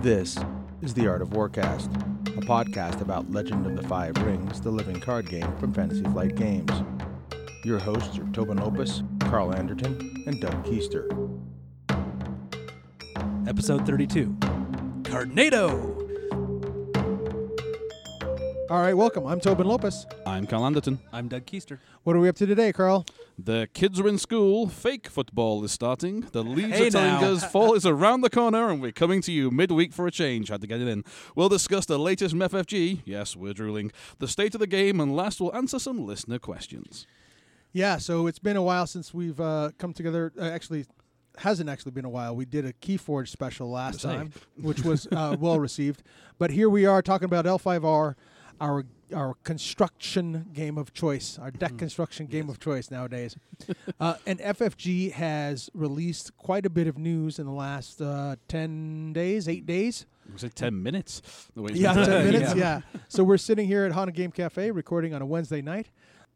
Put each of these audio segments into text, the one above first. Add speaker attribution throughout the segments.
Speaker 1: This is The Art of Warcast, a podcast about Legend of the Five Rings, the living card game from Fantasy Flight Games. Your hosts are Tobin Opus, Carl Anderton, and Doug Keister.
Speaker 2: episode 32 Carnado.
Speaker 1: All right, welcome. I'm Tobin Lopez.
Speaker 3: I'm Carl Anderton.
Speaker 2: I'm Doug Keister.
Speaker 1: What are we up to today, Carl?
Speaker 3: The kids are in school. Fake football is starting. The leaves
Speaker 2: Hey
Speaker 3: are telling
Speaker 2: now.
Speaker 3: us fall is around the corner, and we're coming to you midweek for a change. Had to get it in. We'll discuss the latest from FFG. Yes, we're drooling. The state of the game, and last we'll answer some listener questions.
Speaker 4: Yeah, so it's been a while since we've uh, come together. Uh, actually, hasn't actually been a while. We did a Keyforge special last
Speaker 3: Say.
Speaker 4: time, which was uh, well received. But here we are talking about L5R, our our construction game of choice, our
Speaker 1: Mm-hmm.
Speaker 4: deck construction game of choice nowadays. uh, and FFG has released quite a bit of news in the last uh, ten days, eight days.
Speaker 3: We say ten minutes. The way it's
Speaker 4: Yeah,
Speaker 3: been
Speaker 4: ten
Speaker 3: played.
Speaker 4: minutes. Yeah. So we're sitting here at Hana Game Cafe recording on a Wednesday night.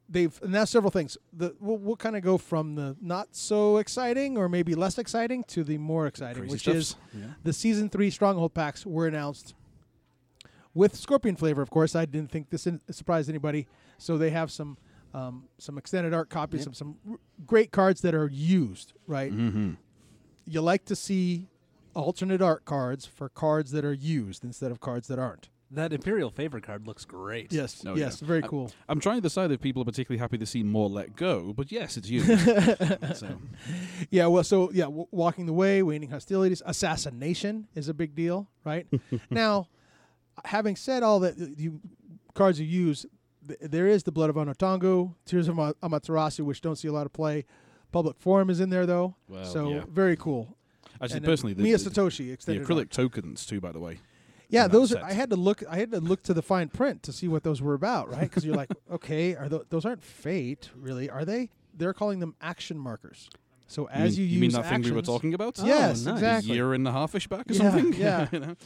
Speaker 4: They've and that's several things. The we'll, we'll kind of go from the not so exciting or maybe less exciting to the more exciting,
Speaker 3: Crazy
Speaker 4: which
Speaker 3: stuffs.
Speaker 4: is
Speaker 3: Yeah.
Speaker 4: the season three stronghold packs were announced with scorpion flavor. Of course, I didn't think this in- surprised anybody. So they have some um, some extended art copies of some r- great cards that are used. Right,
Speaker 3: Mm-hmm.
Speaker 4: you like to see alternate art cards for cards that are used instead of cards that aren't.
Speaker 2: That Imperial favor card looks great.
Speaker 4: Yes.
Speaker 3: Oh,
Speaker 4: yes.
Speaker 3: yeah.
Speaker 4: Very
Speaker 3: I-
Speaker 4: cool.
Speaker 3: I'm trying to decide if people are particularly happy to see more let go, but yes, it's you. um, so,
Speaker 4: Yeah. Well. So yeah, w- walking the way, waning hostilities, assassination is a big deal, right? now, having said all that, the, the cards you use, th- there is the Blood of Onotongo, Tears of Ama- Amaterasu, which don't see a lot of play. Public Forum is in there though,
Speaker 3: Well,
Speaker 4: so
Speaker 3: yeah.
Speaker 4: very cool.
Speaker 3: actually,
Speaker 4: And then
Speaker 3: personally, the,
Speaker 4: Mia
Speaker 3: the,
Speaker 4: Satoshi
Speaker 3: the
Speaker 4: extended
Speaker 3: acrylic
Speaker 4: art.
Speaker 3: tokens too. By the way,
Speaker 4: Yeah,
Speaker 3: in that
Speaker 4: those are,
Speaker 3: set.
Speaker 4: I had to look. I had to look to the fine print to see what those were about, right? Because you're like, okay, are tho- those aren't fate, really? Are they? They're calling them action markers. So as you,
Speaker 3: mean,
Speaker 4: use
Speaker 3: you mean that thing we were
Speaker 4: actions-
Speaker 3: talking about?
Speaker 4: yes,
Speaker 2: nice.
Speaker 3: a
Speaker 4: exactly.
Speaker 3: year and a half ish back or
Speaker 4: Yeah,
Speaker 3: something.
Speaker 4: yeah.
Speaker 3: You know?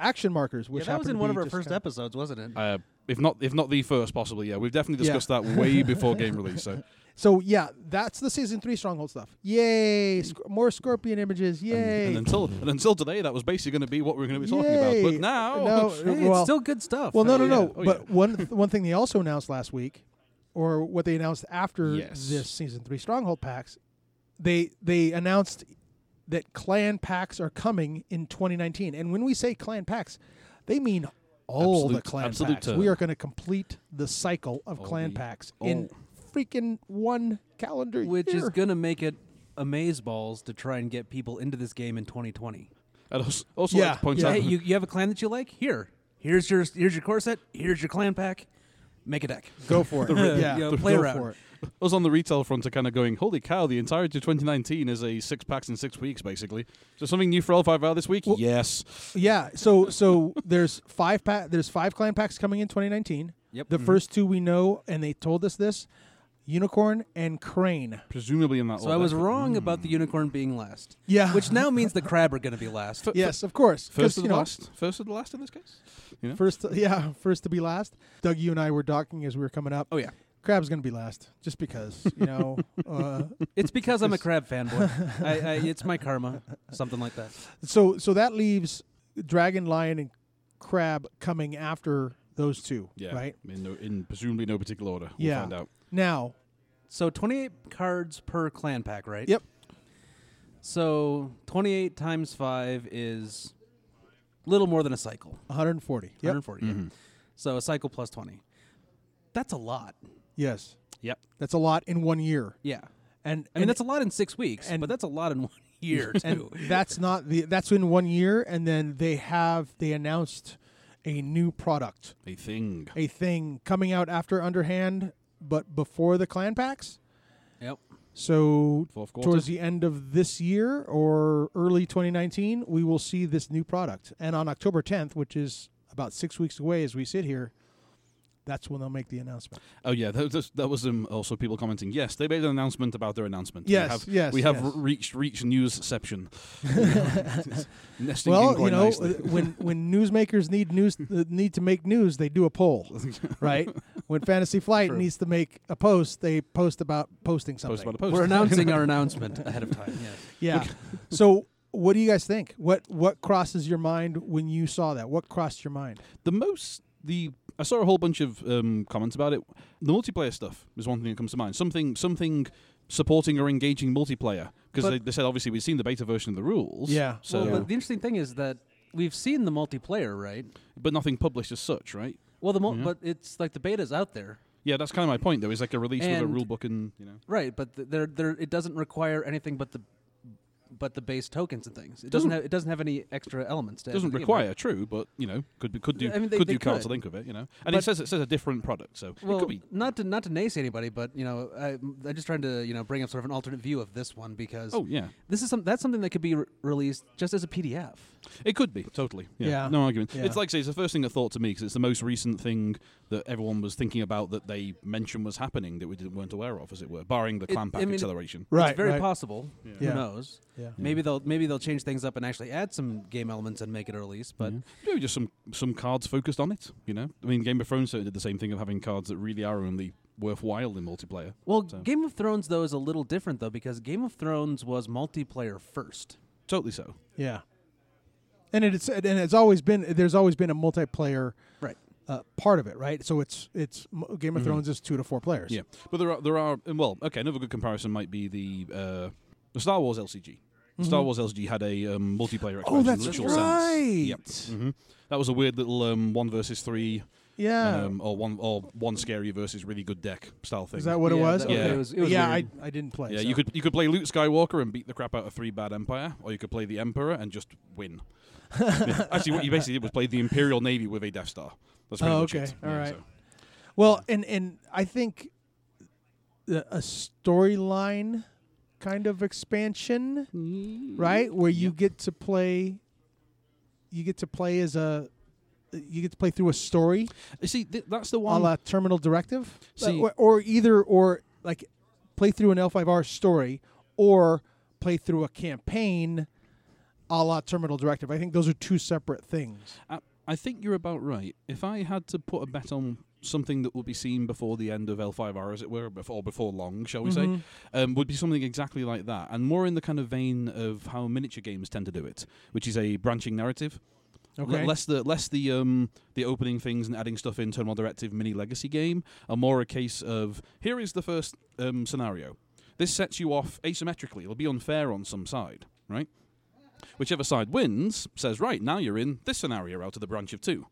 Speaker 4: Action markers, which
Speaker 2: Yeah, that was
Speaker 4: happen
Speaker 2: in
Speaker 4: to
Speaker 2: one
Speaker 4: be
Speaker 2: of our
Speaker 4: just
Speaker 2: first
Speaker 4: kind of-
Speaker 2: episodes, wasn't it?
Speaker 3: Uh, if not, if not the first, possibly. Yeah, we've definitely
Speaker 4: Yeah.
Speaker 3: discussed that way before game release. So
Speaker 4: So yeah, that's the season three stronghold stuff.
Speaker 2: Mm.
Speaker 4: Yay! Sc- more scorpion images. Yay!
Speaker 3: and until and until today, that was basically going to be what we are going to be talking about. But
Speaker 4: Yay.
Speaker 3: now,
Speaker 4: No,
Speaker 2: Hey,
Speaker 4: well,
Speaker 2: it's still good stuff.
Speaker 4: well, no,
Speaker 2: Uh,
Speaker 4: no,
Speaker 3: yeah.
Speaker 4: no.
Speaker 3: Oh,
Speaker 4: but
Speaker 3: yeah.
Speaker 4: one th- one thing they also announced last week, or what they announced after
Speaker 3: Yes.
Speaker 4: this season three stronghold packs, they they announced that clan packs are coming in 2019. And when we say clan packs, they mean all the
Speaker 3: Absolute-
Speaker 4: clan
Speaker 3: absolute
Speaker 4: packs.
Speaker 3: term.
Speaker 4: We are going to complete the cycle of clan
Speaker 3: the-
Speaker 4: packs in freaking one calendar
Speaker 2: which
Speaker 4: year.
Speaker 2: is going to make it amaze balls to try and get people into this game in 2020.
Speaker 3: I'd also, also
Speaker 4: Yeah,
Speaker 3: like to point
Speaker 4: yeah.
Speaker 3: out,
Speaker 2: Hey, you, you have a clan that you like? Here. Here's your here's your core set. Here's your clan pack. Make a deck.
Speaker 4: Go for it. yeah,
Speaker 2: you know,
Speaker 4: go
Speaker 2: play
Speaker 4: for
Speaker 2: around.
Speaker 4: it.
Speaker 3: us on the retail front are kind of going, holy cow! The entirety of 2019 is a six packs in six weeks, basically. So something new for L5R this week? yes.
Speaker 4: Yeah. So so there's five pa- there's five clan packs coming in 2019.
Speaker 2: Yep.
Speaker 4: The first two we know, and they told us this: unicorn and crane.
Speaker 3: Presumably in that.
Speaker 2: So
Speaker 3: order.
Speaker 2: I was wrong about the unicorn being last.
Speaker 4: Yeah.
Speaker 2: Which now means the crab are going to be last.
Speaker 4: Yes, of course. 'cause,
Speaker 3: First of
Speaker 4: you
Speaker 3: the
Speaker 4: know,
Speaker 3: last. First of the last in this case. You know?
Speaker 4: First, yeah, first to be last. Doug, you and I were talking as we were coming up.
Speaker 2: Oh, yeah.
Speaker 4: Crab's gonna be last, just because you know. uh,
Speaker 2: It's because I'm a crab fanboy. I, I, it's my karma, something like that.
Speaker 4: so so that leaves dragon, lion, and crab coming after those two.
Speaker 3: Yeah.
Speaker 4: Right
Speaker 3: In, no, in presumably no particular order. We'll
Speaker 4: Yeah.
Speaker 3: find out.
Speaker 4: now.
Speaker 2: So 28 cards per clan pack, right?
Speaker 4: Yep.
Speaker 2: So 28 times 5 is little more than a cycle.
Speaker 4: 140. Yep.
Speaker 2: 140. yeah. So a cycle plus 20. That's a lot.
Speaker 4: Yes.
Speaker 3: Yep.
Speaker 4: That's a lot in one year.
Speaker 2: Yeah.
Speaker 4: And
Speaker 2: I mean,
Speaker 4: and
Speaker 2: that's a lot in 6 weeks,
Speaker 4: and-
Speaker 2: but that's a lot in 1 year too.
Speaker 4: and that's not the that's in one year and then they have they announced a new product
Speaker 3: A thing.
Speaker 4: a thing coming out after underhand but before the clan packs
Speaker 2: yep.
Speaker 4: so
Speaker 3: Fourth quarter.
Speaker 4: towards the end of this year or early 2019 we will see this new product and on october 10th which is about six weeks away as we sit here that's when they'll make the announcement
Speaker 3: Oh yeah, that was, that was um, also people commenting. Yes, they made an announcement about their announcement.
Speaker 4: Yes,
Speaker 3: we have,
Speaker 4: yes,
Speaker 3: we have
Speaker 4: yes.
Speaker 3: re- reached reach newsception. Nesting in
Speaker 4: well
Speaker 3: quite
Speaker 4: you know uh,
Speaker 3: nicely.
Speaker 4: when when newsmakers need news uh, need to make news they do a poll right when fantasy flight needs to make a post they post about posting something
Speaker 3: post about a post.
Speaker 2: We're announcing our announcement ahead of time. Yes.
Speaker 4: yeah so What do you guys think? What what crosses your mind when you saw that? What crossed your mind?
Speaker 3: The most the I saw a whole bunch of um, comments about it. The multiplayer stuff is one thing that comes to mind. Something something supporting or engaging multiplayer because
Speaker 2: But-
Speaker 3: they, they said obviously we've seen the beta version of the rules.
Speaker 4: Yeah.
Speaker 3: So
Speaker 2: well, but the interesting thing is that we've seen the multiplayer, right?
Speaker 3: but nothing published as such, right?
Speaker 2: Well, the mul but it's like the beta's out there,
Speaker 3: Yeah, that's kind of my point though. Is like a release with a
Speaker 2: And-
Speaker 3: rule book and you know.
Speaker 2: right? But th- there, there, it doesn't require anything but the but the base tokens and things. It doesn't.
Speaker 3: Doesn't-
Speaker 2: have, it doesn't have any extra elements. To add to
Speaker 3: doesn't
Speaker 2: the game,
Speaker 3: require
Speaker 2: right?
Speaker 3: true, but you know could be could do
Speaker 2: I mean, they-
Speaker 3: could
Speaker 2: they
Speaker 3: do come to
Speaker 2: could.
Speaker 3: think of it, you know. And it
Speaker 2: But-
Speaker 3: says it says a different product, so it
Speaker 2: Well,
Speaker 3: could be.
Speaker 2: not to not to nace anybody, but you know, I, I'm just trying to you know bring up sort of an alternate view of this one because
Speaker 3: Oh yeah,
Speaker 2: this is some that's something that could be re- released just as a PDF.
Speaker 3: it could be totally. Yeah,
Speaker 4: Yeah.
Speaker 3: no argument.
Speaker 4: Yeah.
Speaker 3: It's like I say, it's the first thing that thought to me because it's the most recent thing that everyone was thinking about that they mentioned was happening that we didn't, weren't aware of, as it were, barring the
Speaker 2: It-
Speaker 3: clamp
Speaker 2: I
Speaker 3: pack
Speaker 2: mean,
Speaker 3: acceleration.
Speaker 2: it's very possible.
Speaker 4: Yeah.
Speaker 2: Who knows?
Speaker 4: Yeah.
Speaker 2: Maybe they'll maybe they'll change things up and actually add some game elements and make it a release. But
Speaker 3: Yeah. Maybe just some some cards focused on it. You know, I mean, Game of Thrones certainly did the same thing of having cards that really are only worthwhile in multiplayer.
Speaker 2: well,
Speaker 3: So-
Speaker 2: Game of Thrones though is a little different though because Game of Thrones was multiplayer first.
Speaker 3: Totally so.
Speaker 4: Yeah. And it's and it's always been there's always been a multiplayer
Speaker 2: Right.
Speaker 4: uh, part of it, right? So it's it's m- Game of Thrones is two to four players.
Speaker 3: Mm-hmm. Yeah, but there are there are um, well, okay. Another good comparison might be the uh, the Star Wars LCG. The Star Wars LCG had a um, multiplayer expansion. in
Speaker 4: Mm-hmm. Oh, that's
Speaker 3: literal
Speaker 4: right.
Speaker 3: Sense. Yep. hmm That was a weird little um, one versus three,
Speaker 4: Yeah.
Speaker 3: um, or one or one scary versus really good deck style thing.
Speaker 4: is that what it
Speaker 2: Yeah,
Speaker 4: was?
Speaker 2: that-
Speaker 3: okay,
Speaker 4: Okay.
Speaker 3: it
Speaker 2: was- it was
Speaker 4: yeah,
Speaker 2: weird.
Speaker 4: I I didn't play.
Speaker 3: yeah,
Speaker 4: so.
Speaker 3: you could you could play Luke Skywalker and beat the crap out of three bad Empire, or you could play the Emperor and just win. Yeah. Actually, what you basically did was play the Imperial Navy with a Death Star. That's pretty
Speaker 4: Oh,
Speaker 3: much
Speaker 4: okay.
Speaker 3: it.
Speaker 4: All
Speaker 3: yeah,
Speaker 4: right.
Speaker 3: so.
Speaker 4: Well, and and I think the, a storyline kind of expansion,
Speaker 3: Mm-hmm.
Speaker 4: right, where you get to play, you get to play as a, you get to play through a story,
Speaker 3: You Uh, See, th- that's the
Speaker 4: a
Speaker 3: one.
Speaker 4: la Terminal Directive,
Speaker 3: See-
Speaker 4: or, or either or like play through an L5R story or play through a campaign, a la Terminal Directive. I think those are two separate things.
Speaker 3: I, I think you're about right. If I had to put a bet on something that will be seen before the end of L5R, as it were, before, or before long, shall we say, um, would be something exactly like that, and more in the kind of vein of how miniature games tend to do it, which is a branching narrative. L-
Speaker 4: Okay.
Speaker 3: less the less the um the opening things and adding stuff in Terminal Directive mini legacy game, and more a case of here is the first um, scenario. This sets you off asymmetrically. It'll be unfair on some side, right? Whichever side wins says, right, now you're in this scenario out of the branch of two.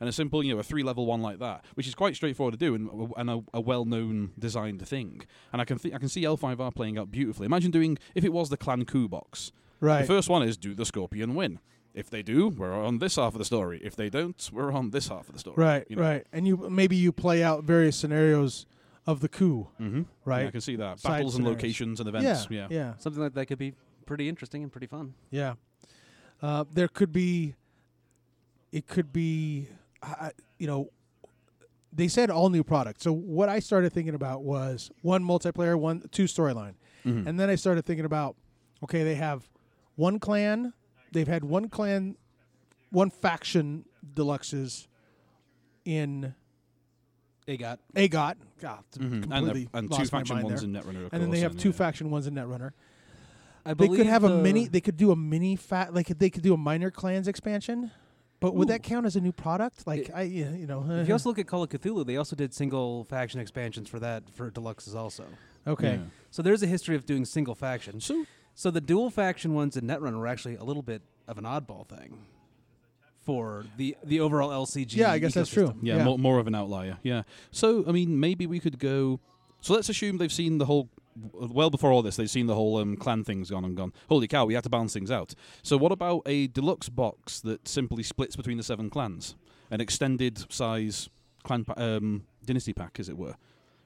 Speaker 3: And a simple, you know, a three level one like that, which is quite straightforward to do and, a- and a, a well known designed thing. And I can th- I can see L5R playing out beautifully. Imagine doing, if it was the Clan Coup box,
Speaker 4: Right.
Speaker 3: the first one is do the scorpion win? If they do, we're on this half of the story. If they don't, we're on this half of the story.
Speaker 4: Right,
Speaker 3: you know?
Speaker 4: right. And you maybe you play out various scenarios of the coup,
Speaker 3: Mm-hmm.
Speaker 4: right?
Speaker 3: I can see that.
Speaker 4: Side
Speaker 3: Battles and
Speaker 4: scenarios.
Speaker 3: locations and events. Yeah.
Speaker 4: yeah,
Speaker 2: Something like that could be pretty interesting and pretty fun.
Speaker 4: yeah. Uh, there could be, it could be, I- I- you know, they said all new product. So what I started thinking about was one multiplayer, one two storyline,
Speaker 3: Mm-hmm.
Speaker 4: and then I started thinking about, okay, they have one clan, they've had one clan, one faction deluxes in
Speaker 2: They got
Speaker 4: AGOT. God,
Speaker 3: Hmm. Mm-hmm. And,
Speaker 4: completely
Speaker 3: the- and
Speaker 4: lost
Speaker 3: two
Speaker 4: my
Speaker 3: faction
Speaker 4: mind
Speaker 3: ones
Speaker 4: there.
Speaker 3: in Netrunner. Of
Speaker 4: and then
Speaker 3: course,
Speaker 4: they have two
Speaker 3: yeah.
Speaker 4: faction ones in Netrunner.
Speaker 2: I
Speaker 4: They
Speaker 2: believe
Speaker 4: could have a
Speaker 2: the-
Speaker 4: mini. They could do a mini fat. Like they could do a minor clans expansion. But would that count as a new product? Like
Speaker 2: It-
Speaker 4: I, yeah, you know.
Speaker 2: If you also look at Call of Cthulhu, they also did single faction expansions for that for deluxes also.
Speaker 4: okay.
Speaker 3: Yeah.
Speaker 2: So there's a history of doing single factions.
Speaker 3: So
Speaker 2: So the dual faction ones in Netrunner were actually a little bit of an oddball thing for the the overall LCG.
Speaker 4: Yeah, I guess that's true.
Speaker 2: ecosystem.
Speaker 3: Yeah,
Speaker 4: Yeah.
Speaker 3: More, more of an outlier. Yeah. So, I mean, maybe we could go. So let's assume they've seen the whole. Well, before all this, they've seen the whole um, clan thing's gone and gone. Holy cow, we had to balance things out. So, what about a deluxe box that simply splits between the seven clans? An extended size clan pa- um, dynasty pack, as it were.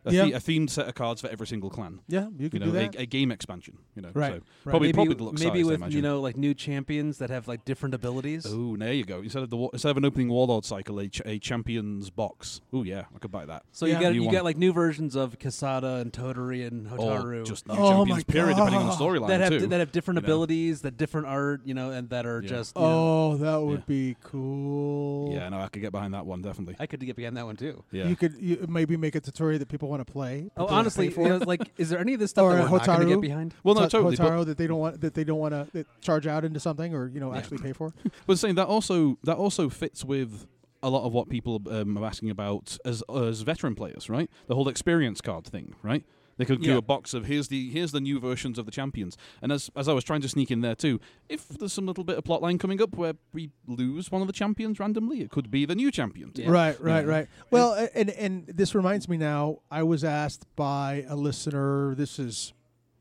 Speaker 3: A,
Speaker 4: Yeah.
Speaker 3: the- a themed set of cards for every single clan.
Speaker 4: Yeah, you
Speaker 3: You
Speaker 4: could
Speaker 3: know,
Speaker 4: do
Speaker 3: a,
Speaker 4: that.
Speaker 3: a game expansion. You know,
Speaker 4: Right,
Speaker 3: so
Speaker 4: right.
Speaker 3: probably
Speaker 2: maybe,
Speaker 3: probably deluxe
Speaker 2: maybe
Speaker 3: size, I
Speaker 2: with
Speaker 3: imagine.
Speaker 2: you know like new champions that have like different abilities.
Speaker 3: Oh, there you go. Instead of the wa- instead of an opening warlord cycle, a, ch- a champions box. Oh yeah, I could buy that.
Speaker 2: So
Speaker 4: Yeah.
Speaker 2: you got
Speaker 3: You
Speaker 2: you
Speaker 3: want-
Speaker 2: got like new versions of Kasada and Totori and
Speaker 3: or
Speaker 2: Hotaru
Speaker 3: just new
Speaker 4: Oh
Speaker 3: champions
Speaker 4: my
Speaker 3: period, depending on the
Speaker 4: God.
Speaker 3: storyline
Speaker 2: that have
Speaker 3: too.
Speaker 2: that have different
Speaker 3: you know.
Speaker 2: abilities, that different art, you know, and that are
Speaker 3: Yeah.
Speaker 2: just you know,
Speaker 4: oh, that would
Speaker 3: Yeah.
Speaker 4: be cool.
Speaker 3: yeah, no, I could get behind that one definitely.
Speaker 2: I could get behind that one too.
Speaker 3: Yeah,
Speaker 4: You could you maybe make a tutorial that people want to play. but
Speaker 2: Oh,
Speaker 4: they wanna
Speaker 2: honestly,
Speaker 4: pay for
Speaker 2: you know,
Speaker 4: it.
Speaker 2: like, is there any of this stuff
Speaker 4: Or
Speaker 2: that we're not going to
Speaker 4: Hotaru.
Speaker 2: get behind?
Speaker 3: Well, no,
Speaker 4: Ta-
Speaker 3: totally. But,
Speaker 4: Hotaru that they don't want that they don't want to charge out into something or you know actually pay for.
Speaker 3: but saying that also that also fits with a lot of what people um, are asking about as as veteran players, right? The whole experience card thing, right? They could do
Speaker 2: Yeah.
Speaker 3: a box of here's the here's the new versions of the champions. And as as I was trying to sneak in there too, if there's some little bit of plotline coming up where we lose one of the champions randomly, it could be the new champion.
Speaker 2: Yeah.
Speaker 4: Right, right,
Speaker 3: Yeah.
Speaker 4: right. Well, a- and and this reminds me now. I was asked by a listener. This is,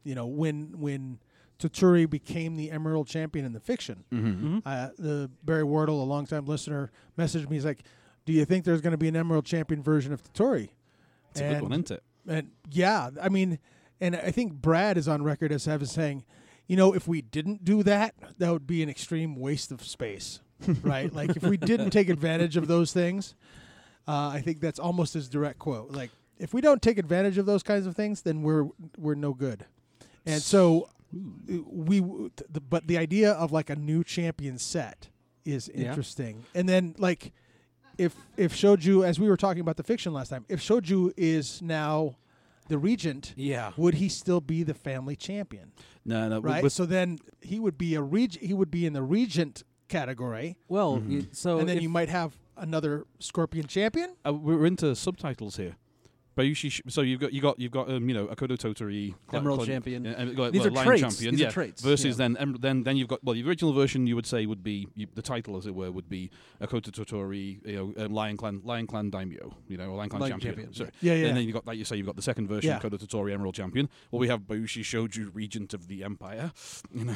Speaker 4: you know, when when Taturi became the Emerald Champion in the fiction.
Speaker 3: Mm-hmm.
Speaker 4: Uh, the Barry Wardle, a longtime listener, messaged me. He's like, "Do you think there's going to be an Emerald Champion version of Taturi?"
Speaker 3: It's a good one, isn't it?
Speaker 4: And yeah, I mean, and I think Brad is on record as having saying, you know, if we didn't do that, that would be an extreme waste of space, right? like if we didn't take advantage of those things, uh, I think that's almost his direct quote. Like if we don't take advantage of those kinds of things, then we're we're no good. And so uh, we, w- th- the- but the idea of like a new champion set is
Speaker 2: Yeah.
Speaker 4: interesting. And then like if if Shoju, as we were talking about the fiction last time, if Shoju is now the regent,
Speaker 2: Yeah.
Speaker 4: would he still be the family champion?
Speaker 3: No, no. with-
Speaker 4: Right.
Speaker 3: with-
Speaker 4: so then he would be a reg- He would be in the regent category,
Speaker 2: Well,
Speaker 3: Mm-hmm.
Speaker 2: you, so
Speaker 4: and then
Speaker 2: if-
Speaker 4: you might have another scorpion champion.
Speaker 3: uh, we're into subtitles here. Bayushi, Sh- so you've got you got you've got um, you know Akodo Totori, Cla-
Speaker 2: Emerald
Speaker 3: Cla-
Speaker 2: champion.
Speaker 3: uh, em- like,
Speaker 2: These
Speaker 3: well,
Speaker 2: are
Speaker 3: Lion
Speaker 2: traits.
Speaker 3: champion,
Speaker 2: These are
Speaker 3: yeah,
Speaker 2: trates,
Speaker 3: Versus
Speaker 2: yeah.
Speaker 3: then em- then then you've got well the original version you would say would be you, the title as it were would be Akodo Totori, you know um, Lion Clan Lion Clan Daimyo, you know or Lion Clan
Speaker 2: Lion champion,
Speaker 3: champion. So,
Speaker 4: yeah. Yeah, yeah.
Speaker 3: And then you have got like you say you've got the second version
Speaker 4: Yeah.
Speaker 3: Akodo Totori Emerald champion. Well, we have Bayushi Shoju, Regent of the Empire. You know,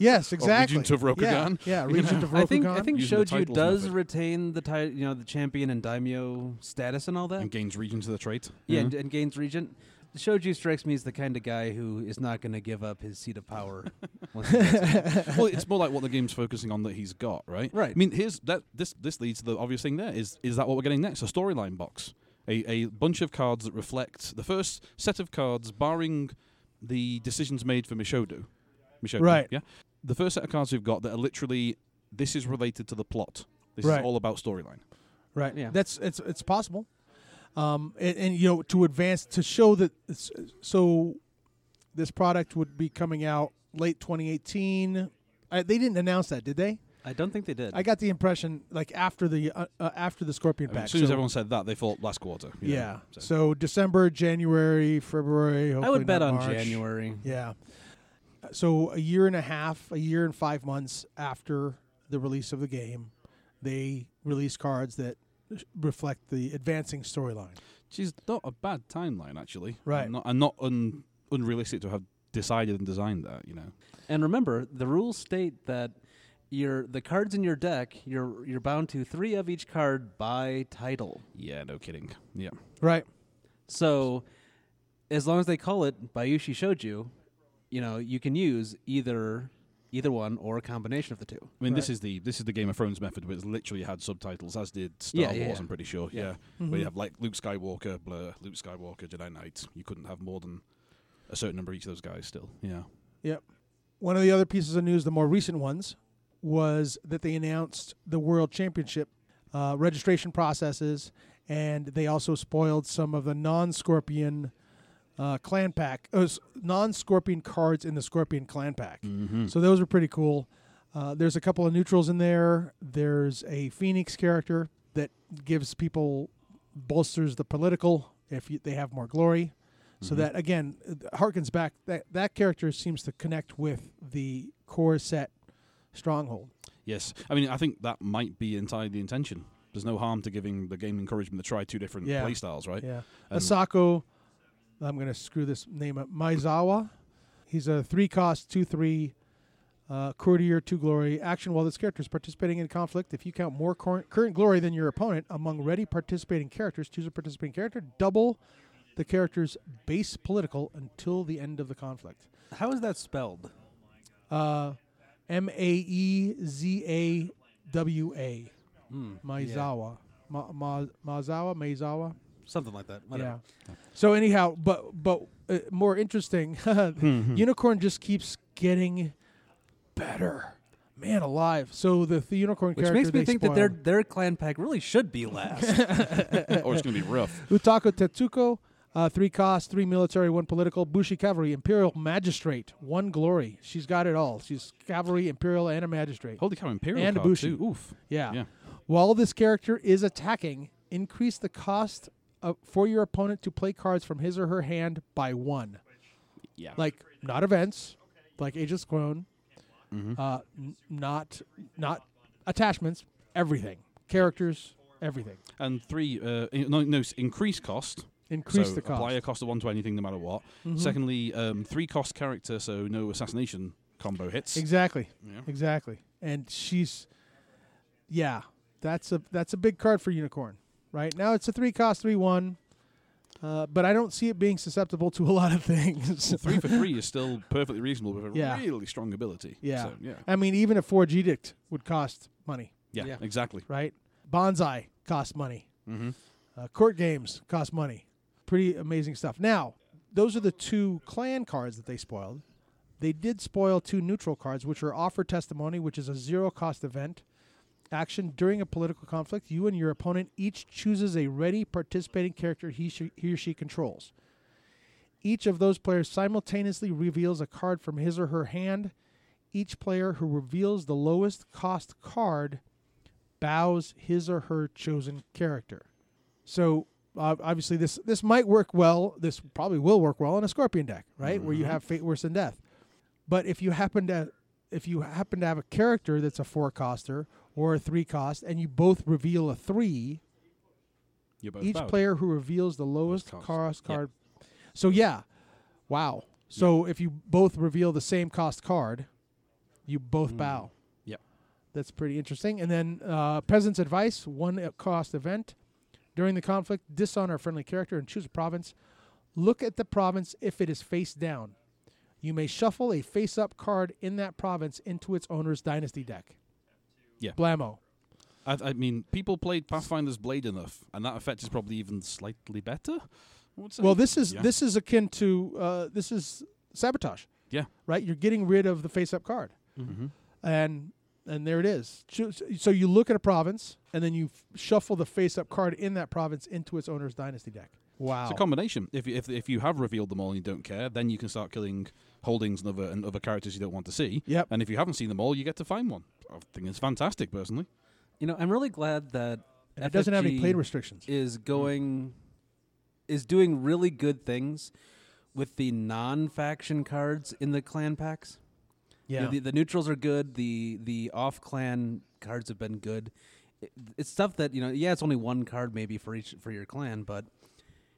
Speaker 4: yes, exactly.
Speaker 3: regent of Rokugan.
Speaker 4: Yeah, yeah regent of Rokugan.
Speaker 2: I think I think
Speaker 3: using the
Speaker 2: Shoju
Speaker 3: titles
Speaker 2: does
Speaker 3: method.
Speaker 2: retain the ti- you know the champion and daimyo status and all that.
Speaker 3: and gains Regent of the trait.
Speaker 2: yeah, and, and gains regent. Shoju strikes me as the kind of guy who is not going to give up his seat of power. once he gets it.
Speaker 3: well, it's more like what the game's focusing on that he's got, right?
Speaker 2: Right.
Speaker 3: I mean, here's that. This this leads to the obvious thing. There is is that what we're getting next? A storyline box, a a bunch of cards that reflect the first set of cards, barring the decisions made for Mishodo. Mishodo,
Speaker 4: Right.
Speaker 3: Yeah. The first set of cards we've got that are literally this is related to the plot. This
Speaker 4: Right.
Speaker 3: is all about storyline.
Speaker 4: Right.
Speaker 2: Yeah.
Speaker 4: That's it's it's possible. Um, and, and you know to advance to show that it's, so this product would be coming out late 2018. I, they didn't announce that, did they?
Speaker 2: I don't think they did.
Speaker 4: I got the impression like after the uh, uh, after the Scorpion
Speaker 3: I mean,
Speaker 4: patch.
Speaker 3: as soon as
Speaker 4: so-
Speaker 3: everyone said that, they thought last quarter. you know,
Speaker 4: yeah.
Speaker 3: so.
Speaker 4: so. December, January, February.
Speaker 2: I
Speaker 4: hopefully
Speaker 2: would bet
Speaker 4: not
Speaker 2: on
Speaker 4: March.
Speaker 2: January.
Speaker 4: Yeah. So a year and a half, a year and five months after the release of the game, they release cards that reflect the advancing storyline.
Speaker 3: She's not a bad timeline, actually.
Speaker 4: Right.
Speaker 3: Not, and not un, unrealistic to have decided and designed that. You know.
Speaker 2: And remember, the rules state that your the cards in your deck you're you're bound to three of each card by title.
Speaker 3: Yeah. No kidding. Yeah.
Speaker 4: Right.
Speaker 2: So, as long as they call it Bayushi Shoju, you know you can use either either one or a combination of the two.
Speaker 3: I mean, this
Speaker 4: Right.
Speaker 3: is the this is the Game of Thrones method, where it's literally had subtitles, as did Star
Speaker 2: Yeah, yeah,
Speaker 3: Wars.
Speaker 2: yeah.
Speaker 3: I'm pretty sure. Yeah,
Speaker 4: Mm-hmm.
Speaker 3: where you have like Luke Skywalker, Blur, Luke Skywalker, Jedi Knight. You couldn't have more than a certain number of each of those guys. Still, yeah.
Speaker 4: Yep. One of the other pieces of news, the more recent ones, was that they announced the World Championship uh, registration processes, and they also spoiled some of the non-Scorpion uh, clan pack, uh, s- non-Scorpion cards in the Scorpion clan pack. So those were pretty cool. Uh, there's a couple of neutrals in there. There's a Phoenix character that gives people bolsters the political if you, they have more glory. So
Speaker 3: Mm-hmm.
Speaker 4: that again uh, harkens back that that character seems to connect with the core set stronghold.
Speaker 3: Yes, I mean, I think that might be entirely the intention. There's no harm to giving the game encouragement to try two different
Speaker 4: Yeah.
Speaker 3: play styles, right?
Speaker 4: Yeah,
Speaker 3: And-
Speaker 4: Asako. I'm going to screw this name up. Maizawa. He's a three cost two three. Uh, courtier two glory action while this character is participating in conflict if you count more cor- current glory than your opponent among ready participating characters choose a participating character double the character's base political until the end of the conflict
Speaker 2: How is that spelled?
Speaker 4: uh, M A E Z A W A. Maizawa. Ma- Ma- Mazawa, Maizawa.
Speaker 2: Something like that. Whatever.
Speaker 4: Yeah. So anyhow, but but uh, more interesting,
Speaker 2: Mm-hmm.
Speaker 4: Unicorn just keeps getting better. Man alive. So the, the unicorn
Speaker 2: Which
Speaker 4: character
Speaker 2: makes me
Speaker 4: they
Speaker 2: think that their
Speaker 4: spoiled.
Speaker 2: their clan pack really should be last.
Speaker 3: or it's going to be rough.
Speaker 4: Utako Tetsuko, Uh, three costs, three military, one political. Bushi Cavalry, Imperial Magistrate, one glory. She's got it all. She's Cavalry, Imperial, and a Magistrate.
Speaker 3: Holy cow, Imperial
Speaker 4: And
Speaker 3: card
Speaker 4: Ibushi.
Speaker 3: too. Oof.
Speaker 4: Yeah.
Speaker 3: Yeah.
Speaker 4: While this character is attacking, increase the cost of, for your opponent to play cards from his or her hand by one.
Speaker 3: Yeah.
Speaker 4: Like not events, like Aegis Clone,
Speaker 3: Mm-hmm.
Speaker 4: uh, n- not not attachments, everything, characters, everything.
Speaker 3: and three, uh, in- no, no, s- increase cost.
Speaker 4: Increase
Speaker 3: so
Speaker 4: the cost. Mm-hmm.
Speaker 3: Apply a cost of one to anything, no matter what. Secondly, um, three cost character, so no assassination combo hits.
Speaker 4: Exactly.
Speaker 3: Yeah.
Speaker 4: Exactly. And she's yeah, that's a that's a big card for unicorn. Right? Now it's a 3 cost 3 1. Uh, but I don't see it being susceptible to a lot of things.
Speaker 3: three for three is still perfectly reasonable with a
Speaker 4: Yeah.
Speaker 3: really strong ability.
Speaker 4: Yeah.
Speaker 3: So, yeah.
Speaker 4: I mean, even a Forge Edict would cost money,
Speaker 3: Yeah.
Speaker 2: Yeah.
Speaker 3: Exactly.
Speaker 4: right? Bonsai costs money. Mm-hmm. Uh, court games cost money. Pretty amazing stuff. Now, those are the two clan cards that they spoiled. They did spoil two neutral cards, which are Offer Testimony, which is a zero cost event. Action during a political conflict, you and your opponent each chooses a ready participating character he, sh- he or she controls. Each of those players simultaneously reveals a card from his or her hand. Each player who reveals the lowest cost card bows his or her chosen character. So uh, obviously, this this might work well. This probably will work well in a scorpion deck, right? Where you have fate worse than death. But if you happen to if you happen to have a character that's a four coster or a three cost, and you both reveal a three,
Speaker 3: You're both
Speaker 4: each
Speaker 3: bowed.
Speaker 4: player who reveals the lowest
Speaker 3: cost.
Speaker 4: cost
Speaker 3: Yeah.
Speaker 4: card. So yeah, wow. So if you both reveal the same cost card, you both
Speaker 3: Mm.
Speaker 4: bow.
Speaker 3: Yep.
Speaker 4: That's pretty interesting. And then uh, peasant's advice: one at cost event during the conflict, dishonor a friendly character and choose a province. Look at the province if it is face down. You may shuffle a face-up card in that province into its owner's dynasty deck.
Speaker 3: Yeah.
Speaker 4: Blammo.
Speaker 3: I, I mean, people played Pathfinder's Blade enough, and that effect is probably even slightly better. I would say.
Speaker 4: Well, this is
Speaker 3: Yeah.
Speaker 4: this is akin to uh, this is sabotage.
Speaker 3: Yeah.
Speaker 4: right? You're getting rid of the face-up card,
Speaker 3: Mhm.
Speaker 4: and and there it is. Cho- So you look at a province, and then you f- shuffle the face-up card in that province into its owner's dynasty deck. Wow!
Speaker 3: It's a combination. If, you- if if you have revealed them all and you don't care, then you can start killing holdings and other and other characters you don't want to see.
Speaker 4: Yep.
Speaker 3: And if you haven't seen them all, you get to find one. I think it's fantastic, personally.
Speaker 2: You know, I'm really glad that
Speaker 4: And it doesn't have any
Speaker 2: FFG
Speaker 4: played restrictions.
Speaker 2: Is going is doing really good things with the non-faction cards in the clan packs. You know, the, the neutrals are good. The the off clan cards have been good. It, it's stuff that you know. Yeah, it's only one card maybe for each for your clan, but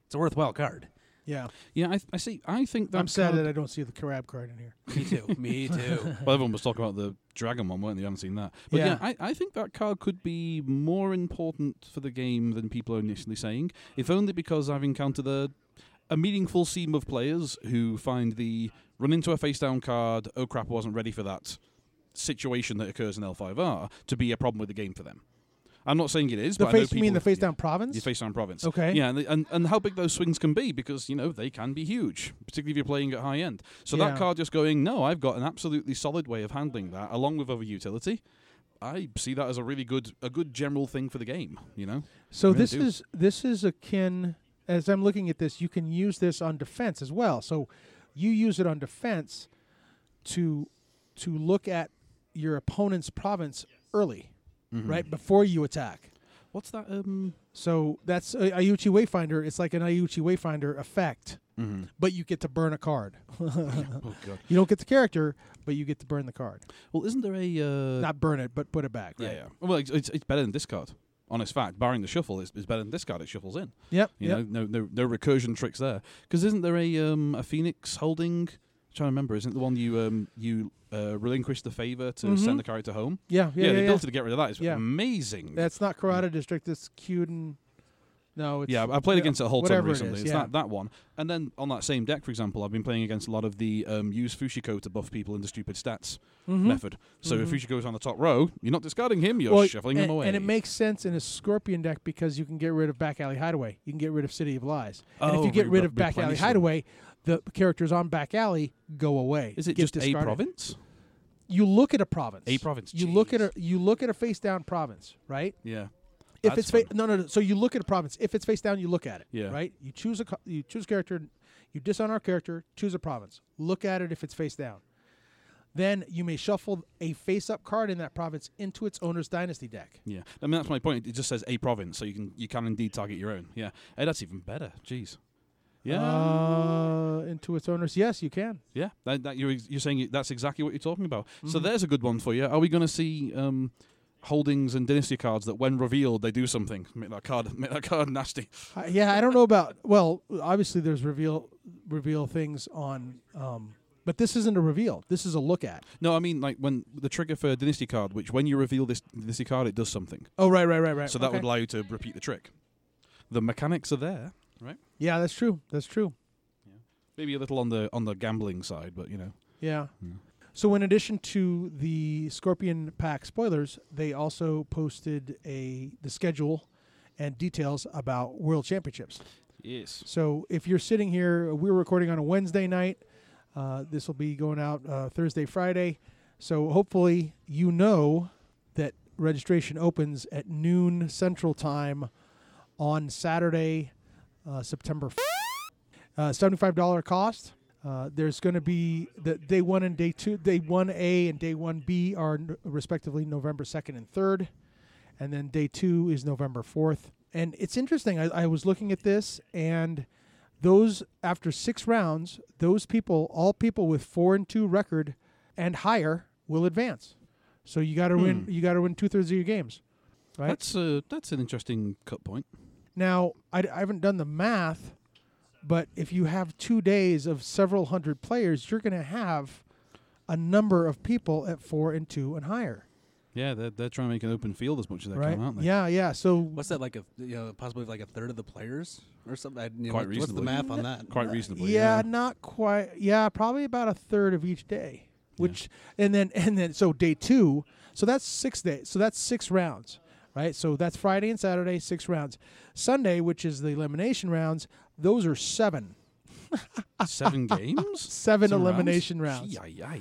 Speaker 2: it's a worthwhile card.
Speaker 4: yeah.
Speaker 3: Yeah, I, I see. I think that
Speaker 4: I'm sad
Speaker 3: card-
Speaker 4: that I don't see the Karab card in here.
Speaker 2: Me too. Me too.
Speaker 3: Well, everyone was talking about the dragon one, weren't they? I haven't seen that. But yeah,
Speaker 4: Yeah.
Speaker 3: I, I think that card could be more important for the game than people are initially saying, if only because I've encountered a, a meaningful seam of players who find the run into a face down card, oh crap, I wasn't ready for that situation that occurs in L5R to be a problem with the game for them. I'm not saying it is,
Speaker 4: The
Speaker 3: but I know
Speaker 4: face, you
Speaker 3: people
Speaker 4: mean the face
Speaker 3: yeah.
Speaker 4: down province?
Speaker 3: Your face down province.
Speaker 4: Okay.
Speaker 3: Yeah, and, the, and and how big those swings can be because you know they can be huge, particularly if you're playing at high end. So
Speaker 4: Yeah.
Speaker 3: that card just going, no, I've got an absolutely solid way of handling that, along with other utility. I see that as a really good a good general thing for the game. You know.
Speaker 4: So
Speaker 3: Really
Speaker 4: this
Speaker 3: do.
Speaker 4: is this is akin as I'm looking at this, you can use this on defense as well. So you use it on defense to to look at your opponent's province early,
Speaker 3: Mm-hmm.
Speaker 4: right before you attack.
Speaker 3: What's that? Um.
Speaker 4: So that's a Ayuchi Wayfinder. It's like an Ayuchi Wayfinder effect,
Speaker 3: Mm-hmm.
Speaker 4: but you get to burn a card. Uh.
Speaker 3: Oh God.
Speaker 4: you don't get the character, but you get to burn the card.
Speaker 3: Well, isn't there a? Uh,
Speaker 4: Not burn it, but put it back.
Speaker 3: yeah,
Speaker 4: Right?
Speaker 3: yeah. Well, it's, it's it's better than discard. Honest fact, barring the shuffle, it's, it's better than discard. It shuffles in.
Speaker 4: Yep.
Speaker 3: You
Speaker 4: yep.
Speaker 3: know, no, no, no recursion tricks there. Because isn't there a um a phoenix holding? I'm trying to remember, isn't it the one you um you uh, relinquish the favor to
Speaker 4: Mhm.
Speaker 3: send the character home?
Speaker 4: Yeah. Yeah. Yeah.
Speaker 3: the
Speaker 4: yeah.
Speaker 3: ability to get rid of that is
Speaker 4: Yeah.
Speaker 3: amazing.
Speaker 4: That's not Karate District. It's Cuden. No, it's
Speaker 3: Mm. yeah, I played
Speaker 4: yeah,
Speaker 3: against it a whole ton
Speaker 4: whatever it
Speaker 3: recently.
Speaker 4: is,
Speaker 3: it's
Speaker 4: yeah.
Speaker 3: that, that one. And then on that same deck, for example, I've been playing against a lot of the um, use Fushiko to buff people into stupid stats method. So if Fushiko's on the top row, you're not discarding him, you're
Speaker 4: Mm-hmm. Well,
Speaker 3: shuffling
Speaker 4: and,
Speaker 3: him away.
Speaker 4: And it makes sense in a Scorpion deck because you can get rid of Back Alley Hideaway. You can get rid of City of Lies. and if
Speaker 3: Oh,
Speaker 4: you get
Speaker 3: re-
Speaker 4: rid of Back Alley
Speaker 3: replenish them.
Speaker 4: Hideaway, the characters on Back Alley go away.
Speaker 3: is it
Speaker 4: get
Speaker 3: just a
Speaker 4: discarded.
Speaker 3: province?
Speaker 4: You look at a province.
Speaker 3: A province,
Speaker 4: You look at
Speaker 3: jeez.
Speaker 4: a you look at a face down province, right?
Speaker 3: Yeah.
Speaker 4: if
Speaker 3: That's
Speaker 4: it's fa-
Speaker 3: fun.
Speaker 4: no, no, no. So you look at a province. If it's face down, you look at it.
Speaker 3: Yeah.
Speaker 4: Right. You choose a co- you choose character. You dishonor a character. Choose a province. Look at it if it's face down. Then you may shuffle a face up card in that province into its owner's dynasty deck.
Speaker 3: Yeah, I mean that's my point. It just says a province, so you can you can indeed target your own. Yeah, hey, that's even better. Jeez, yeah,
Speaker 4: Uh, into its owner's. Yes, you can.
Speaker 3: yeah. That, that you're ex- you're saying it- that's exactly what you're talking about. So
Speaker 4: Mm-hmm.
Speaker 3: there's a good one for you. Are we going to see um, holdings and dynasty cards that, when revealed, they do something? Make that card, make that card nasty.
Speaker 4: Uh, yeah, I don't know about. Well, obviously there's reveal reveal things on. Um, but this isn't a reveal. This is a look at.
Speaker 3: No, I mean like when the trigger for a dynasty card, which when you reveal this dynasty card, it does something.
Speaker 4: Oh right, right, right, right.
Speaker 3: So that
Speaker 4: Okay.
Speaker 3: would allow you to repeat the trick. The mechanics are there.
Speaker 4: yeah, that's true. That's true.
Speaker 3: Maybe a little on the on the gambling side, but you know.
Speaker 4: Yeah.
Speaker 3: Yeah.
Speaker 4: So in addition to the Scorpion Pack spoilers, they also posted a the schedule and details about World Championships.
Speaker 3: Yes.
Speaker 4: So if you're sitting here, we're recording on a Wednesday night. Uh, this will be going out uh, Thursday, Friday. So hopefully you know that registration opens at noon Central Time on Saturday, uh, September. f- Uh, Seventy-five dollar cost. Uh, there's going to be the day one and day two. Day one A and day one B are n- respectively November second and third and then day two is November 4th. And it's interesting. I, I was looking at this, and those after six rounds, those people, all people with four and two record and higher, will advance. So you got to win. You got to win two thirds of your games. Right?
Speaker 3: That's uh, that's an interesting cut point.
Speaker 4: Now I, I haven't done the math, but if you have two days of several hundred players, you're going to have a number of people at four and two and higher.
Speaker 3: Yeah, they're, they're trying to make an open field as much as they
Speaker 4: right?
Speaker 3: can, aren't they?
Speaker 4: Yeah, yeah. So
Speaker 2: What's that like? A you know, possibly like a third of the players or something. I, you know,
Speaker 3: Quite
Speaker 2: what's- what's the
Speaker 3: reasonably.
Speaker 2: math on that?
Speaker 3: Quite reasonably.
Speaker 4: yeah, not quite. Yeah, probably about a third of each day. Which and then and then so day two. So that's six days. So that's six rounds, right? So that's Friday and Saturday, six rounds. Sunday, which is the elimination rounds, those are seven,
Speaker 3: Seven games?
Speaker 4: seven
Speaker 3: Seven
Speaker 4: elimination rounds.
Speaker 3: Gee, aye, aye.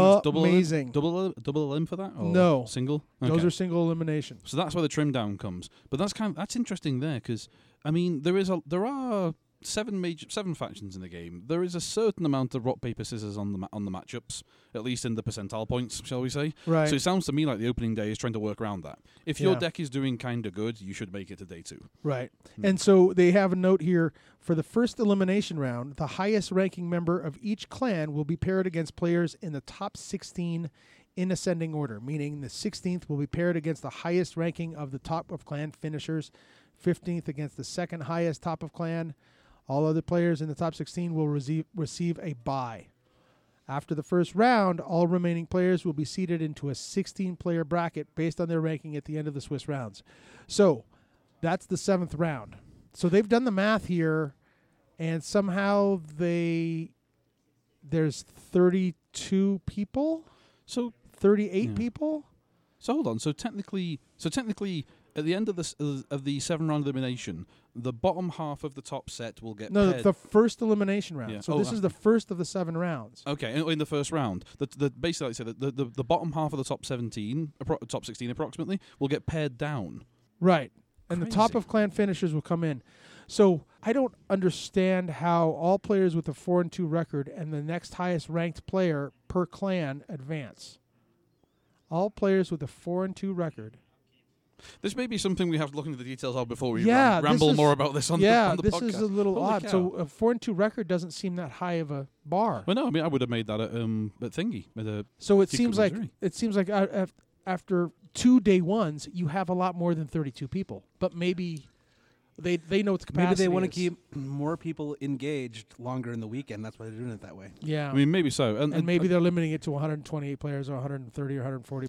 Speaker 4: Uh,
Speaker 3: It's double elim-
Speaker 4: Amazing.
Speaker 3: double elim- double limb for that? Or
Speaker 4: No.
Speaker 3: Single?
Speaker 4: Those
Speaker 3: Okay.
Speaker 4: are single elimination.
Speaker 3: So that's where the trim down comes. But that's kind of, that's interesting there because I mean there is a there are seven major seven factions in the game. There is a certain amount of rock paper scissors on the ma- on the matchups, at least in the percentile points, shall we say?
Speaker 4: Right.
Speaker 3: So it sounds to me like the opening day is trying to work around that. If your
Speaker 4: Yeah.
Speaker 3: deck is doing kind of good, you should make it to day two.
Speaker 4: Right. And so they have a note here for the first elimination round, the highest ranking member of each clan will be paired against players in the top 16 in ascending order, meaning the 16th will be paired against the highest ranking of the top of clan finishers, 15th against the second highest top of clan. All other players in the top 16 will receive, receive a bye. After the first round, all remaining players will be seeded into a 16 player bracket based on their ranking at the end of the Swiss rounds. So that's the seventh round. So they've done the math here, and somehow they there's 32 people,
Speaker 3: So
Speaker 4: 38
Speaker 3: Yeah.
Speaker 4: people.
Speaker 3: So hold on. So technically, so techally, at the end of this of the seven round elimination, the bottom half of the top set will get
Speaker 4: No,
Speaker 3: paired.
Speaker 4: the first elimination round.
Speaker 3: Yeah.
Speaker 4: So
Speaker 3: Oh,
Speaker 4: this
Speaker 3: uh,
Speaker 4: is the first of the seven rounds.
Speaker 3: okay, in, in the first round, the the basically like I said, the, the the bottom half of the top seventeen, appro- top sixteen approximately, will get paired down.
Speaker 4: Right. And the top
Speaker 3: Crazy.
Speaker 4: of clan finishers will come in. So I don't understand how all players with a four and two record and the next highest ranked player per clan advance. All players with a four and two record.
Speaker 3: This may be something we have to look into the details of before we
Speaker 4: Yeah,
Speaker 3: ram-
Speaker 4: this
Speaker 3: ramble
Speaker 4: is-
Speaker 3: more about this on
Speaker 4: yeah,
Speaker 3: the, on the
Speaker 4: this
Speaker 3: podcast.
Speaker 4: is a little
Speaker 3: Holy
Speaker 4: odd.
Speaker 3: cow.
Speaker 4: So uh, a four and two record doesn't seem that high of a bar.
Speaker 3: well, no, I mean I would have made that at um at thingy at a
Speaker 4: So it
Speaker 3: Chico
Speaker 4: seems like
Speaker 3: Missouri.
Speaker 4: it seems like a- af- after two day ones, you have a lot more than thirty two people. But maybe they they know what the capacity.
Speaker 2: Maybe they want to
Speaker 4: is.
Speaker 2: keep more people engaged longer in the weekend. That's why they're doing it that way.
Speaker 4: Yeah.
Speaker 3: I mean maybe so, and, uh,
Speaker 4: and maybe they're limiting it to 128 players or 130 or 140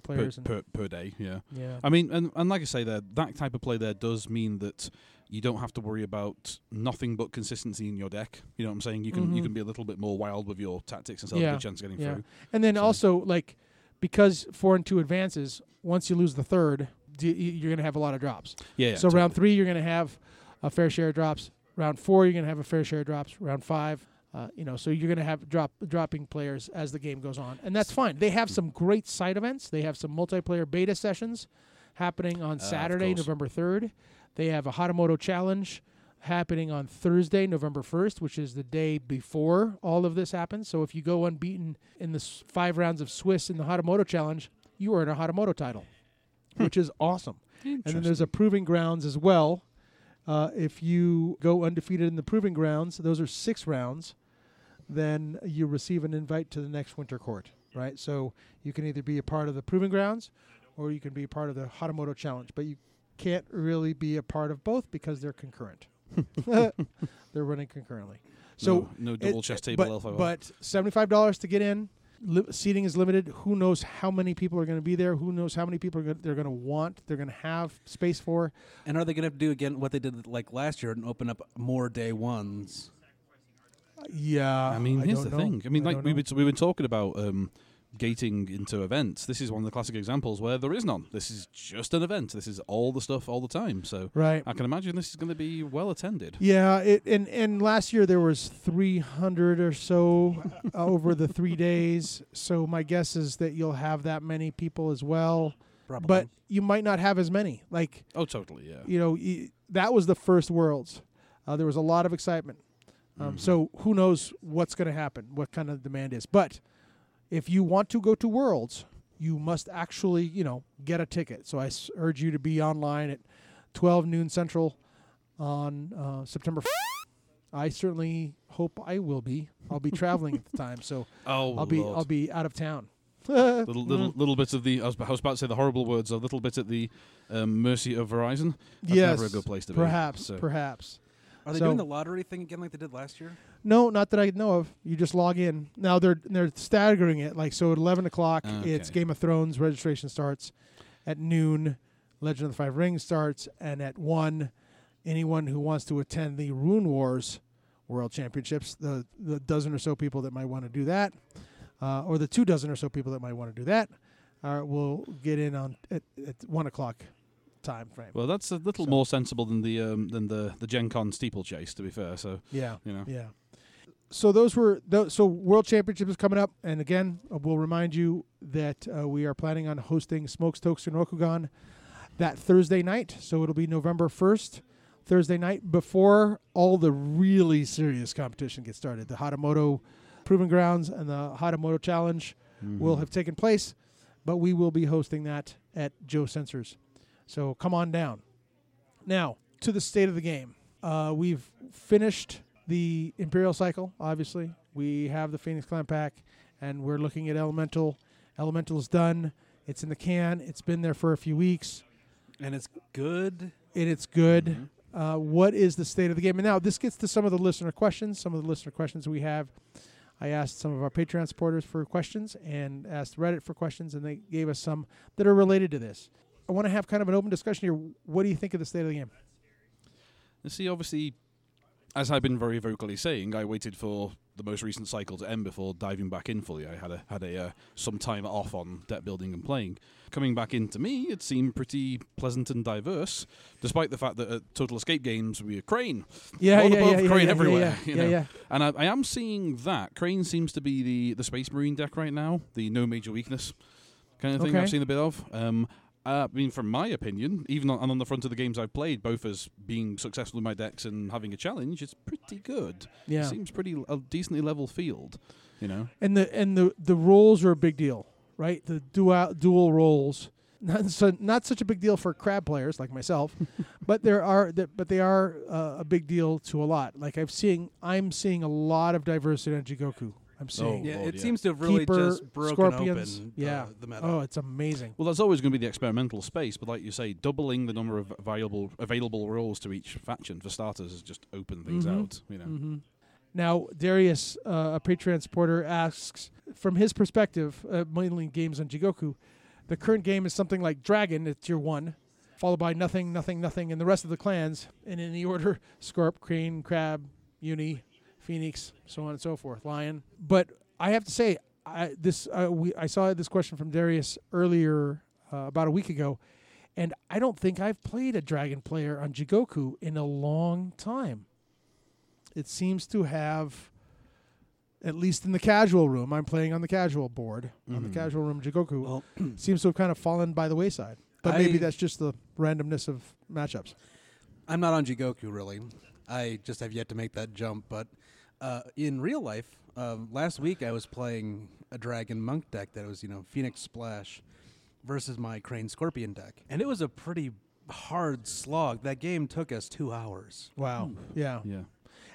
Speaker 3: per,
Speaker 4: players. and,
Speaker 3: per per day, yeah.
Speaker 4: yeah.
Speaker 3: I mean, and, and like I say, there that type of play there does mean that you don't have to worry about nothing but consistency in your deck. You know what I'm saying? You can you
Speaker 4: Mhm.
Speaker 3: can be a little bit more wild with your tactics and still have a
Speaker 4: Yeah.
Speaker 3: good chance of getting
Speaker 4: Yeah.
Speaker 3: through.
Speaker 4: And then
Speaker 3: So-
Speaker 4: also like because four and two advances, once you lose the third, d- y- you're going to have a lot of drops.
Speaker 3: Yeah. yeah
Speaker 4: so
Speaker 3: totally.
Speaker 4: round three, you're going to have a fair share of drops. Round four, you're going to have a fair share of drops. Round five, uh, you know, so you're going to have drop dropping players as the game goes on, and that's fine. They have some great side events. They have some multiplayer beta sessions. happening on
Speaker 3: Uh, of
Speaker 4: Saturday,
Speaker 3: course.
Speaker 4: November 3rd. They have a Hatamoto Challenge happening on Thursday, November 1st, which is the day before all of this happens. So if you go unbeaten in the s- five rounds of Swiss in the Hatamoto Challenge, you earn a Hatamoto title, which is awesome. And then there's a Proving Grounds as well. Uh, if you go undefeated in the Proving Grounds, those are six rounds, then you receive an invite to the next Winter Court, right? So you can either be a part of the Proving Grounds or you can be a part of the Hatamoto Challenge, but you can't really be a part of both because they're concurrent. they're running concurrently. So
Speaker 3: no, no
Speaker 4: it-
Speaker 3: double chess
Speaker 4: it-
Speaker 3: table
Speaker 4: but-
Speaker 3: L5.
Speaker 4: But seventy-five dollars to get in. Li- seating is limited. Who knows how many people are going to be there? Who knows how many people are gonna, they're going to want? They're going to have space for.
Speaker 2: And are they going to have to do again what they did like last year and open up more day ones?
Speaker 4: Yeah,
Speaker 3: I mean, here's the thing. I mean, like we've
Speaker 4: would.
Speaker 3: been, we've been talking about um, gating into events. This is one of the classic examples where there is none. This is just an event. This is all the stuff all the time. So
Speaker 4: right.
Speaker 3: I can imagine this is going to be well attended.
Speaker 4: Yeah, it and and last year there was 300 or so uh, over the 3 days. So my guess is that you'll have that many people as well,
Speaker 2: Probably.
Speaker 4: but you might not have as many. Like,
Speaker 3: Oh, totally. Yeah.
Speaker 4: you know, y- that was the first worlds. Uh, there was a lot of excitement.
Speaker 3: Mm-hmm.
Speaker 4: Um, So who knows what's going to happen, what kind of demand is. But if you want to go to worlds, you must actually, you know, get a ticket. So I s- urge you to be online at 12 noon central on uh, September. f- I certainly hope I will be. I'll be traveling at the time, so
Speaker 3: Oh,
Speaker 4: I'll be
Speaker 3: Lord.
Speaker 4: I'll be Mm. out of town.
Speaker 3: little little, little bits of the. I was, I was about to say the horrible words. A little bit at the um, mercy of Verizon. That's
Speaker 4: yes,
Speaker 3: never a good place to
Speaker 4: perhaps,
Speaker 3: be. So.
Speaker 4: perhaps.
Speaker 2: are they
Speaker 4: so-
Speaker 2: doing the lottery thing again like they did last year?
Speaker 4: No, not that I know of. You just log in. Now they're they're staggering it. Like so, at eleven o'clock,
Speaker 3: Ah, Okay.
Speaker 4: it's Game of Thrones registration starts. At noon, Legend of the Five Rings starts, and at one, anyone who wants to attend the Rune Wars World Championships, the the dozen or so people that might want to do that, uh, or the two dozen or so people that might want to do that, uh, will get in on at, at one o'clock time frame.
Speaker 3: Well, that's a little
Speaker 4: So-
Speaker 3: more sensible than the um, than the the Gen Con steeplechase. To be fair, so
Speaker 4: yeah.
Speaker 3: you know.
Speaker 4: Yeah. So those were those, so World Championship is coming up, and again, uh, we'll remind you that uh, we are planning on hosting Smokestokes and Rokugan that Thursday night. So it'll be November first, Thursday night, before all the really serious competition gets started. The Hatamoto Proven Grounds and the Hatamoto Challenge will have taken place, but we will be hosting that at Joe Sensors. So come on down. Now to the state of the game. Uh, we've finished the Imperial cycle. Obviously, we have the Phoenix Clan pack, and we're looking at Elemental. Elemental is done. It's in the can. It's been there for a few weeks,
Speaker 2: And it's good.
Speaker 4: and it's good. Uh, what is the state of the game? And now this gets to some of the listener questions. Some of the listener questions we have. I asked some of our Patreon supporters for questions and asked Reddit for questions, and they gave us some that are related to this. I want to have kind of an open discussion here. What do you think of the state of the game?
Speaker 3: You see, obviously, as I've been very vocally saying, I waited for the most recent cycle to end before diving back in fully. I had a had a uh, some time off on deck building and playing. Coming back in to me, it seemed pretty pleasant and diverse, despite the fact that at Total Escape Games we had Crane,
Speaker 4: Yeah,
Speaker 3: All above
Speaker 4: yeah, yeah, yeah,
Speaker 3: crane
Speaker 4: yeah, yeah,
Speaker 3: everywhere,
Speaker 4: yeah,
Speaker 3: you
Speaker 4: yeah,
Speaker 3: know.
Speaker 4: yeah.
Speaker 3: and I, I am seeing that Crane seems to be the the Space Marine deck right now, the no major weakness kind of thing
Speaker 4: Okay.
Speaker 3: I've seen a bit of. Um, uh, I mean, from my opinion, even on, and on the front of the games I've played, both as being successful in my decks and having a challenge, it's pretty good.
Speaker 4: Yeah.
Speaker 3: seems pretty l- a decently level field. You know,
Speaker 4: And the and the the roles are a big deal, right? The dual dual roles. Not so not such a big deal for crab players like myself, but there are that but they are uh, a big deal to a lot. Like I've seeing I'm seeing a lot of diversity in Jigoku. I'm seeing
Speaker 2: Yeah,
Speaker 3: Lord,
Speaker 2: it
Speaker 3: yeah.
Speaker 2: seems to have really
Speaker 4: keeper
Speaker 2: just broken
Speaker 4: scorpions.
Speaker 2: open the,
Speaker 4: yeah,
Speaker 2: the meta.
Speaker 4: Oh, it's amazing.
Speaker 3: well, that's always going to be the experimental space, but like you say, doubling the number of viable available roles to each faction for starters is just open things
Speaker 4: Mhm.
Speaker 3: out. You know,
Speaker 4: hmm Now, Darius, uh, a Patreon supporter, asks from his perspective, uh, mainly games on Jigoku, the current game is something like Dragon at tier one, followed by nothing, nothing, nothing, and the rest of the clans, and in the order Scorp, Crane, Crab, Uni, Phoenix, so on and so forth, Lion. But I have to say, I, this uh, we, I saw this question from Darius earlier uh, about a week ago, and I don't think I've played a Dragon player on Jigoku in a long time it seems to have at least in the casual room i'm playing on the casual board on the
Speaker 3: Mhm.
Speaker 4: casual room jigoku
Speaker 2: Well,
Speaker 4: seems to have kind of fallen by the wayside but maybe
Speaker 2: I-
Speaker 4: that's just the randomness of matchups.
Speaker 2: I'm not on Jigoku really. I just have yet to make that jump. But uh, in real life, um, last week I was playing a dragon monk deck that was you know Phoenix Splash versus my Crane Scorpion deck, and it was a pretty hard slog. That game took us two hours,
Speaker 4: Wow. Yeah.
Speaker 3: Yeah.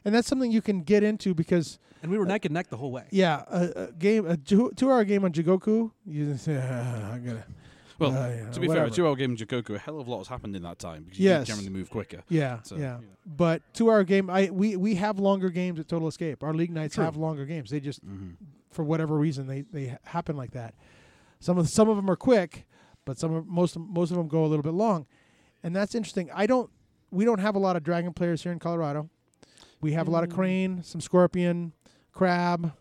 Speaker 4: And that's something you can get into because
Speaker 2: and we were neck and neck the whole way.
Speaker 4: yeah, a, a game a two, two-hour game on Jigoku, you just say, "Ah, I'm gonna
Speaker 3: Well,
Speaker 4: Uh, yeah,
Speaker 3: to be fair,
Speaker 4: whatever.
Speaker 3: a two-hour game in Jokoku, a hell of a lot has happened in that time because you
Speaker 4: Yes.
Speaker 3: do generally move quicker.
Speaker 4: Yeah,
Speaker 3: So,
Speaker 4: yeah.
Speaker 3: you know.
Speaker 4: But two-hour game, I we we have longer games at Total Escape. Our league nights have longer games. They just
Speaker 3: Mm-hmm.
Speaker 4: for whatever reason they they ha- happen like that. Some of some of them are quick, but some of most most of them go a little bit long, and that's interesting. I don't we don't have a lot of dragon players here in Colorado. We have a lot of
Speaker 3: Mm.
Speaker 4: crane, some scorpion, crab,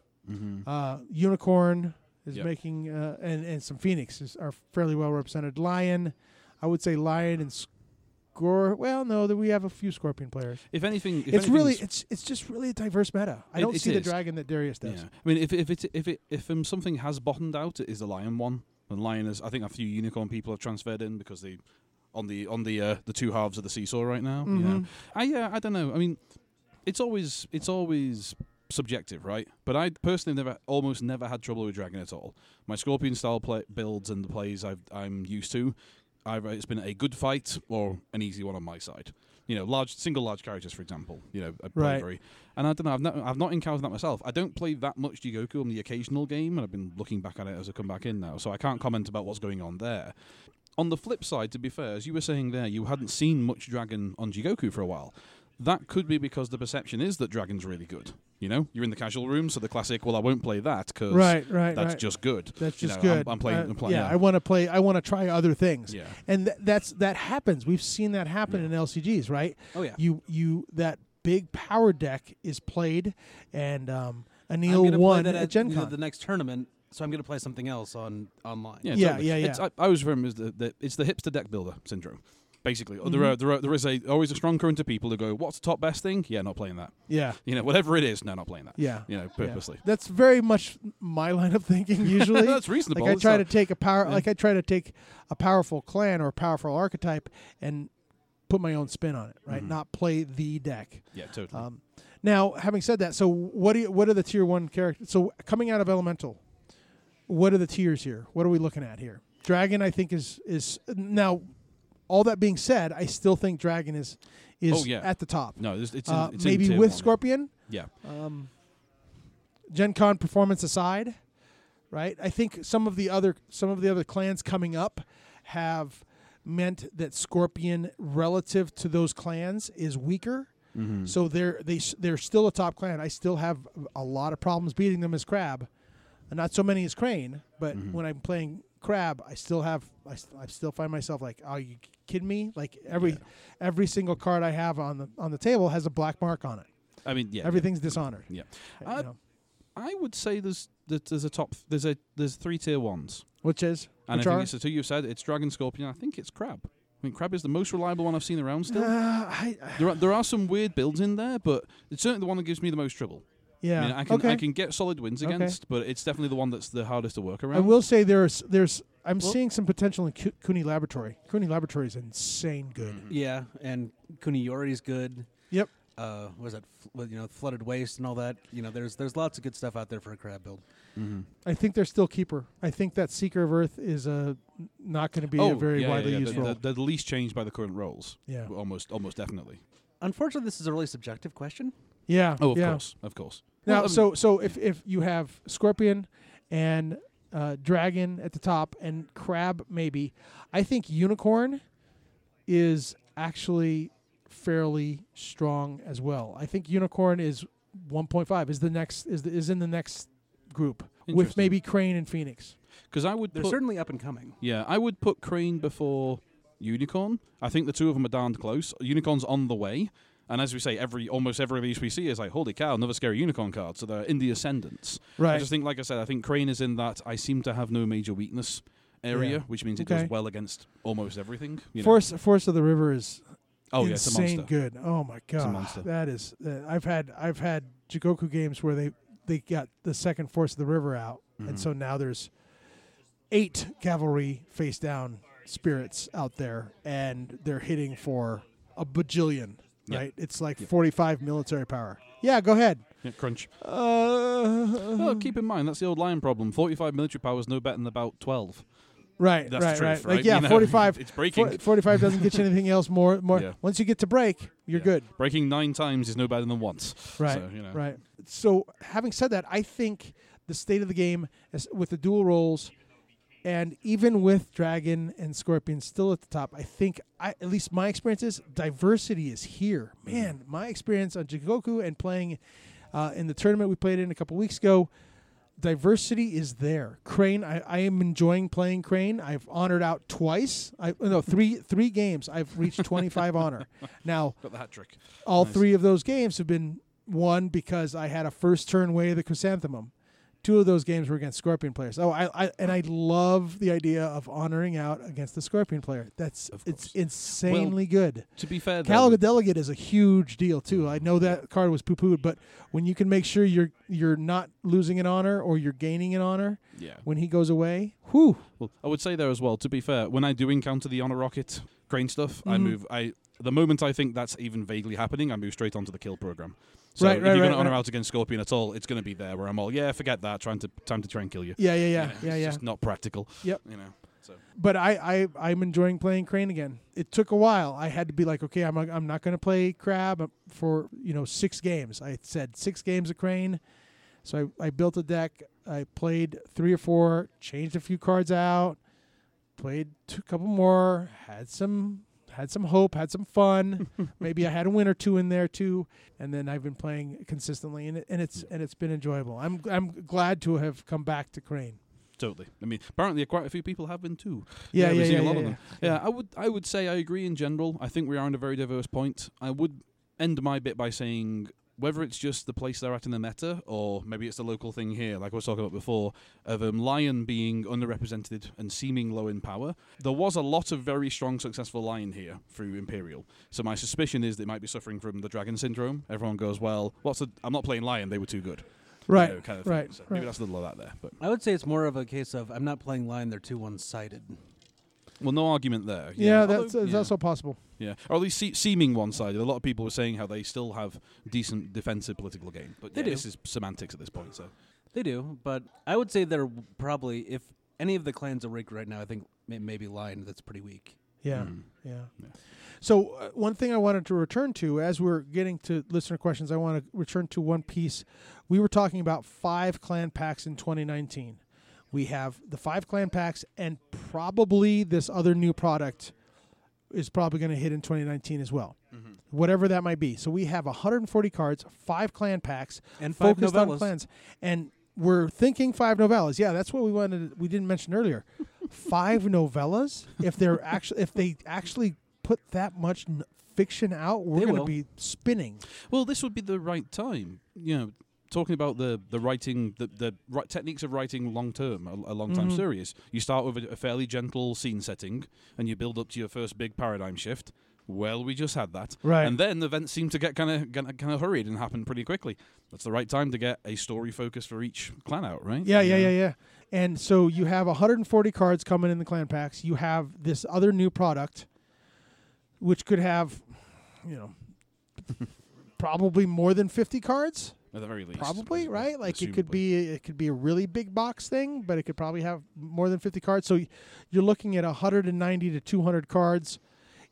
Speaker 4: uh, unicorn is
Speaker 3: Yep.
Speaker 4: making, uh, and and some phoenix is, are fairly well represented. Lion, I would say lion and scor. Well, no, that we have a few scorpion players.
Speaker 3: If anything, if
Speaker 4: it's really
Speaker 3: anything's-
Speaker 4: it's it's just really a diverse meta. I
Speaker 3: It-
Speaker 4: don't
Speaker 3: it
Speaker 4: see the
Speaker 3: is.
Speaker 4: dragon that Darius does.
Speaker 3: Yeah. I mean, if if it if it if um, something has bottomed out, it is the lion one. And lion is, I think, a few unicorn people have transferred in because they on the on the uh, the two halves of the seesaw right now. You know,
Speaker 4: Mhm.
Speaker 3: I yeah, I don't know. I mean, it's always it's always subjective, right? But I personally never almost never had trouble with dragon at all. My scorpion style play, builds and the plays I've, I'm used to, either it's been a good fight or an easy one on my side. You know, large single large characters, for example. You know, I play
Speaker 4: Right.
Speaker 3: very, and I don't know. I've not I've not encountered that myself. I don't play that much Jigoku on the occasional game, and I've been looking back at it as I come back in now, so I can't comment about what's going on there. On the flip side, to be fair, as you were saying there, you hadn't seen much Dragon on Jigoku for a while. That could be because the perception is that Dragon's really good. You know, you're in the casual room, so the classic, well, I won't play that because
Speaker 4: Right, right,
Speaker 3: that's
Speaker 4: right.
Speaker 3: just good.
Speaker 4: That's
Speaker 3: You
Speaker 4: just
Speaker 3: know, I'm-
Speaker 4: good.
Speaker 3: I'm, playing.
Speaker 4: Uh,
Speaker 3: I'm playing.
Speaker 4: yeah, I want to play. I want to try other things.
Speaker 3: Yeah.
Speaker 4: and th- that's that happens. We've seen that happen in LCGs, right?
Speaker 2: Oh, yeah.
Speaker 4: You you that big power deck is played, and um,
Speaker 2: I'm
Speaker 4: Anil
Speaker 2: gonna play
Speaker 4: won
Speaker 2: that
Speaker 4: at,
Speaker 2: at
Speaker 4: Gen
Speaker 2: you know,
Speaker 4: Con.
Speaker 2: the next tournament, so I'm gonna play something else on online.
Speaker 3: Yeah,
Speaker 4: Yeah,
Speaker 3: totally.
Speaker 4: yeah,
Speaker 3: It's,
Speaker 4: yeah.
Speaker 3: I, I always remember as the, the it's the hipster deck builder syndrome. Basically, Uh,
Speaker 4: Mm-hmm.
Speaker 3: there are, there are, there is a always a strong current of people who go, "What's the top best thing?" Yeah, not playing that.
Speaker 4: yeah,
Speaker 3: You know, whatever it is, no, not playing that.
Speaker 4: Yeah.
Speaker 3: you know,
Speaker 4: yeah.
Speaker 3: purposely.
Speaker 4: That's very much my line of thinking. Usually,
Speaker 3: That's reasonable.
Speaker 4: Like I
Speaker 3: It's
Speaker 4: try to
Speaker 3: not-
Speaker 4: take a power, like I try to take a powerful clan or a powerful archetype and put my own spin on it, right? Not play the deck.
Speaker 3: Yeah, totally.
Speaker 4: Um, now, having said that, so what do you, what are the tier one characters? So coming out of Elemental, what are the tiers here? What are we looking at here? Dragon, I think is is now. All that being said, I still think Dragon is is
Speaker 3: Oh, yeah.
Speaker 4: at the top.
Speaker 3: no, it's, it's, in,
Speaker 4: Uh,
Speaker 3: it's in
Speaker 4: maybe
Speaker 3: tier
Speaker 4: with
Speaker 3: one.
Speaker 4: Scorpion,
Speaker 3: Yeah,
Speaker 4: um, Gen Con performance aside, right? I think some of the other some of the other clans coming up have meant that Scorpion, relative to those clans, is weaker.
Speaker 3: Mm-hmm.
Speaker 4: So they're they s- they're still a top clan. I still have a lot of problems beating them as Crab, and not so many as Crane. But
Speaker 3: Mm-hmm.
Speaker 4: when I'm playing Crab, I still have I, st- I still find myself like, are you kidding me? Like every every single card I have on the on the table has a black mark on it.
Speaker 3: I mean, yeah, yeah,
Speaker 4: Everything's dishonored.
Speaker 3: Yeah,
Speaker 4: you
Speaker 3: I,
Speaker 4: know.
Speaker 3: I would say there's that there's a top there's a there's three tier ones,
Speaker 4: Which is?
Speaker 3: and
Speaker 4: which
Speaker 3: I think
Speaker 4: are?
Speaker 3: it's the two you've said. It's Dragon Scorpion. I think it's Crab. I mean, Crab is the most reliable one I've seen around. Still,
Speaker 4: Uh, I, I-
Speaker 3: there are, there are some weird builds in there, but it's certainly the one that gives me the most trouble.
Speaker 4: yeah.
Speaker 3: I mean, I can
Speaker 4: okay.
Speaker 3: I can get solid wins
Speaker 4: Okay.
Speaker 3: against, but it's definitely the one that's the hardest to work around.
Speaker 4: I will say there's there's I'm
Speaker 2: Well-
Speaker 4: seeing some potential in Cu- Cooney Laboratory. Cooney Laboratory is insane good.
Speaker 2: Yeah, and Kuniyori's good.
Speaker 4: Yep.
Speaker 2: Uh, what was that Fl- well, you know flooded waste and all that? You know, there's there's lots of good stuff out there for a crab build.
Speaker 4: I think they're still keeper. I think that Seeker of Earth is uh, not going to be a very
Speaker 3: Oh,
Speaker 4: widely
Speaker 3: yeah,
Speaker 4: used
Speaker 3: they're,
Speaker 4: role.
Speaker 3: They're, they're the least changed by the current roles.
Speaker 4: Yeah.
Speaker 3: almost almost definitely.
Speaker 2: Unfortunately, this is a really subjective question.
Speaker 4: yeah.
Speaker 3: Oh, of
Speaker 4: yeah.
Speaker 3: course, of course.
Speaker 4: Now,
Speaker 3: Well, I
Speaker 4: so so if if you have Scorpion and uh, Dragon at the top and Crab maybe, I think Unicorn is actually fairly strong as well. I think Unicorn is 1.5 is the next is the, is in the next group with
Speaker 3: Interesting.
Speaker 4: maybe Crane and Phoenix.
Speaker 3: because I would
Speaker 2: They're
Speaker 3: put,
Speaker 2: certainly up and coming.
Speaker 3: yeah, I would put Crane before Unicorn. I think the two of them are darned close. Unicorn's on the way, and as we say, every almost every release we see is like, holy cow, another scary unicorn card. So they're in the ascendance. I
Speaker 4: Right.
Speaker 3: just think, like I said, I think Crane is in that. I seem to have no major weakness area,
Speaker 4: Yeah.
Speaker 3: which means it
Speaker 4: Okay.
Speaker 3: does well against almost everything. You know?
Speaker 4: Force Force of the River is
Speaker 3: oh yeah, it's a
Speaker 4: insane
Speaker 3: monster.
Speaker 4: good. Oh my god,
Speaker 3: monster.
Speaker 4: that is. Uh, I've had I've had Jigoku games where they they got the second
Speaker 3: Mm-hmm.
Speaker 4: force of the river out, and so now there's eight cavalry face down spirits out there, and they're hitting for a bajillion. Right? It's like 45 military power. Yeah, go ahead.
Speaker 3: Yeah, crunch.
Speaker 4: Uh,
Speaker 3: Oh, keep in mind that's the old lion problem. Forty-five military power is no better than about twelve.
Speaker 4: right,
Speaker 3: That's
Speaker 4: right,
Speaker 3: the truth,
Speaker 4: right. Like
Speaker 3: right?
Speaker 4: yeah,
Speaker 3: You know,
Speaker 4: 45.
Speaker 3: it's breaking.
Speaker 4: fo- 45 doesn't get you anything else. More, more.
Speaker 3: Yeah.
Speaker 4: Once you get to break, you're
Speaker 3: Yeah.
Speaker 4: good.
Speaker 3: Breaking nine times is no better than once.
Speaker 4: Right.
Speaker 3: So, you know.
Speaker 4: Right. So, having said that, I think the state of the game is, with the dual roles, and even with Dragon and Scorpion still at the top, I think I, at least my experience is diversity is here.
Speaker 3: Mm-hmm.
Speaker 4: Man, my experience on Jigoku and playing uh, in the tournament we played in a couple weeks ago, diversity is there. Crane, I, I am enjoying playing Crane. I've honored out twice. I no three three games. I've reached twenty five honor. Now
Speaker 3: Got the hat trick.
Speaker 4: all
Speaker 3: Nice.
Speaker 4: three of those games have been won because I had a first turn way of the chrysanthemum. Two of those games were against scorpion players. Oh, I, I and I love the idea of honoring out against the scorpion player. That's
Speaker 3: Of
Speaker 4: it's
Speaker 3: course.
Speaker 4: insanely good.
Speaker 3: To be fair, though,
Speaker 4: Calaga Delegate is a huge deal too. I know that card was poo pooed, but when you can make sure you're you're not losing an honor or you're gaining an honor
Speaker 3: yeah.
Speaker 4: when he goes away, whew,
Speaker 3: Well, I would say there as well. To be fair, when I do encounter the honor rocket crane stuff, I
Speaker 4: Mhm.
Speaker 3: move. I the moment I think that's even vaguely happening, I move straight onto the kill program. So
Speaker 4: Right,
Speaker 3: if
Speaker 4: right,
Speaker 3: you're
Speaker 4: right,
Speaker 3: to honor
Speaker 4: right.
Speaker 3: out against Scorpion at all, it's going to be there where I'm all yeah, forget that. Trying to time to try and kill you.
Speaker 4: yeah, yeah, yeah,
Speaker 3: it's
Speaker 4: yeah, yeah.
Speaker 3: Just not practical.
Speaker 4: Yep.
Speaker 3: You know. So
Speaker 4: but I, I I'm enjoying playing Crane again. It took a while. I had to be like, okay, I'm I'm not going to play Crab uh, for you know six games. I said six games of Crane, so I I built a deck. I played three or four, changed a few cards out, played a couple more, had some had some hope, had some fun. Maybe I had a win or two in there too, and then I've been playing consistently, and it, and it's and it's been enjoyable. I'm I'm glad to have come back to Crane.
Speaker 3: totally. I mean, apparently quite a few people have been too.
Speaker 4: Yeah,
Speaker 3: we've
Speaker 4: yeah,
Speaker 3: seen
Speaker 4: yeah,
Speaker 3: a lot
Speaker 4: yeah,
Speaker 3: of
Speaker 4: yeah.
Speaker 3: them. Yeah, I would I would say I agree in general. I think we are in a very diverse point. I would end my bit by saying whether it's just the place they're at in the meta or maybe it's the local thing here, like I was talking about before, of um, Lion being underrepresented and seeming low in power, there was a lot of very strong, successful Lion here through Imperial. So my suspicion is they might be suffering from the Dragon Syndrome. Everyone goes, well, what's the, I'm not playing Lion, they were too good. you
Speaker 4: Right,
Speaker 3: know, kind of thing.
Speaker 4: right,
Speaker 3: So
Speaker 4: right.
Speaker 3: Maybe that's a little of that there. But,
Speaker 2: I would say it's more of a case of I'm not playing line; they're too one-sided.
Speaker 3: well, no argument there. you
Speaker 4: Yeah,
Speaker 3: know.
Speaker 4: that's
Speaker 3: Although-
Speaker 4: that's
Speaker 3: yeah.
Speaker 4: also possible.
Speaker 3: Yeah, or at least se- seeming one-sided. A lot of people were saying how they still have decent defensive political game, but
Speaker 2: They
Speaker 3: yeah,
Speaker 2: do.
Speaker 3: this is semantics at this point. So
Speaker 2: They do, but I would say they're probably if any of the clans are rigged right now, I think may- maybe line that's pretty weak.
Speaker 4: Yeah,
Speaker 3: Mm.
Speaker 4: yeah.
Speaker 3: Yeah.
Speaker 4: So uh, one thing I wanted to return to as we're getting to listener questions, I want to return to one piece. We were talking about five clan packs in 2019. We have the five clan packs, and probably this other new product is probably going to hit in 2019 as well,
Speaker 2: Mm-hmm.
Speaker 4: whatever that might be. So we have 140 cards, five clan packs,
Speaker 2: And five
Speaker 4: focused on
Speaker 2: novellas.
Speaker 4: clans, and we're thinking five novellas. Yeah, that's what we wanted. We didn't mention earlier. five novellas. If they're actually, if they actually put that much n- fiction out, we're
Speaker 2: They
Speaker 4: going to
Speaker 2: will.
Speaker 4: be spinning.
Speaker 3: well, this would be the right time. You know, talking about the the writing, the the ri- techniques of writing long term, a, a long time
Speaker 4: Mm-hmm.
Speaker 3: series. You start with a, a fairly gentle scene setting, and you build up to your first big paradigm shift. Well, we just had that,
Speaker 4: Right.
Speaker 3: And then events seem to get kind of kind of hurried and happen pretty quickly. That's the right time to get a story focus for each clan out, right?
Speaker 4: Yeah, yeah,
Speaker 3: You know?
Speaker 4: yeah, yeah. And so you have 140 cards coming in the clan packs. You have this other new product, which could have, you know, probably more than 50 cards.
Speaker 3: At the very least,
Speaker 4: probably
Speaker 3: presumably-
Speaker 4: right like it could
Speaker 3: presumably.
Speaker 4: be it could be a really big box thing but it could probably have more than 50 cards so y- you're looking at 190 to 200 cards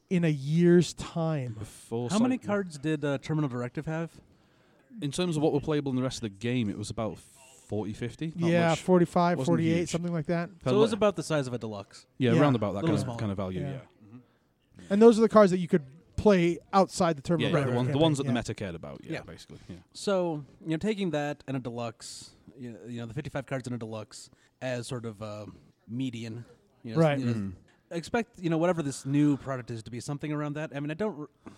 Speaker 4: in a year's time
Speaker 3: Before
Speaker 2: How many
Speaker 3: Cyclone.
Speaker 2: cards did uh, Terminal Directive have?
Speaker 3: In terms of what were playable in the rest of the game, it was about 40, 50. Not
Speaker 4: yeah
Speaker 3: much.
Speaker 4: 45
Speaker 3: Wasn't
Speaker 4: 48
Speaker 3: huge.
Speaker 4: something like that
Speaker 2: So it was about the size of a deluxe.
Speaker 3: yeah,
Speaker 4: yeah,
Speaker 3: around about that
Speaker 2: little
Speaker 3: kind of,
Speaker 2: smaller.
Speaker 3: kind of value.
Speaker 4: Yeah.
Speaker 3: Yeah,
Speaker 4: and those are the cards that you could play outside the
Speaker 3: yeah,
Speaker 4: tournament
Speaker 3: yeah,
Speaker 4: right,
Speaker 3: the,
Speaker 4: right,
Speaker 3: ones, the
Speaker 4: campaign,
Speaker 3: ones that
Speaker 4: yeah.
Speaker 3: the meta cared about. Yeah,
Speaker 2: Yeah.
Speaker 3: basically. Yeah.
Speaker 2: So you know, taking that and a deluxe, you know, you know the 55 cards in a deluxe as sort of a median. You know,
Speaker 4: Right.
Speaker 2: you know,
Speaker 3: Mm-hmm.
Speaker 2: Expect you know whatever this new product is to be something around that. I mean, I don't. r-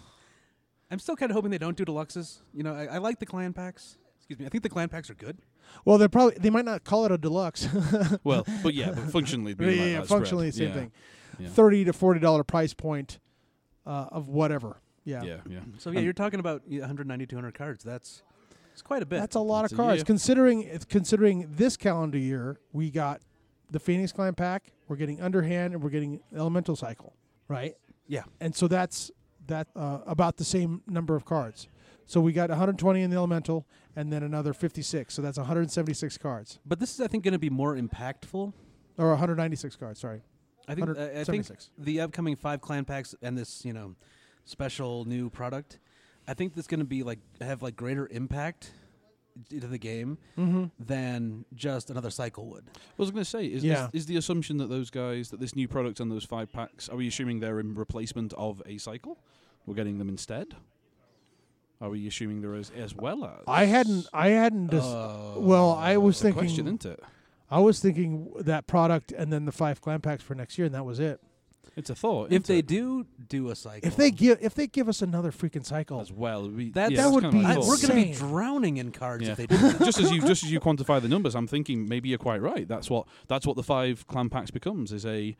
Speaker 2: I'm still kind of hoping they don't do deluxes. You know, I, I like the clan packs. Excuse me, I think the clan packs are good.
Speaker 4: well they're probably they might not call it a deluxe
Speaker 3: Mm. Well, but yeah, but functionally, it'd be
Speaker 4: yeah,
Speaker 3: like
Speaker 4: yeah, yeah,
Speaker 3: that spread.
Speaker 4: functionally the same
Speaker 3: Yeah,
Speaker 4: thing
Speaker 3: yeah.
Speaker 4: 30 to 40 dollar price point uh, of whatever yeah,
Speaker 3: Yeah, yeah.
Speaker 2: So yeah, you're talking about yeah, 190, 200 cards. That's it's quite a bit.
Speaker 4: That's a lot
Speaker 3: That's
Speaker 4: of
Speaker 3: a
Speaker 4: cards.
Speaker 3: year.
Speaker 4: Considering it's- considering this calendar year, we got the Phoenix Clan pack, we're getting Underhand, and we're getting Elemental Cycle, right?
Speaker 2: Yeah.
Speaker 4: And so that's that uh, about the same number of cards. So we got 120 in the Elemental, and then another 56. So that's 176 cards,
Speaker 2: But this is, I think, going to be more impactful.
Speaker 4: or 196 cards. Sorry.
Speaker 2: I think I, I think
Speaker 4: 176.
Speaker 2: the upcoming five clan packs and this you know special new product, I think that's going to be like have like greater impact to the game
Speaker 4: Mm-hmm.
Speaker 2: than just another cycle would.
Speaker 3: I was going to say, is,
Speaker 4: Yeah.
Speaker 3: is is the assumption that those guys, that this new product and those five packs, are we assuming they're in replacement of a cycle? We're getting them instead. Are we assuming there is as well as?
Speaker 4: I hadn't. I hadn't. Dis-
Speaker 2: Oh,
Speaker 4: well, I was
Speaker 3: It's a question,
Speaker 4: thinking.
Speaker 3: isn't it?
Speaker 4: I was thinking that product, and then the five clan packs for next year, and that was it.
Speaker 3: It's a thought.
Speaker 2: If
Speaker 3: isn't
Speaker 2: they
Speaker 3: it?
Speaker 2: do do a cycle,
Speaker 4: If they give, if they give us another freaking cycle,
Speaker 3: as well, we,
Speaker 2: That-
Speaker 3: yeah,
Speaker 2: that
Speaker 3: that's
Speaker 4: would
Speaker 3: kind of
Speaker 4: be
Speaker 3: my
Speaker 2: I-
Speaker 3: thought.
Speaker 2: we're going to be
Speaker 4: insane.
Speaker 2: drowning in cards
Speaker 3: Yeah.
Speaker 2: if they do. that.
Speaker 3: just as you just as you quantify the numbers, I'm thinking maybe you're quite right. That's what that's what the five clan packs becomes is a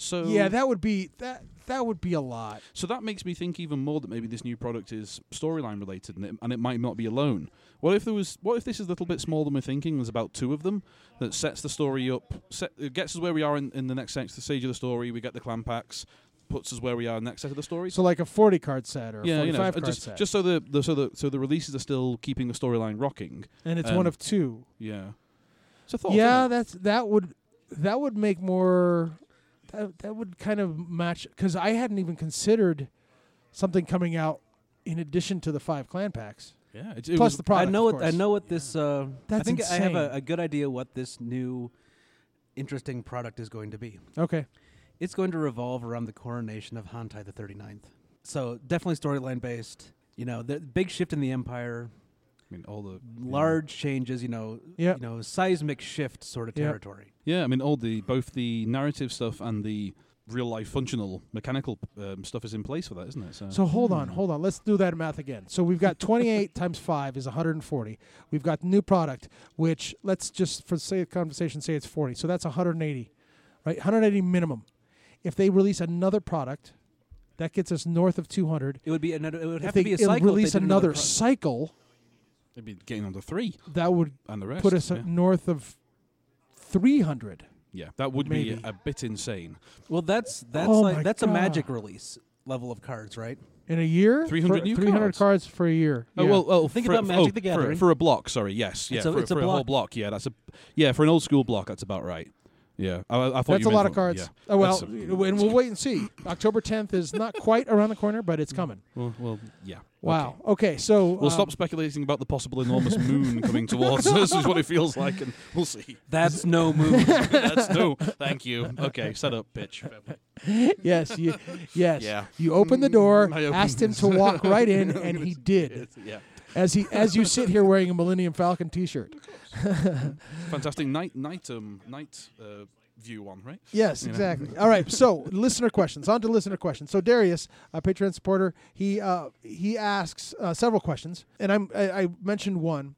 Speaker 3: so
Speaker 4: yeah, that would be that. That would be a lot.
Speaker 3: So that makes me think even more that maybe this new product is storyline related and it, and it might not be alone. What if there was? What if this is a little bit smaller than we're thinking? There's about two of them that sets the story up, set, it gets us where we are in, in the next stage, the stage of the story. We get the clan packs, puts us where we are in the next set of the story.
Speaker 4: So like a forty card set or a
Speaker 3: yeah,
Speaker 4: forty
Speaker 3: you
Speaker 4: five
Speaker 3: know, uh,
Speaker 4: card
Speaker 3: just,
Speaker 4: set,
Speaker 3: just so the, the so the so the releases are still keeping the storyline rocking.
Speaker 4: and it's
Speaker 3: um,
Speaker 4: one of two.
Speaker 3: Yeah, it's a thought.
Speaker 4: yeah,
Speaker 3: isn't it?
Speaker 4: that's that would that would make more. That that would kind of match because I hadn't even considered something coming out in addition to the five clan packs
Speaker 3: yeah. It, it
Speaker 4: plus
Speaker 3: was-
Speaker 4: the product.
Speaker 2: I know
Speaker 4: of
Speaker 2: what I
Speaker 4: course.
Speaker 2: know what this. Uh, I
Speaker 4: That's
Speaker 2: think I have a,
Speaker 4: insane.
Speaker 2: a good idea what this new interesting product is going to be.
Speaker 4: Okay.
Speaker 2: It's going to revolve around the coronation of Hantai the 39th. So definitely storyline based. You know, the big shift in the empire,
Speaker 3: I mean, all the
Speaker 2: large changes. You know,
Speaker 4: Yep.
Speaker 2: you know, seismic shift sort of
Speaker 4: Yep.
Speaker 2: territory.
Speaker 3: Yeah, I mean, all the both the narrative stuff and the real life functional mechanical um, stuff is in place for that, isn't it? So, hmm.
Speaker 4: So hold on, hold on. Let's do that math again. So we've got 28 times 5 is 140. We've got new product, which let's just for the sake of conversation say it's 40. So that's 180, right? 180 minimum. If they release another product, that gets us north of 200.
Speaker 2: It would be another. It would
Speaker 4: if
Speaker 2: have
Speaker 4: they
Speaker 2: to be a
Speaker 4: it'll
Speaker 2: cycle. if they
Speaker 4: release
Speaker 2: did
Speaker 4: another
Speaker 2: pro-
Speaker 4: cycle,
Speaker 3: they'd be getting under three
Speaker 4: that would
Speaker 3: and the rest.
Speaker 4: put us
Speaker 3: yeah.
Speaker 4: at north of 300.
Speaker 3: Yeah, that would
Speaker 4: maybe.
Speaker 3: be a bit insane.
Speaker 2: well, that's that's
Speaker 4: Oh my
Speaker 2: like that's
Speaker 4: God.
Speaker 2: a magic release level of cards, right?
Speaker 4: In a year,
Speaker 3: 300
Speaker 4: For-
Speaker 3: new
Speaker 4: 300
Speaker 3: cards.
Speaker 4: for a year.
Speaker 3: Oh
Speaker 4: Yeah.
Speaker 3: well, well,
Speaker 2: Think
Speaker 3: for,
Speaker 2: about Magic
Speaker 3: oh,
Speaker 2: the
Speaker 3: for-
Speaker 2: Gathering.
Speaker 3: for, a block. Sorry, yes, yeah,
Speaker 2: It's a-
Speaker 3: for,
Speaker 2: it's a
Speaker 3: for whole
Speaker 2: block.
Speaker 3: block. Yeah, that's a yeah for an old school block. That's about right. Yeah, I, I thought you
Speaker 4: That's a
Speaker 3: meant
Speaker 4: lot of
Speaker 3: for-
Speaker 4: cards.
Speaker 3: Yeah.
Speaker 4: Oh well,
Speaker 3: That's a-
Speaker 4: and we'll wait and see. October 10th is not quite around the corner, but it's coming.
Speaker 3: well, well, yeah.
Speaker 4: Wow.
Speaker 3: Okay.
Speaker 4: Okay, so
Speaker 3: Hmm. We'll
Speaker 4: um,
Speaker 3: stop speculating about the possible enormous moon coming towards us. Is what it feels like, and we'll see.
Speaker 2: That's no move.
Speaker 3: That's no, thank you. Okay, set up, bitch. Fair play.
Speaker 4: yes, you, yes.
Speaker 3: Yeah.
Speaker 4: You open the door,
Speaker 3: Mm, I opened
Speaker 4: asked him
Speaker 3: this.
Speaker 4: to walk right in, and he did.
Speaker 3: Yeah.
Speaker 4: As he as you sit here wearing a Millennium Falcon T-shirt.
Speaker 3: fantastic night night um night uh, view one, right?
Speaker 4: Yes,
Speaker 3: You know.
Speaker 4: exactly. All right. So listener questions. On to listener questions. So Darius, a Patreon supporter, he uh, he asks uh, several questions, and I'm I, I mentioned one.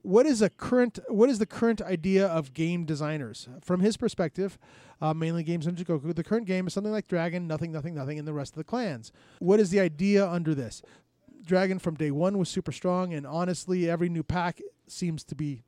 Speaker 4: What is a current What is the current idea of game designers from his perspective? Uh, mainly games in Jikoku. The current game is something like Dragon, nothing, nothing, nothing, and the rest of the clans. What is the idea under this? Dragon from day one was super strong, and honestly, every new pack seems to be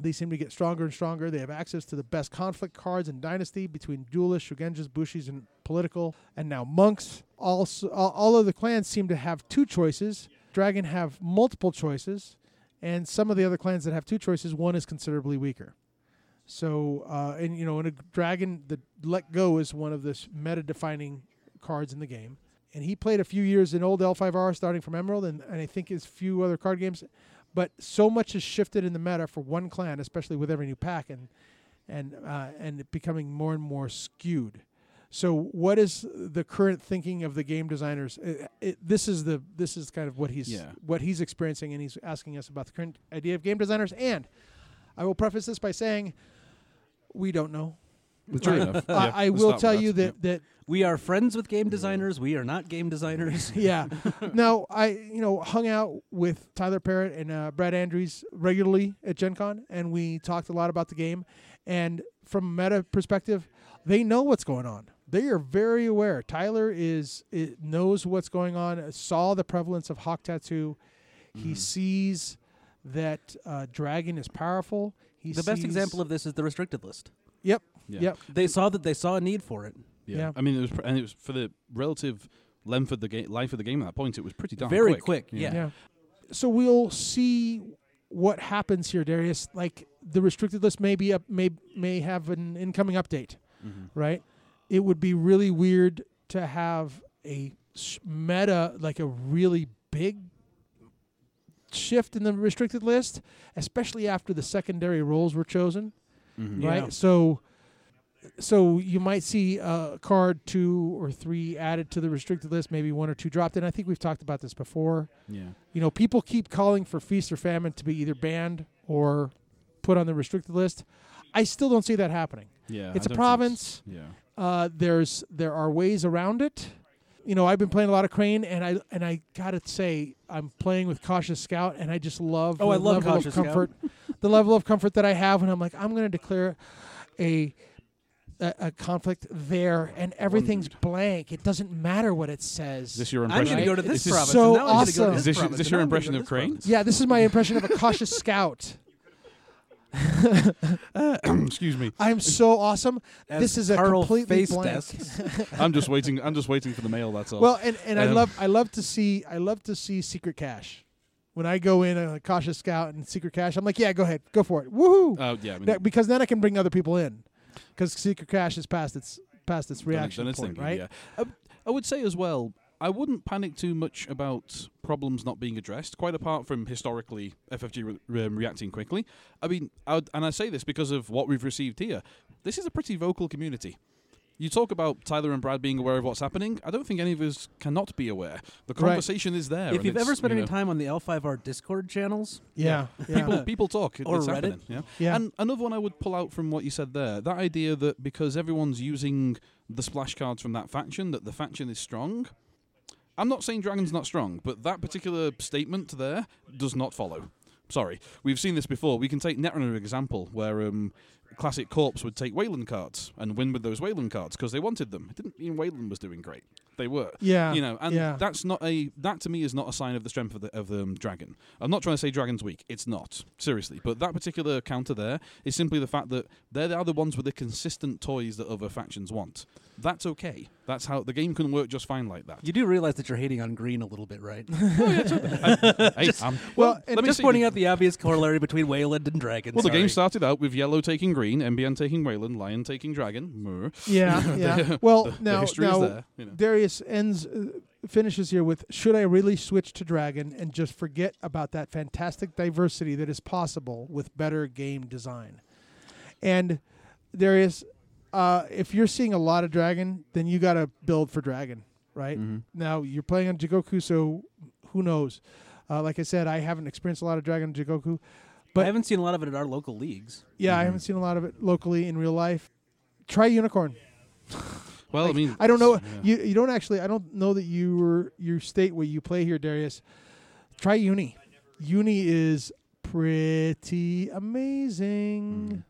Speaker 4: they seem to get stronger and stronger. They have access to the best conflict cards in Dynasty between duelists, Shugenjas, Bushis, and political, and now monks. Also, all, all of the clans seem to have two choices. Dragon have multiple choices, and some of the other clans that have two choices, one is considerably weaker. So, uh, and you know, in a dragon, the let go is one of the s- meta-defining cards in the game. And he played a few years in old L5R, starting from Emerald, and, and I think his few other card games. But so much has shifted in the meta for one clan, especially with every new pack, and and uh, and it becoming more and more skewed. So, what is the current thinking of the game designers? It, it, this is the this is kind of what he's
Speaker 3: Yeah.
Speaker 4: what he's experiencing, and he's asking us about the current idea of game designers. And I will preface this by saying, we don't know.
Speaker 3: True enough. Oh, Yeah,
Speaker 4: I, I
Speaker 3: let's
Speaker 4: will
Speaker 3: start with
Speaker 4: tell
Speaker 3: that.
Speaker 4: you
Speaker 3: Yeah.
Speaker 4: that that
Speaker 2: we are friends with game designers. We are not game designers.
Speaker 4: yeah. now I you know hung out with Tyler Parrott and uh, Brad Andrews regularly at Gen Con, and we talked a lot about the game. And from a meta perspective, they know what's going on. They are very aware. Tyler is it
Speaker 2: Mm-hmm.
Speaker 4: knows what's going on. Saw the prevalence of Hawk Tattoo. He sees that uh, dragon is powerful. He
Speaker 2: the best
Speaker 4: sees-
Speaker 2: example of this is the restricted list.
Speaker 4: Yep.
Speaker 3: Yeah.
Speaker 4: Yep.
Speaker 2: They saw that they saw a need for it.
Speaker 3: Yeah.
Speaker 4: Yeah.
Speaker 3: I mean, it was, pr- and it was for the relative length of the game, life of the game at that point. It was pretty darn
Speaker 2: Very
Speaker 3: quick.
Speaker 2: quick, yeah.
Speaker 4: Yeah. So we'll see what happens here, Darius. Like the restricted list may be up, may may have an incoming update, right? It would be really weird to have a s- meta like a really big shift in the restricted list, especially after the secondary roles were chosen, right?
Speaker 2: Yeah.
Speaker 4: So. So you might see a card two or three added to the restricted list, maybe one or two dropped. And I think we've talked about this before
Speaker 3: Yeah.
Speaker 4: you know, people keep calling for feast or famine to be either banned or put on the restricted list. I still don't see that happening.
Speaker 3: Yeah.
Speaker 4: It's
Speaker 3: a
Speaker 4: a province.
Speaker 3: yeah.
Speaker 4: Uh, there's there are ways around it. You know, I've been playing a lot of Crane, and I and I gotta say, I'm playing with Cautious Scout, and I just love
Speaker 2: Oh,
Speaker 4: the
Speaker 2: I love
Speaker 4: level
Speaker 2: Cautious
Speaker 4: of
Speaker 2: Scout.
Speaker 4: comfort, the level of comfort that I have when I'm like, I'm gonna declare a a, a conflict there, and everything's blank. It doesn't matter what it says.
Speaker 3: Is this your
Speaker 2: I'm
Speaker 3: impression?
Speaker 2: going to go to
Speaker 3: is
Speaker 2: this
Speaker 4: is
Speaker 2: province.
Speaker 4: so
Speaker 2: and now I'm gonna go to
Speaker 4: awesome.
Speaker 3: Is this, your-
Speaker 2: province,
Speaker 3: is this
Speaker 2: and
Speaker 3: your
Speaker 2: now I'm gonna
Speaker 3: impression
Speaker 2: go to
Speaker 3: of
Speaker 2: this
Speaker 3: Crane?
Speaker 2: province.
Speaker 4: yeah, this is my impression of a Cautious Scout.
Speaker 3: Excuse me.
Speaker 4: I'm so awesome.
Speaker 2: As
Speaker 4: this is a
Speaker 2: Carl
Speaker 4: completely
Speaker 2: face
Speaker 4: blank.
Speaker 2: desks.
Speaker 3: I'm just waiting. I'm just waiting for the mail. That's all.
Speaker 4: Well, and, and I
Speaker 3: Um,
Speaker 4: love I love to see I love to see Secret Cash. When I go in a cautious scout and Secret Cash, I'm like, yeah, go ahead, go for it, woohoo!
Speaker 3: Uh, yeah. I mean,
Speaker 4: That- because then I can bring other people in, because Secret Cash is past its past its
Speaker 3: done it-
Speaker 4: reaction
Speaker 3: done its
Speaker 4: point,
Speaker 3: thinking,
Speaker 4: right?
Speaker 3: yeah. I, I would say as well. I wouldn't panic too much about problems not being addressed. Quite apart from historically FFG re- um, reacting quickly. I mean, I would, and I say this because of what we've received here. This is a pretty vocal community. You talk about Tyler and Brad being aware of what's happening. I don't think any of us cannot be aware. The
Speaker 4: Right.
Speaker 3: conversation is there.
Speaker 2: If
Speaker 3: and
Speaker 2: you've
Speaker 3: it's,
Speaker 2: ever spent
Speaker 3: you
Speaker 2: any
Speaker 3: know,
Speaker 2: time on the L5R Discord channels,
Speaker 4: Yeah, yeah.
Speaker 3: people people talk. It-
Speaker 2: Or
Speaker 3: it's
Speaker 2: Reddit.
Speaker 3: happening. Yeah?
Speaker 4: Yeah.
Speaker 3: And another one I would pull out from what you said there, that idea that because everyone's using the splash cards from that faction, that the faction is strong. I'm not saying Dragon's not strong, but that particular statement there does not follow. Sorry. We've seen this before. We can take Netrunner example, where um, classic corps would take Wayland cards and win with those Wayland cards because they wanted them. It didn't mean Wayland was doing great. They were
Speaker 4: Yeah,
Speaker 3: you know, and
Speaker 4: yeah.
Speaker 3: that's not a that to me is not a sign of the strength of the of the um, dragon. I'm not trying to say dragon's weak; it's not seriously. But that particular counter there is simply the fact that they're the other ones with the consistent toys that other factions want. That's okay. That's how the game can work just fine like that.
Speaker 2: you do realize that you're hating on green a little bit, right?
Speaker 3: Hey, I'm-
Speaker 4: well, and
Speaker 3: let me
Speaker 2: Just
Speaker 3: see.
Speaker 2: pointing out the obvious corollary between Wayland and Dragon.
Speaker 3: Well, the game
Speaker 2: sorry.
Speaker 3: started out with yellow taking green, MBN taking Wayland, lion taking dragon. Mer.
Speaker 4: yeah, yeah. Well,
Speaker 3: the
Speaker 4: now
Speaker 3: history
Speaker 4: now
Speaker 3: is there. You know.
Speaker 4: Darius ends uh, finishes here with should I really switch to dragon and just forget about that fantastic diversity that is possible with better game design. And Darius, uh, if you're seeing a lot of dragon, then you got to build for dragon, right?
Speaker 3: Mm-hmm.
Speaker 4: Now you're playing on Jigoku, so who knows? Uh, like I said, I haven't experienced a lot of dragon on Jigoku.
Speaker 2: I haven't seen a lot of it at our local leagues.
Speaker 4: Yeah,
Speaker 3: Mm-hmm.
Speaker 4: I haven't seen a lot of it locally in real life. Try unicorn.
Speaker 3: Well, I mean,
Speaker 4: I don't know.
Speaker 3: yeah.
Speaker 4: You you don't actually. I don't know that you were you state where you play here, Darius. Try uni. Uni is pretty amazing.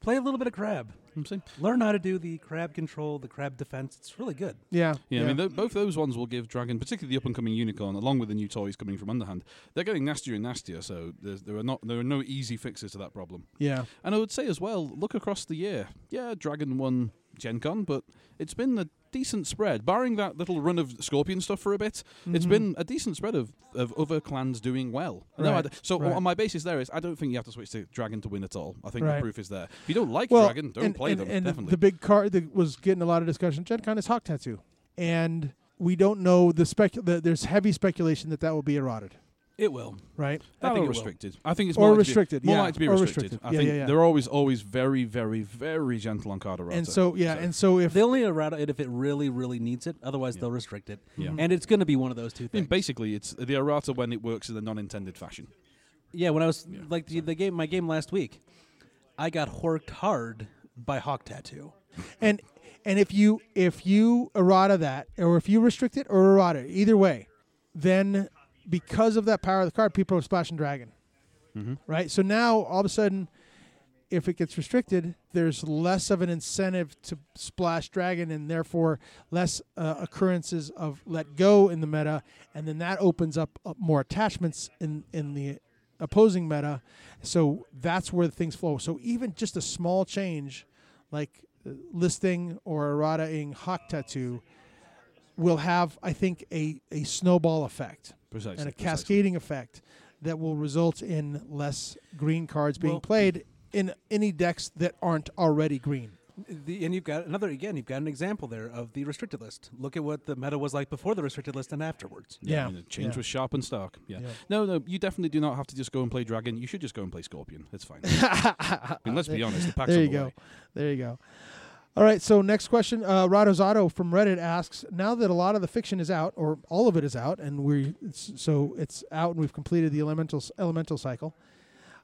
Speaker 2: Play a little bit of crab.
Speaker 3: I'm saying.
Speaker 2: Learn how to do the crab control, the crab defense. It's really good.
Speaker 4: Yeah,
Speaker 3: Hmm. Yeah, I mean, th- both those ones will give Dragon, particularly the up and coming Unicorn, along with the new toys coming from Underhand, they're getting nastier and nastier. So there's, there are not there are no easy fixes to that problem.
Speaker 4: yeah,
Speaker 3: And I would say as well, look across the year. Yeah, Dragon won Gen Con, but it's been a decent spread, barring that little run of Scorpion stuff for a bit.
Speaker 4: Mm-hmm.
Speaker 3: It's been a decent spread of, of other clans doing well. No, I
Speaker 4: Right,
Speaker 3: d- so
Speaker 4: right.
Speaker 3: on my basis there is, I don't think you have to switch to Dragon to win at all. I think
Speaker 4: Right.
Speaker 3: the proof is there. If you don't like
Speaker 4: Well,
Speaker 3: Dragon, don't
Speaker 4: and,
Speaker 3: play
Speaker 4: and,
Speaker 3: them.
Speaker 4: And the-
Speaker 3: definitely.
Speaker 4: the big card that was getting a lot of discussion. Gen Con is Hawk Tattoo, and we don't know the spec. The, there's heavy speculation that that will be eroded,
Speaker 2: It will.
Speaker 3: I
Speaker 4: right?
Speaker 2: think
Speaker 3: think
Speaker 2: it will.
Speaker 3: restricted. I think it's
Speaker 4: Oh, Or
Speaker 3: more likely
Speaker 4: restricted,
Speaker 3: To be, more
Speaker 4: yeah.
Speaker 3: likely to be
Speaker 4: Or
Speaker 3: restricted.
Speaker 4: restricted.
Speaker 3: I
Speaker 4: Yeah,
Speaker 3: think
Speaker 4: yeah, yeah.
Speaker 3: they're always, always very, very, very gentle on card errata.
Speaker 4: and so yeah, and so if
Speaker 2: They only errata it if it really, really needs it. Otherwise, they'll restrict it.
Speaker 3: Yeah.
Speaker 2: And it's going to be one of those two
Speaker 3: I mean,
Speaker 2: things.
Speaker 3: basically, it's the errata when it works in a non-intended fashion.
Speaker 2: yeah, when I was like the, the game, my game last week, I got horked hard by Hawk Tattoo.
Speaker 4: and and if you if you errata that or if you restrict it or errata it, either way then because of that power of the card people are splashing dragon right so now all of a sudden if it gets restricted there's less of an incentive to splash dragon and therefore less uh, occurrences of let go in the meta and then that opens up uh, more attachments in in the opposing meta. So that's where things flow. So even just a small change, like uh, listing or errataing hawk tattoo, will have I think a a snowball effect
Speaker 3: Precisely.
Speaker 4: and a
Speaker 3: precisely.
Speaker 4: cascading effect that will result in less green cards being
Speaker 2: Well-
Speaker 4: played in any decks that aren't already green.
Speaker 2: The, and you've got another again. You've got an example there of the restricted list. Look at what the meta was like before the restricted list and afterwards.
Speaker 3: Yeah,
Speaker 4: Yeah.
Speaker 3: I mean, the change
Speaker 4: Yeah.
Speaker 3: was sharp and stark. Yeah.
Speaker 4: Yeah.
Speaker 3: No, no, you definitely do not have to just go and play dragon. You should just go and play scorpion. It's fine. I mean, let's be honest. The pack's
Speaker 4: there
Speaker 3: on
Speaker 4: you
Speaker 3: the
Speaker 4: go.
Speaker 3: way. Oh,
Speaker 4: There you go. All right. So next question, uh, Rado's Auto from Reddit asks: Now that a lot of the fiction is out, or all of it is out, and we it's- so it's out, and we've completed the elemental elemental cycle,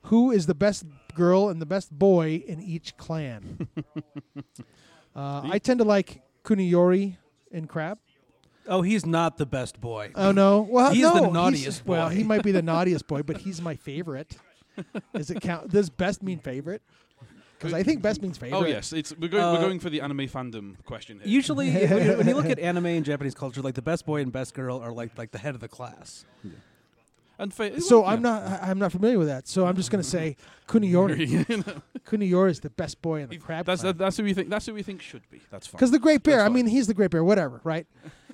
Speaker 4: who is the best girl and the best boy in each clan? uh, I tend to like Kuniyori in Crab.
Speaker 2: Oh, he's not the best boy.
Speaker 3: Uh,
Speaker 4: Oh no! Well,
Speaker 2: He's
Speaker 4: no,
Speaker 2: the naughtiest
Speaker 4: Well,
Speaker 2: boy.
Speaker 4: he might be the naughtiest boy, but he's my favorite. Does it count? Does best mean favorite? Because I think best means favorite.
Speaker 3: Oh yes, it's we're going,
Speaker 2: Uh,
Speaker 3: we're going for the anime fandom question here.
Speaker 2: Usually, when, you, when you look at anime and Japanese culture, like the best boy and best girl are like like the head of the class.
Speaker 3: and fa-
Speaker 4: So
Speaker 3: yeah.
Speaker 4: I'm not I- I'm not familiar with that. So I'm just gonna say Kuniyori. Kuniyori is the best boy in the crab
Speaker 3: that's that's who we think. That's who we think should be. That's fine.
Speaker 4: Because the Great Bear,
Speaker 3: That's
Speaker 4: I
Speaker 3: fine.
Speaker 4: mean, he's the Great Bear, whatever, right?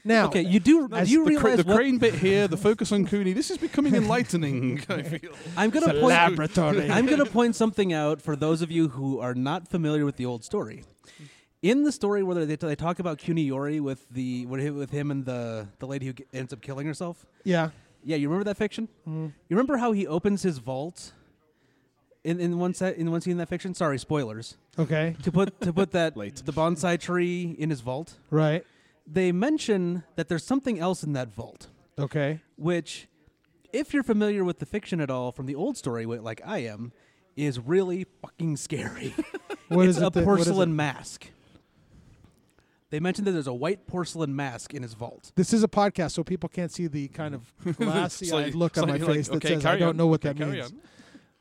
Speaker 4: Now,
Speaker 2: Okay, you do.
Speaker 4: As
Speaker 2: do you
Speaker 3: the, cra-
Speaker 2: realize
Speaker 3: the
Speaker 2: what?
Speaker 3: crane bit here, the focus on Cooney. This is becoming enlightening. I feel.
Speaker 2: I'm
Speaker 4: it's a
Speaker 2: gonna point.
Speaker 4: laboratory.
Speaker 2: I'm going to point something out for those of you who are not familiar with the old story. In the story where they, they talk about Kuniyori with the with him and the the lady who g- ends up killing herself.
Speaker 4: yeah,
Speaker 2: Yeah, you remember that fiction?
Speaker 4: Mm-hmm.
Speaker 2: You remember how he opens his vault in in one set in one scene in that fiction? Sorry, spoilers.
Speaker 4: okay,
Speaker 2: To put to put that
Speaker 3: Late.
Speaker 2: the bonsai tree in his vault.
Speaker 4: right,
Speaker 2: They mention that there's something else in that vault,
Speaker 4: okay,
Speaker 2: which, if you're familiar with the fiction at all from the old story, wi- like I am, is really fucking scary.
Speaker 4: What
Speaker 2: it's
Speaker 4: is it
Speaker 2: a
Speaker 4: that- what is it?
Speaker 2: porcelain mask. They mentioned that there's a white porcelain mask in his vault.
Speaker 4: This is a podcast, so people can't see the kind of glassy eyed
Speaker 3: Slightly-
Speaker 4: look on my
Speaker 3: slightly like,
Speaker 4: face that
Speaker 3: okay,
Speaker 4: says, "I
Speaker 3: carry
Speaker 4: don't
Speaker 3: on.
Speaker 4: know what
Speaker 3: Okay,
Speaker 4: that
Speaker 3: carry
Speaker 4: means."
Speaker 3: on.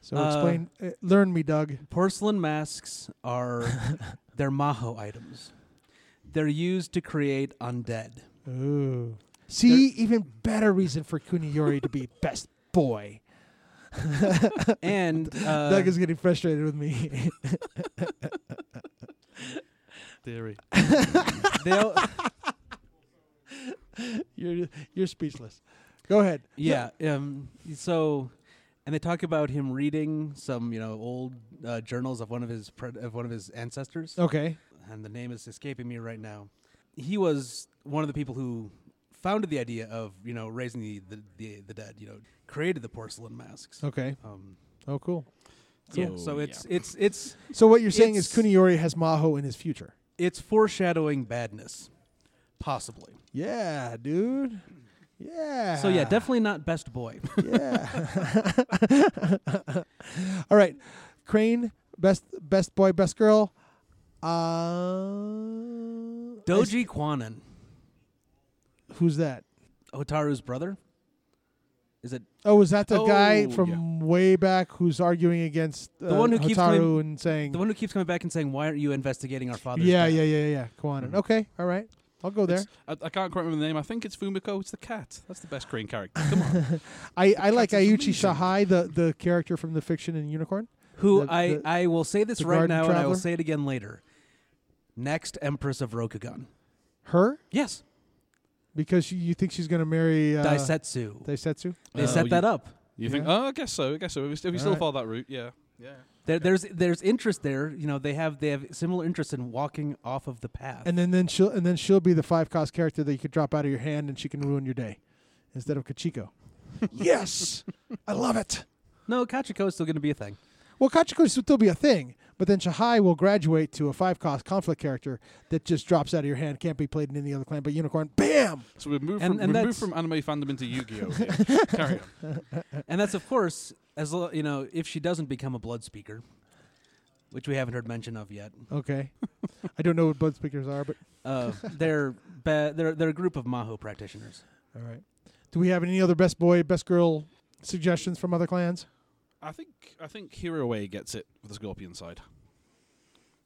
Speaker 4: So
Speaker 2: Uh,
Speaker 4: explain, uh, learn me, Doug.
Speaker 2: Porcelain masks are they're maho items. They're used to create undead.
Speaker 4: Ooh, see, even better reason for Kuniyori to be best boy.
Speaker 2: And uh,
Speaker 4: Doug is getting frustrated with me.
Speaker 3: Theory.
Speaker 2: they al-
Speaker 4: you're you're speechless. Go ahead.
Speaker 2: yeah, um, so and they talk about him reading some, you know, old uh, journals of one of his pred- of one of his ancestors.
Speaker 4: Okay.
Speaker 2: and the name is escaping me right now. He was one of the people who founded the idea of you know raising the the, the, the dead. You know, created the porcelain masks.
Speaker 4: Okay.
Speaker 2: Um,
Speaker 4: Oh, cool.
Speaker 2: yeah,
Speaker 3: Cool.
Speaker 2: so
Speaker 3: Yeah.
Speaker 2: it's it's it's
Speaker 4: So what you're saying is
Speaker 2: It's-
Speaker 4: Kuniori has Maho in his future.
Speaker 2: it's foreshadowing badness, possibly.
Speaker 4: Yeah, dude. Yeah.
Speaker 2: So yeah, definitely not best boy.
Speaker 4: Yeah. All right. Crane, best best boy, best girl. Uh, I-
Speaker 2: Doji Kwanin,
Speaker 4: Who's that?
Speaker 2: Otaru's brother. Is it
Speaker 4: Oh, was that the guy
Speaker 3: Oh,
Speaker 4: from way back who's arguing against uh,
Speaker 2: one who keeps
Speaker 4: Hotaru
Speaker 2: claim-
Speaker 4: and saying,
Speaker 2: the one who keeps coming back and saying, "Why aren't you investigating our father?"
Speaker 4: yeah, yeah, yeah, yeah, Kwanin.
Speaker 2: Mm-hmm.
Speaker 4: Okay, all right, I'll go there.
Speaker 3: It's- I, I can't quite remember the name. I think it's Fumiko. It's the cat. That's the best crane character. Come on.
Speaker 4: I, I like
Speaker 3: Cats is
Speaker 4: Ayuchi
Speaker 3: amazing.
Speaker 4: Shahai, the, the character from the fiction in Unicorn.
Speaker 2: Who
Speaker 4: The-
Speaker 2: I
Speaker 4: the-
Speaker 2: I will say this
Speaker 4: the
Speaker 2: right
Speaker 4: garden
Speaker 2: now, and I will
Speaker 4: traveler?
Speaker 2: say it again later. Next Empress of Rokugan.
Speaker 4: Her,
Speaker 2: Yes,
Speaker 4: because she, you think she's going to marry uh,
Speaker 2: Daisetsu.
Speaker 4: Daisetsu.
Speaker 2: They
Speaker 3: Oh,
Speaker 2: set
Speaker 3: you-
Speaker 2: that up.
Speaker 3: You think?
Speaker 4: Yeah.
Speaker 3: Oh, I guess so. I guess so. If we, if we still
Speaker 4: Alright.
Speaker 3: follow that route, yeah, yeah.
Speaker 2: There, there's there's interest there. You know, they have they have similar interest in walking off of the path.
Speaker 4: And then, then she'll and then she'll be the five cost character that you could drop out of your hand and she can ruin your day instead of Kachiko. yes, I love it.
Speaker 2: no, Kachiko is still going to be a thing.
Speaker 4: Well, Kachiko will still be a thing, but then Shahai will graduate to a five cost conflict character that just drops out of your hand, can't be played in any other clan but Unicorn. Bam!
Speaker 3: So we've moved
Speaker 2: And- and
Speaker 3: from we've
Speaker 2: that's-
Speaker 3: moved from anime fandom into Yu-Gi-Oh. here. Carry on.
Speaker 2: and that's of course as lo- you know, if she doesn't become a blood speaker, which we haven't heard mention of yet.
Speaker 4: Okay, I don't know what blood speakers are, but
Speaker 2: Uh, they're ba- they're they're a group of Maho practitioners.
Speaker 4: all right. Do we have any other best boy, best girl suggestions from other clans?
Speaker 3: I think I think Hiroe gets it with the Scorpion side.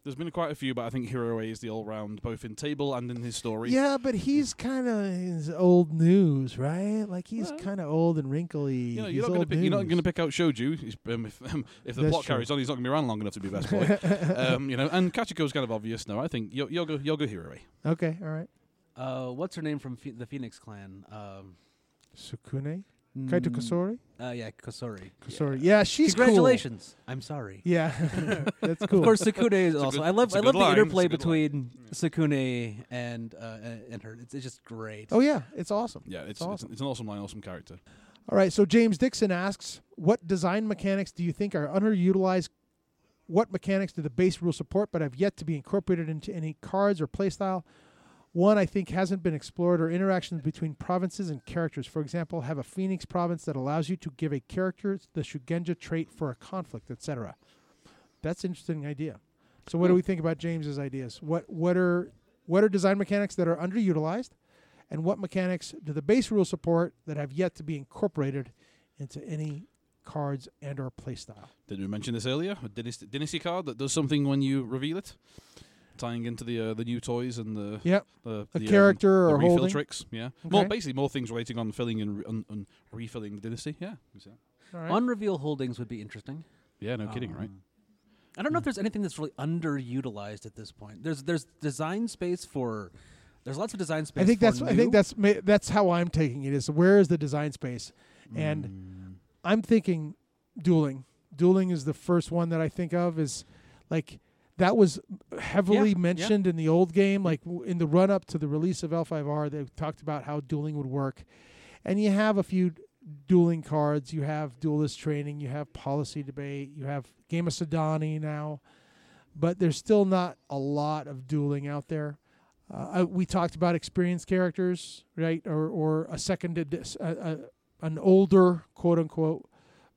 Speaker 3: There's been quite a few, but I think Hiroe is the all-round, both in table and in his story.
Speaker 4: Yeah, but he's kind of old news, right? Like he's
Speaker 3: Well-
Speaker 4: kind of old and wrinkly.
Speaker 3: You know,
Speaker 4: He's
Speaker 3: you're not, gonna
Speaker 4: old
Speaker 3: pick, you're not
Speaker 4: news.
Speaker 3: going to pick out Shoju. He's, um, if, um, if the
Speaker 4: That's
Speaker 3: plot
Speaker 4: true.
Speaker 3: carries on, he's not going to be around long enough to be best boy. um, you know, and Kachiko's kind of obvious. No, I think Yo- Yoga Yoga Hiroe.
Speaker 4: Okay, all right.
Speaker 2: Uh, what's her name from Phe- the Phoenix Clan? Um,
Speaker 4: Sukune,
Speaker 2: mm,
Speaker 4: Kaito Kasori,
Speaker 2: Uh, yeah, Kasori.
Speaker 4: Kasori. Yeah, she's cool.
Speaker 2: Congratulations. I'm sorry.
Speaker 4: Yeah, that's cool.
Speaker 2: Of course, Sakune is
Speaker 3: a
Speaker 2: also.
Speaker 3: good-
Speaker 2: I love
Speaker 3: it's a
Speaker 2: I
Speaker 3: good
Speaker 2: love the
Speaker 3: line. It's a
Speaker 2: interplay
Speaker 3: good line.
Speaker 2: between Sakune and uh, and her. It's, it's just great.
Speaker 4: Oh yeah, it's awesome.
Speaker 3: Yeah, it's,
Speaker 4: awesome.
Speaker 3: it's, it's an awesome line, awesome character.
Speaker 4: All right, so James Dixon asks, what design mechanics do you think are underutilized? What mechanics do the base rules support but have yet to be incorporated into any cards or playstyle? One I think hasn't been explored are interactions between provinces and characters. For example, have a Phoenix province that allows you to give a character the Shugenja trait for a conflict, etc. That's an interesting idea. So what do we think about James's ideas? What what are what are design mechanics that are underutilized? and what mechanics do the base rules support that have yet to be incorporated into any cards and or playstyle?
Speaker 3: Did we mention this earlier? A dynasty, dynasty card that does something when you reveal it, tying into the uh, the new toys and the
Speaker 4: Yep.
Speaker 3: the,
Speaker 4: A
Speaker 3: the, um,
Speaker 4: character
Speaker 3: the
Speaker 4: or
Speaker 3: refill
Speaker 4: holding.
Speaker 3: tricks. Yeah, more
Speaker 4: Okay.
Speaker 3: basically more things relating on filling and, re- on, on refilling the dynasty. Yeah, You see that?
Speaker 4: All right.
Speaker 2: On reveal holdings would be interesting.
Speaker 3: yeah, no kidding, right?
Speaker 2: Um, I
Speaker 4: hmm.
Speaker 2: don't know if there's anything that's really underutilized at this point. There's there's design space for. There's lots of design space.
Speaker 4: I think
Speaker 2: for
Speaker 4: that's I
Speaker 2: new-
Speaker 4: think that's ma- that's how I'm taking it is where is the design space? And I'm thinking dueling. Dueling is the first one that I think of is like that was heavily
Speaker 2: Yeah, yeah.
Speaker 4: mentioned in the old game like w- in the run up to the release of L5R they talked about how dueling would work. And you have a few dueling cards, you have duelist training, you have policy debate, you have Game of Sedani now. But there's still not a lot of dueling out there. Uh, I- we talked about experienced characters, right, or or a second, ed- s- a, a, an older quote unquote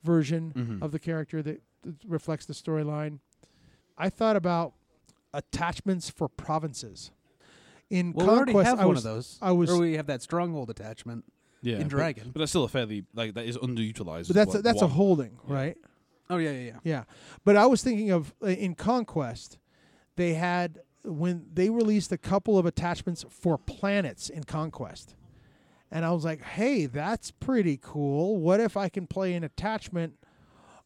Speaker 4: version
Speaker 3: Mhm.
Speaker 2: Mm-hmm.
Speaker 4: of the character that, that reflects the storyline. I thought about attachments for provinces. In
Speaker 2: Well,
Speaker 4: conquest,
Speaker 2: we already have
Speaker 4: I
Speaker 2: one
Speaker 4: was,
Speaker 2: of those.
Speaker 4: I was-
Speaker 2: or we have that stronghold attachment
Speaker 3: yeah,
Speaker 2: in
Speaker 3: but-
Speaker 2: Dragon.
Speaker 3: But that's still a fairly like that is underutilized.
Speaker 4: but that's
Speaker 3: Well,
Speaker 4: a, that's a
Speaker 3: one.
Speaker 4: holding,
Speaker 3: Yeah.
Speaker 4: right?
Speaker 2: oh yeah, yeah, yeah.
Speaker 4: Yeah, but I was thinking of uh, in Conquest, they had when they released a couple of attachments for planets in Conquest, and I was like, hey, that's pretty cool. What if I can play an attachment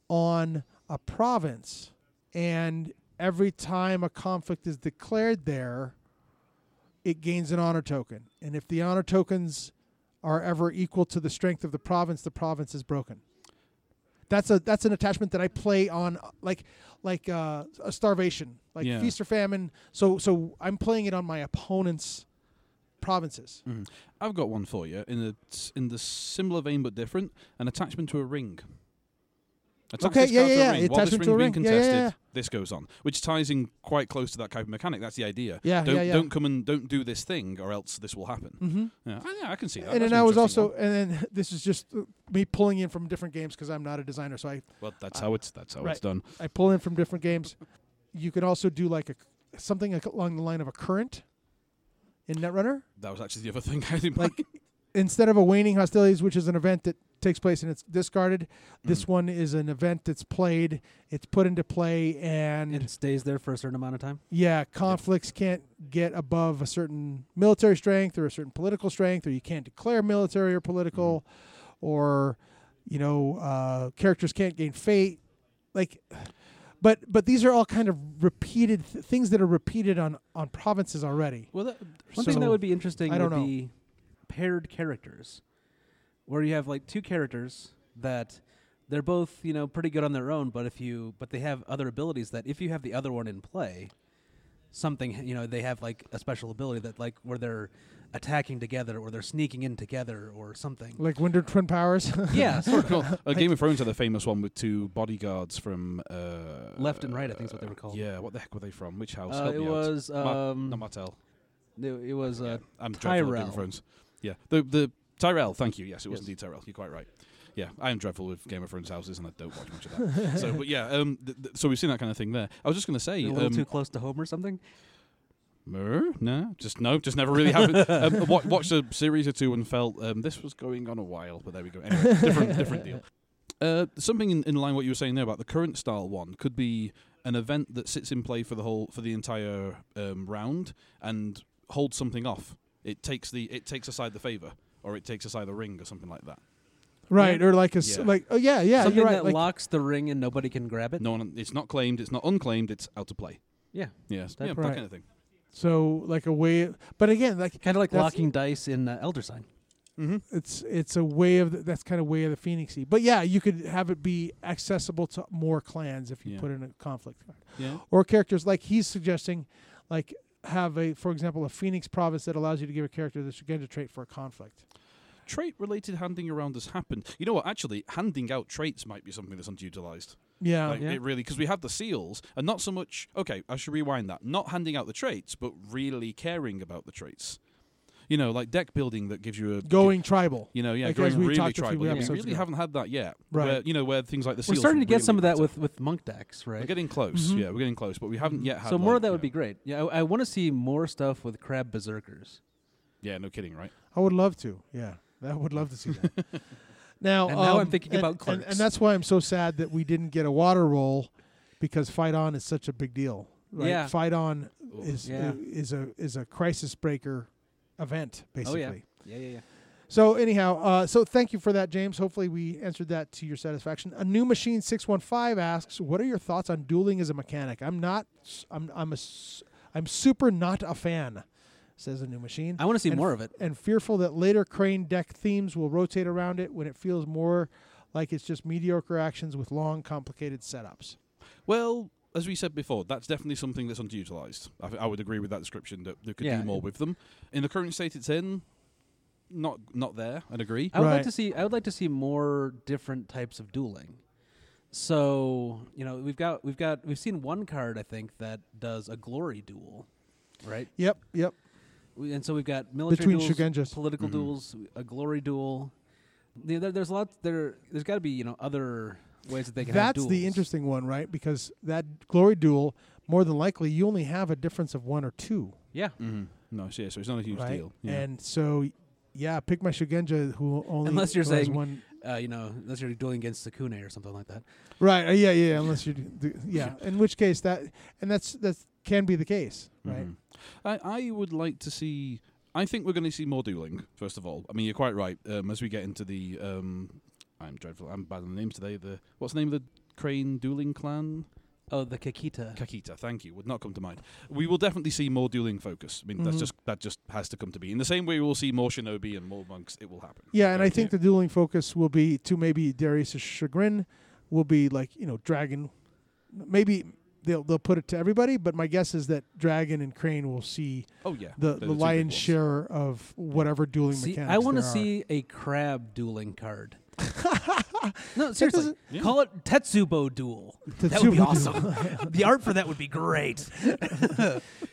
Speaker 4: on a province, and every time a conflict is declared there, it gains an honor token, and if the honor tokens are ever equal to the strength of the province, the province is broken. That's a that's an attachment that I play on uh, like like uh, a starvation, like
Speaker 3: Yeah.
Speaker 4: feast or famine. So so I'm playing it on my opponent's provinces.
Speaker 3: Mhm. I've got one for you in the in the similar vein but different. An attachment to a ring. Attach
Speaker 4: Okay,
Speaker 3: this
Speaker 4: yeah,
Speaker 3: card
Speaker 4: yeah,
Speaker 3: to
Speaker 4: yeah,
Speaker 3: a ring. While this
Speaker 4: attachment to a
Speaker 3: ring's being
Speaker 4: ring. Yeah, yeah,
Speaker 3: contested,
Speaker 4: yeah.
Speaker 3: this goes on, which ties in quite close to that type of mechanic. That's the idea.
Speaker 4: Ah, Yeah,
Speaker 3: don't
Speaker 4: yeah, yeah.
Speaker 3: don't come and don't do this thing, or else this will happen.
Speaker 4: Mm-hmm.
Speaker 3: Yeah, I, yeah, I can see that.
Speaker 4: And
Speaker 3: That's an
Speaker 4: then I was
Speaker 3: interesting
Speaker 4: also
Speaker 3: one.
Speaker 4: and then this is just uh, me pulling in from different games because I'm not a designer, so I
Speaker 3: Well, that's how it's that's how it's
Speaker 4: Right.
Speaker 3: done.
Speaker 4: I pull in from different games. You can also do like a something like along the line of a current in Netrunner.
Speaker 3: That was actually the other thing I didn't
Speaker 4: Like- instead of a waning hostilities, which is an event that takes place and it's discarded,
Speaker 3: Mm.
Speaker 4: this one is an event that's played, it's put into play, and,
Speaker 2: And it stays there for a certain amount of time.
Speaker 4: yeah, conflicts can't get above a certain military strength or a certain political strength, or you can't declare military or political, or you know, uh, characters can't gain fate, like. But but these are all kind of repeated th- things that are repeated on on provinces already.
Speaker 2: Well, that, one thing that
Speaker 4: So,
Speaker 2: would be interesting
Speaker 4: I don't
Speaker 2: would
Speaker 4: know.
Speaker 2: be paired characters, where you have like two characters that they're both you know pretty good on their own, but if you but they have other abilities that if you have the other one in play, something you know they have like a special ability that like where they're attacking together or they're sneaking in together or something.
Speaker 4: Like Winter Twin Powers.
Speaker 2: yeah, sort of.
Speaker 3: well, uh, Game of Thrones had the famous one with two bodyguards from uh,
Speaker 2: Left and right, I think is what they were called.
Speaker 3: Yeah, what the heck were they from? Which house?
Speaker 2: Uh,
Speaker 3: Help
Speaker 2: it,
Speaker 3: me out.
Speaker 2: was,
Speaker 3: Ma-
Speaker 2: um,
Speaker 3: not Martell.
Speaker 2: it, it was uh,
Speaker 3: Yeah, I'm dreadful at Game
Speaker 2: Tyrell.
Speaker 3: of Thrones. Yeah, the the Tyrell. Thank you. Yes, it was
Speaker 2: Yes.
Speaker 3: indeed Tyrell. You're quite right. Yeah, I am dreadful with Game of Thrones houses, and I don't watch much of that. so, but yeah, um, th- th- so we've seen that kind of thing there. I was just going to say,
Speaker 2: a little
Speaker 3: um,
Speaker 2: too close to home or something.
Speaker 3: Mer? No, just no, just never really happened. um, wa- watched a series or two and felt um, this was going on a while, but there we go. Anyway, different, different deal. Uh, something in, in line what you were saying there about the current style one could be an event that sits in play for the whole for the entire um, round and holds something off. It takes the it takes aside the favor or it takes aside the ring or something like that.
Speaker 4: right? Or like a s
Speaker 3: Yeah.
Speaker 4: like oh yeah yeah
Speaker 2: Something
Speaker 4: you're right
Speaker 2: that
Speaker 4: like,
Speaker 2: locks the ring and nobody can grab it.
Speaker 3: No one, it's not claimed. It's not unclaimed. It's out of play.
Speaker 2: Yeah,
Speaker 3: Yes,
Speaker 2: That-
Speaker 3: yeah,
Speaker 4: Right.
Speaker 3: that kind of thing.
Speaker 4: so like a way but again like
Speaker 2: kind of like
Speaker 4: That's-
Speaker 2: locking dice in uh, Elder Sign.
Speaker 4: it's it's a way of the, that's kind of way of the phoenixy but yeah you could have it be accessible to more clans if you
Speaker 3: Yeah.
Speaker 4: put in a conflict card
Speaker 3: Yeah,
Speaker 4: or characters like he's suggesting like have a for example a phoenix province that allows you to give a character the Shugenda trait for a conflict
Speaker 3: trait-related handing around has happened. You know what? Actually, handing out traits might be something that's underutilized.
Speaker 4: yeah
Speaker 3: like
Speaker 2: Oh, yeah.
Speaker 3: it really because we have the seals and not so much okay i should rewind that not handing out the traits but really caring about the traits you know like deck building that gives you a
Speaker 4: going tribal
Speaker 3: you know yeah
Speaker 4: like, as
Speaker 3: going
Speaker 4: we
Speaker 3: really
Speaker 4: talked a few
Speaker 3: tribal yeah, we
Speaker 4: episodes
Speaker 3: really
Speaker 4: ago.
Speaker 3: haven't had that yet
Speaker 4: Right.
Speaker 3: where, you know where things like the
Speaker 2: We're
Speaker 3: seals
Speaker 2: starting to get
Speaker 3: really
Speaker 2: some of that
Speaker 3: matter.
Speaker 2: with with monk decks, right?
Speaker 3: we're getting close yeah we're getting close but we haven't yet had
Speaker 2: so more
Speaker 3: like,
Speaker 2: of that
Speaker 3: you
Speaker 2: would be
Speaker 3: know-
Speaker 2: great. Yeah, I, I want to see more stuff with crab berserkers.
Speaker 3: yeah no kidding right
Speaker 4: I would love to yeah I would love to see that now
Speaker 2: And now I'm
Speaker 4: um,
Speaker 2: thinking
Speaker 4: and-
Speaker 2: about
Speaker 4: and, and
Speaker 2: Clerks.
Speaker 4: that's why I'm so sad that we didn't get a water roll because fight on is such a big deal right
Speaker 2: Yeah.
Speaker 4: fight on
Speaker 3: Ooh.
Speaker 4: is uh,
Speaker 2: Yeah.
Speaker 4: is a is a crisis breaker event basically
Speaker 2: Oh yeah, yeah, yeah, yeah.
Speaker 4: So anyhow, uh, so thank you for that, James. Hopefully we answered that to your satisfaction. A new machine six one five asks, "What are your thoughts on dueling as a mechanic?" I'm not. I'm I'm a. s- I'm super not a fan. Says a new machine.
Speaker 2: I want to see
Speaker 4: And
Speaker 2: more of
Speaker 4: f-
Speaker 2: it.
Speaker 4: And fearful that later crane deck themes will rotate around it when it feels more like it's just mediocre actions with long, complicated setups.
Speaker 3: well as we said before, that's definitely something that's underutilized. I, th- I would agree with that description that they could
Speaker 2: Yeah.
Speaker 3: do more with them. In the current state it's in, not not there. I'd agree.
Speaker 2: I would
Speaker 4: Right.
Speaker 2: like to see. I would like to see more different types of dueling. So you know, we've got we've got we've seen one card I think that does a glory duel, right?
Speaker 4: Yep. Yep.
Speaker 2: We- And so we've got military
Speaker 4: Between
Speaker 2: duels,
Speaker 4: Shugenjas.
Speaker 2: political duels, a glory duel. The- there- there's lots. There, there's got to be you know other ways that they can. have
Speaker 4: That's the
Speaker 2: duels.
Speaker 4: interesting one, right? Because that glory duel, more than likely, you only have a difference of one or two.
Speaker 2: Yeah,
Speaker 3: Mm-hmm. No, so yeah, so it's not a huge
Speaker 4: right?
Speaker 3: deal. Yeah.
Speaker 4: And so, yeah, pick my Shugenja who only
Speaker 2: Unless you're
Speaker 4: who has
Speaker 2: saying-
Speaker 4: one.
Speaker 2: uh, you know, unless you're dueling against Sakune or something like that.
Speaker 4: Right? uh, Yeah, yeah. Unless you, do, yeah. In which case that and that's that can be the case, right?
Speaker 2: Mm-hmm.
Speaker 3: Mhm. I, I would like to see. I think we're going to see more dueling. First of all, I mean you're quite right. Um, as we get into the, um, I'm dreadful. I'm bad on the names today. The what's the name of the crane dueling clan?
Speaker 2: Oh, the Kakita.
Speaker 3: Kakita. Thank you. Would not come to mind. We will definitely see more dueling focus. I mean that's
Speaker 4: Mhm.
Speaker 3: just that just has to come to be. In the same way, we will see more shinobi and more monks. It will happen.
Speaker 4: Yeah, and I
Speaker 3: Guarantee
Speaker 4: think
Speaker 3: it.
Speaker 4: the dueling focus will be to maybe Darius' chagrin, will be like you know dragon, maybe. They'll, they'll put it to everybody, but my guess is that Dragon and Crane will see
Speaker 3: oh yeah,
Speaker 4: the,
Speaker 3: They're
Speaker 4: the,
Speaker 3: two big
Speaker 4: lion's
Speaker 3: ones.
Speaker 4: share of whatever dueling
Speaker 2: See,
Speaker 4: mechanics.
Speaker 2: I want to
Speaker 4: there are.
Speaker 2: see a crab dueling card. no, seriously,
Speaker 4: doesn't-
Speaker 3: Yeah.
Speaker 2: call it Tetsubo duel. that would be
Speaker 4: Tetsubo
Speaker 2: awesome. the art for that would be great.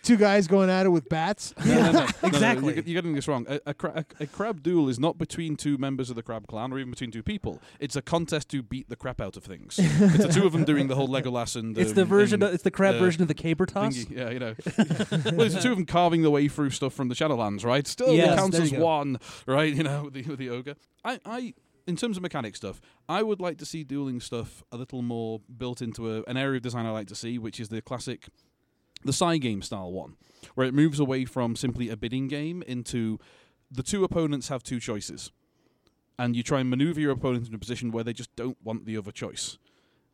Speaker 4: two guys going at it with bats.
Speaker 3: No, no, no, no, no,
Speaker 2: Exactly.
Speaker 3: you're, get- you're getting this wrong. A, a, cra- a, a crab duel is not between two members of the crab clan or even between two people. It's a contest to beat the crap out of things. it's the two of them doing the whole Legolas and
Speaker 2: it's
Speaker 3: um,
Speaker 2: the version.
Speaker 3: and
Speaker 2: Of, it's the crab
Speaker 3: uh,
Speaker 2: version of the caber toss.
Speaker 3: thingy. Yeah, you know. well, it's the two of them carving their way through stuff from the Shadowlands, right? Still
Speaker 2: Yes,
Speaker 3: counts
Speaker 2: there
Speaker 3: as
Speaker 2: you go.
Speaker 3: one, right? You know, with the, with the ogre. I, I, in terms of mechanic stuff, I would like to see dueling stuff a little more built into a, an area of design I like to see, which is the classic, the side game style one, where it moves away from simply a bidding game into the two opponents have two choices. And you try and maneuver your opponent in a position where they just don't want the other choice.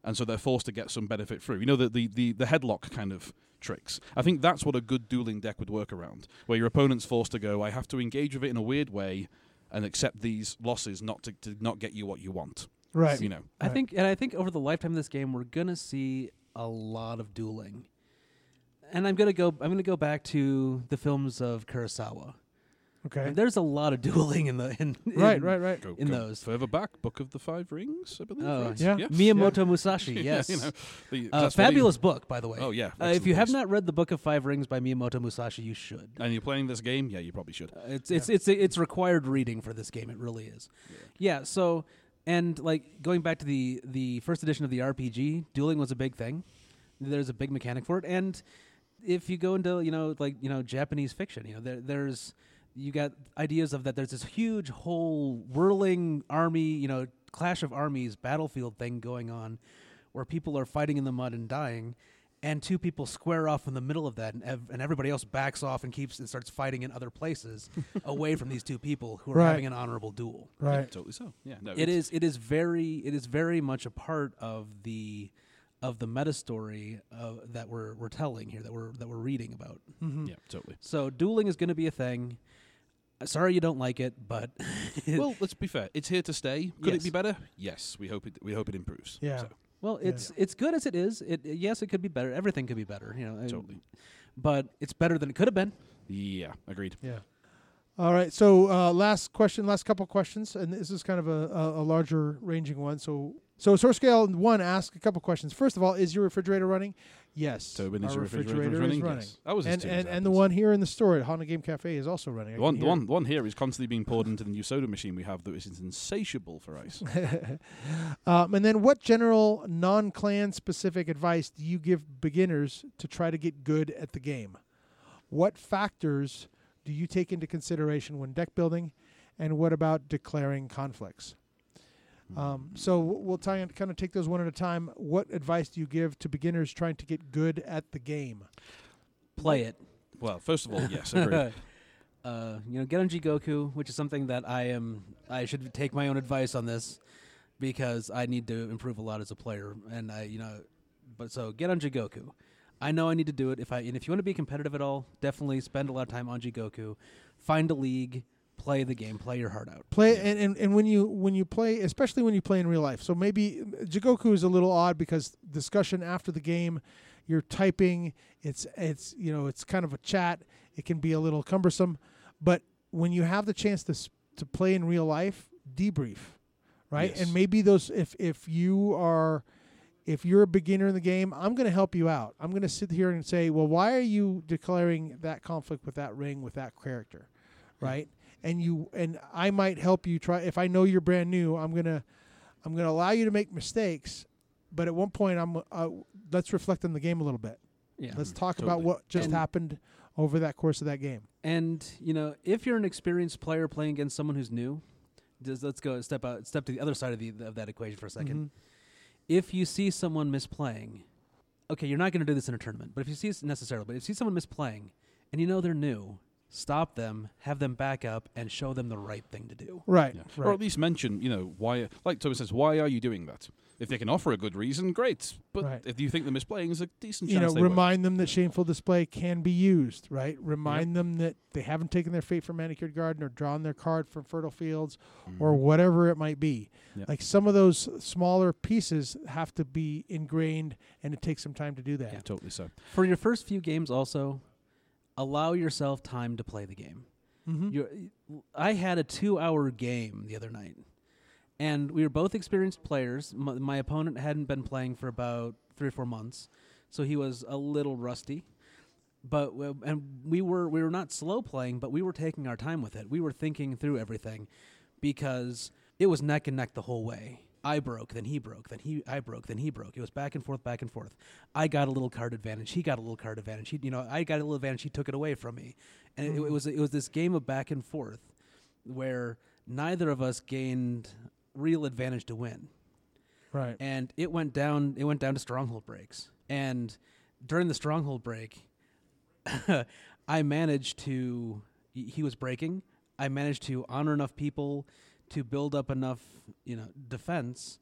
Speaker 3: And so they're forced to get some benefit through. You know, the, the, the, the headlock kind of tricks. I think that's what a good dueling deck would work around, where your opponent's forced to go, I have to engage with it in a weird way and accept these losses not to, to not get you what you want.
Speaker 4: Right.
Speaker 3: You know.
Speaker 2: I
Speaker 4: Right.
Speaker 2: think, and I think over the lifetime of this game, we're gonna see a lot of dueling. And I'm gonna go. I'm gonna go back to the films of Kurosawa.
Speaker 4: Okay.
Speaker 2: There's a lot of dueling in the in,
Speaker 4: Right,
Speaker 2: in
Speaker 4: right, right.
Speaker 3: Go,
Speaker 2: In
Speaker 3: go
Speaker 2: those.
Speaker 3: Further back, Book of the Five Rings, I believe.
Speaker 2: Oh,
Speaker 3: right?
Speaker 4: yeah.
Speaker 2: Miyamoto Musashi.
Speaker 3: Yeah,
Speaker 2: Yes,
Speaker 3: you know, the-
Speaker 2: Uh,
Speaker 3: that's what he-
Speaker 2: fabulous book, by the way.
Speaker 3: Oh, yeah,
Speaker 2: Uh, if you
Speaker 3: excellent
Speaker 2: have
Speaker 3: choice.
Speaker 2: not read the Book of Five Rings by Miyamoto Musashi, you should.
Speaker 3: and you're playing this game, yeah, you probably should.
Speaker 2: Uh, It's it's it's it's required reading for this game. It really is. Yeah. so, and like going back to the the first edition of the RPG, dueling was a big thing. There's a big mechanic for it, and if you go into you know like you know Japanese fiction, you know there there's you got ideas of that. There's this huge whole whirling army, you know, Clash of Armies battlefield thing going on where people are fighting in the mud and dying, and two people square off in the middle of that, and, ev- and everybody else backs off and keeps and starts fighting in other places away from these two people who are
Speaker 5: Right.
Speaker 2: having an honorable duel.
Speaker 5: Right.
Speaker 3: Totally so. Yeah. No.
Speaker 2: It is it is very it is very much a part of the of the meta story uh, that we're we're telling here that we're that we're reading about.
Speaker 5: Mm-hmm.
Speaker 3: Yeah. Totally.
Speaker 2: So dueling is going to be a thing. Uh, Sorry you don't like it, but
Speaker 3: well, let's be fair. It's here to stay. Could
Speaker 2: Yes.
Speaker 3: it be better? Yes. We hope it. We hope it improves.
Speaker 5: Yeah.
Speaker 3: So,
Speaker 2: Well, it's it's good as it is. It yes, it could be better. Everything could be better, you know. I-
Speaker 3: Totally.
Speaker 2: But it's better than it could have been.
Speaker 3: yeah. Agreed.
Speaker 5: Yeah.
Speaker 4: All right. So uh, last question, last couple questions, and this is kind of a, a, a larger ranging one. So so source scale one asks a couple questions. First of all, is your refrigerator running?
Speaker 5: Yes.
Speaker 3: Tobin
Speaker 4: Our
Speaker 3: is your refrigerator,
Speaker 4: refrigerator is
Speaker 3: running.
Speaker 4: running.
Speaker 3: Yes. That was as
Speaker 4: and
Speaker 3: soon as
Speaker 4: and,
Speaker 3: it
Speaker 4: and the
Speaker 3: happens.
Speaker 4: one here in the store at Hana Game Cafe is also running. I
Speaker 3: The one,
Speaker 4: can
Speaker 3: the
Speaker 4: hear
Speaker 3: one, the one here is constantly being poured into the new soda machine we have that is insatiable for ice.
Speaker 4: it. Um, and then, what general non-clan specific advice do you give beginners to try to get good at the game? What factors do you take into consideration when deck building, and what about declaring conflicts? Um, so w- we'll tie and kind of take those one at a time. What advice do you give to beginners trying to get good at the game?
Speaker 2: Play it.
Speaker 3: well, first of all, yes, agreed.
Speaker 2: uh, you know, get on G Goku, which is something that I am. I should take my own advice on this because I need to improve a lot as a player, and I, you know, but so get on G Goku. I know I need to do it if I and if you want to be competitive at all, definitely spend a lot of time on G Goku. Find a league, play the game, play your heart out.
Speaker 4: play and, and, and when you when you play especially when you play in real life so maybe jigoku is a little odd because discussion after the game you're typing it's it's you know it's kind of a chat it can be a little cumbersome but when you have the chance to s- to play in real life debrief right
Speaker 3: Yes.
Speaker 4: and maybe those if if you are if you're a beginner in the game, I'm going to help you out. I'm going to sit here and say, well, why are you declaring that conflict with that ring with that character,
Speaker 3: Hmm.
Speaker 4: right? And you and I might help you try. If I know you're brand new, I'm gonna I'm gonna allow you to make mistakes, but at one point, I'm uh, let's reflect on the game a little bit.
Speaker 2: Yeah.
Speaker 4: Let's talk about
Speaker 3: Hmm. totally.
Speaker 4: what just
Speaker 2: And-
Speaker 4: happened over that course of that game.
Speaker 2: And you know, if you're an experienced player playing against someone who's new, just let's go step out, step to the other side of the of that equation for a 2nd If you see someone misplaying, okay, you're not going to do this in a tournament, but if you see it's necessarily, but if you see someone misplaying and you know they're new, stop them, have them back up, and show them the right thing to do.
Speaker 4: Right.
Speaker 3: Yeah.
Speaker 4: Right.
Speaker 3: Or at least mention, you know, why. Like Toby says, why are you doing that? If they can offer a good reason, great. But
Speaker 4: Right.
Speaker 3: if you think they're misplaying, there's a decent
Speaker 4: you
Speaker 3: chance
Speaker 4: know,
Speaker 3: they won't.
Speaker 4: remind them that shameful display can be used, right? Remind them that they haven't taken their fate from manicured garden or drawn their card from fertile fields or
Speaker 2: Mm-hmm.
Speaker 4: whatever it might be.
Speaker 3: Yep.
Speaker 4: Like some of those smaller pieces have to be ingrained and it takes some time to do that.
Speaker 3: Yeah, totally so.
Speaker 2: For your first few games, also allow yourself time to play the game.
Speaker 4: Mhm.
Speaker 2: You're, I had a two-hour game the other night, and we were both experienced players. My, my opponent hadn't been playing for about three or four months, so he was a little rusty. But w- and we were we were not slow playing, but we were taking our time with it. We were thinking through everything because it was neck and neck the whole way. I broke, then he broke, then he I broke, then he broke. It was back and forth, back and forth. I got a little card advantage. He got a little card advantage. He, you know, I got a little advantage. He took it away from me, and it, it was it was this game of back and forth where neither of us gained real advantage to win
Speaker 4: Right.
Speaker 2: and it went down it went down to stronghold breaks and during the stronghold break i managed to he he was breaking i managed to honor enough people to build up enough you know defense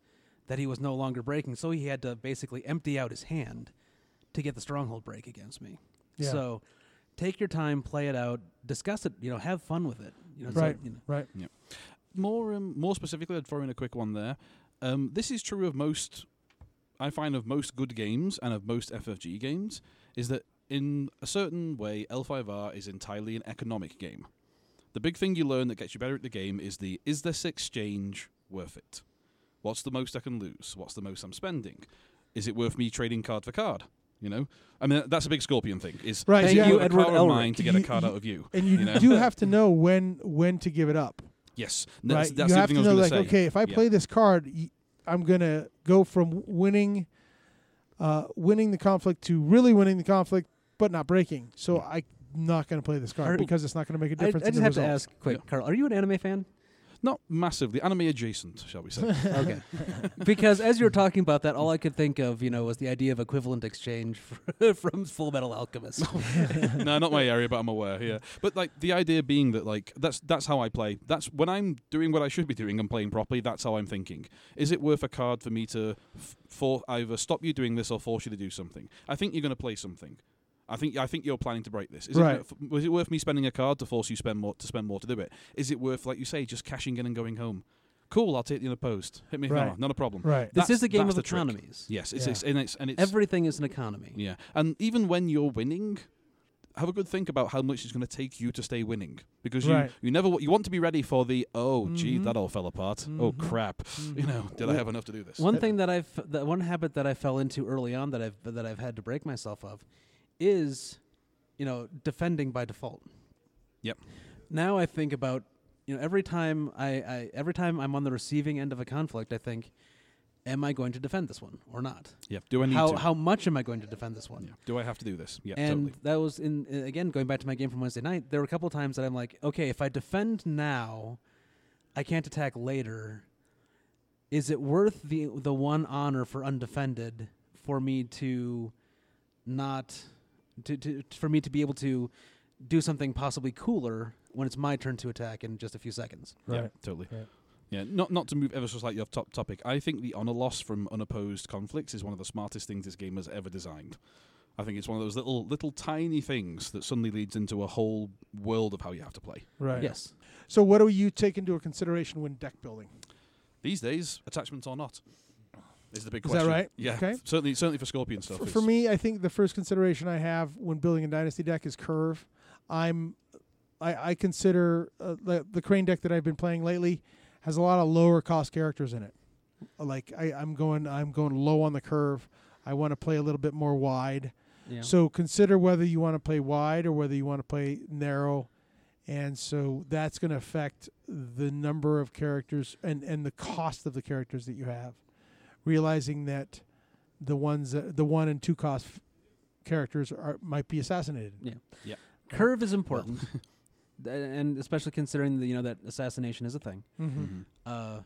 Speaker 2: that he was no longer breaking so he had to basically empty out his hand to get the stronghold break against me
Speaker 4: Yeah.
Speaker 2: so take your time play it out discuss it you know have fun with it you know, so,
Speaker 4: Right.
Speaker 2: you know,
Speaker 4: Right.
Speaker 3: more um, more specifically, I'd throw in a quick one there. Um, this is true of most, I find, of most good games and of most FFG games, is that in a certain way, L5R is entirely an economic game. The big thing you learn that gets you better at the game is the is this exchange worth it? What's the most I can lose? What's the most I'm spending? Is it worth me trading card for card? You know, I mean that's a big Scorpion thing. Is
Speaker 4: Right,
Speaker 3: paying
Speaker 4: yeah.
Speaker 3: you
Speaker 4: You,
Speaker 3: a
Speaker 2: Edward
Speaker 3: card of mine
Speaker 2: Elric.
Speaker 3: to get a
Speaker 4: You-
Speaker 3: card
Speaker 4: you-
Speaker 3: out of you?
Speaker 4: And you,
Speaker 3: you know?
Speaker 4: do have to know when when to give it up.
Speaker 3: Yes,
Speaker 4: right?
Speaker 3: that's, that's
Speaker 4: you
Speaker 3: the
Speaker 4: have
Speaker 3: thing
Speaker 4: to
Speaker 3: I was
Speaker 4: know
Speaker 3: gonna say.
Speaker 4: like okay, if I
Speaker 3: Yeah.
Speaker 4: play this card, y- I'm going to go from winning uh, winning the conflict to really winning the conflict but not breaking. So I'm not going to play this card
Speaker 2: Are-
Speaker 4: because it's not going to make a
Speaker 2: I, I
Speaker 4: difference
Speaker 2: just
Speaker 4: in the
Speaker 2: have to
Speaker 4: result.
Speaker 2: ask quick carl are you an anime fan
Speaker 3: Not massively anime adjacent, shall we say?
Speaker 2: Okay. because as you were talking about that, all I could think of, you know, was the idea of equivalent exchange fr- from Full Metal Alchemist.
Speaker 3: no, not my area, but I'm aware. Yeah, but like the idea being that like that's that's how I play. That's when I'm doing what I should be doing and playing properly. That's how I'm thinking. Is it worth a card for me to f- for either stop you doing this or force you to do something? I think you're going to play something. I think I think you're planning to break this. Is
Speaker 6: Right.
Speaker 3: it, worth- was it worth me spending a card to force you spend more to spend more to do it? Is it worth, like you say, just cashing in and going home? Cool, I'll take the other post. Hit me, with
Speaker 6: Right.
Speaker 3: hammer, not a problem.
Speaker 6: Right.
Speaker 2: this
Speaker 3: That's-
Speaker 2: is a game
Speaker 3: that's
Speaker 2: of
Speaker 3: the trick.
Speaker 2: economies.
Speaker 3: Yes, it's,
Speaker 6: Yeah.
Speaker 3: it's and it's and it's
Speaker 2: Everything is an economy.
Speaker 3: yeah, and even when you're winning, have a good think about how much it's going to take you to stay winning because you
Speaker 6: Right.
Speaker 3: you never you want to be ready for the oh gee
Speaker 6: Mhm.
Speaker 3: that all fell apart oh
Speaker 6: Mhm.
Speaker 3: crap you know did I
Speaker 2: Well,
Speaker 3: have enough to do this
Speaker 2: One thing that I've that one habit that I fell into early on that I've that I've had to break myself of is, you know, defending by default.
Speaker 3: Yep.
Speaker 2: Now I think about you know every time I, I every time I'm on the receiving end of a conflict, I think, am I going to defend this one or not?
Speaker 3: yep do I need
Speaker 2: How
Speaker 3: to
Speaker 2: how much am I going to defend this one?
Speaker 3: yeah. do I have to do this yeah
Speaker 2: and
Speaker 3: totally
Speaker 2: that was in uh, again going back to my game from Wednesday night. There were a couple of times that I'm like, okay, if I defend now, I can't attack later. Is it worth the the one honor for undefended for me to not to, to for me to be able to do something possibly cooler when it's my turn to attack in just a few seconds?
Speaker 3: yeah
Speaker 6: Right.
Speaker 3: totely
Speaker 6: Right.
Speaker 3: yeah not not to move ever so slightly off top topic I think the honor loss from unopposed conflicts is one of the smartest things this game has ever designed. I think it's one of those little little tiny things that suddenly leads into a whole world of how you have to play.
Speaker 6: Right.
Speaker 2: Yes.
Speaker 4: So what do you take into consideration when deck building?
Speaker 3: these days, attachments or not, is the big
Speaker 6: Is that
Speaker 3: question.
Speaker 6: right?
Speaker 3: Yeah,
Speaker 6: Okay.
Speaker 3: certainly, certainly for Scorpion stuff.
Speaker 4: For,
Speaker 3: is-
Speaker 4: for me, I think the first consideration I have when building a dynasty deck is curve. I'm, I, I consider uh, the, the crane deck that I've been playing lately has a lot of lower cost characters in it. Like I, I'm going, I'm going low on the curve. I want to play a little bit more wide.
Speaker 2: Yeah.
Speaker 4: So consider whether you want to play wide or whether you want to play narrow. And so that's going to affect the number of characters and, and the cost of the characters that you have. Realizing that the ones that, the one and two cost f- characters are might be assassinated.
Speaker 2: Curve is important, Th- and especially considering the, you know that assassination is a thing.
Speaker 3: Mhm.
Speaker 2: uh,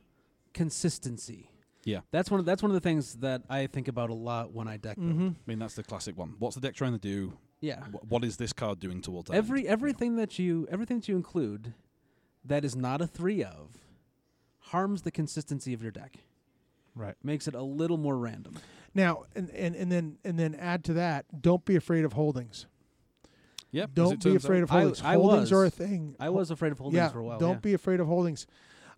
Speaker 2: consistency.
Speaker 3: Yeah.
Speaker 2: that's one. Of, that's one of the things that I think about a lot when I deck. build.
Speaker 4: Mm-hmm.
Speaker 3: I mean, that's the classic one. What's the deck trying to do?
Speaker 2: Yeah,
Speaker 3: Wh- What is this card doing towards that?
Speaker 2: every
Speaker 3: end?
Speaker 2: everything that you everything that you include that is not a three of harms the consistency of your deck.
Speaker 4: Right.
Speaker 2: makes it a little more random.
Speaker 4: Now and, and and then and then add to that, don't be afraid of holdings.
Speaker 3: Yep, as it
Speaker 4: Don't be
Speaker 3: turns out.
Speaker 4: afraid of
Speaker 2: I-
Speaker 4: holdings.
Speaker 2: I
Speaker 4: holdings are a
Speaker 2: was.
Speaker 4: thing.
Speaker 2: I was afraid of holdings
Speaker 4: yeah,
Speaker 2: for a while.
Speaker 4: Don't be afraid of holdings.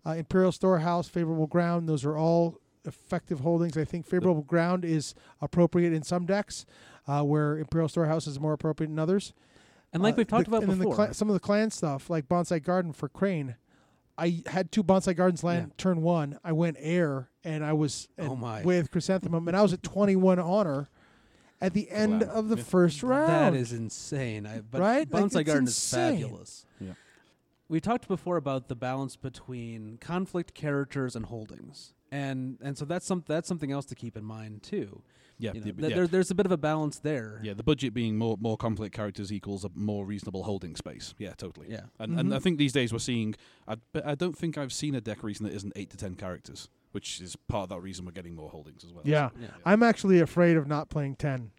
Speaker 4: Uh, Imperial Storehouse, Favorable Ground, those are all effective holdings. I think Favorable Ground is appropriate in some decks, uh, where Imperial Storehouse is more appropriate in others.
Speaker 2: and like
Speaker 4: Uh,
Speaker 2: we've talked
Speaker 4: the-
Speaker 2: about
Speaker 4: and then the
Speaker 2: before.
Speaker 4: clan- some of the clan stuff, like Bonsai Garden for Crane. I had two Bonsai Gardens land turn one. I went air, and I was
Speaker 2: Oh
Speaker 4: and
Speaker 2: my.
Speaker 4: with Chrysanthemum, and I was at 21 honor at the end
Speaker 3: Wow.
Speaker 4: of the
Speaker 3: Yeah.
Speaker 4: first round.
Speaker 2: That is insane. I, but
Speaker 4: Right? Like,
Speaker 2: Bonsai
Speaker 4: it's
Speaker 2: Garden
Speaker 4: insane.
Speaker 2: is fabulous.
Speaker 3: Yeah.
Speaker 2: We talked before about the balance between conflict characters and holdings, and and so that's some that's something else to keep in mind too.
Speaker 3: yeah,
Speaker 2: You know,
Speaker 3: the-
Speaker 2: th-
Speaker 3: yeah.
Speaker 2: there- there's a bit of a balance there.
Speaker 3: yeah, the budget being more more conflict characters equals a more reasonable holding space. Yeah, totally.
Speaker 2: Yeah.
Speaker 3: And and I
Speaker 4: Mhm.
Speaker 3: think these days we're seeing. I but I don't think I've seen a deck recently that isn't eight to ten characters, which is part of that reason we're getting more holdings as well.
Speaker 4: yeah.
Speaker 2: Yeah.
Speaker 4: I'm actually afraid of not playing 10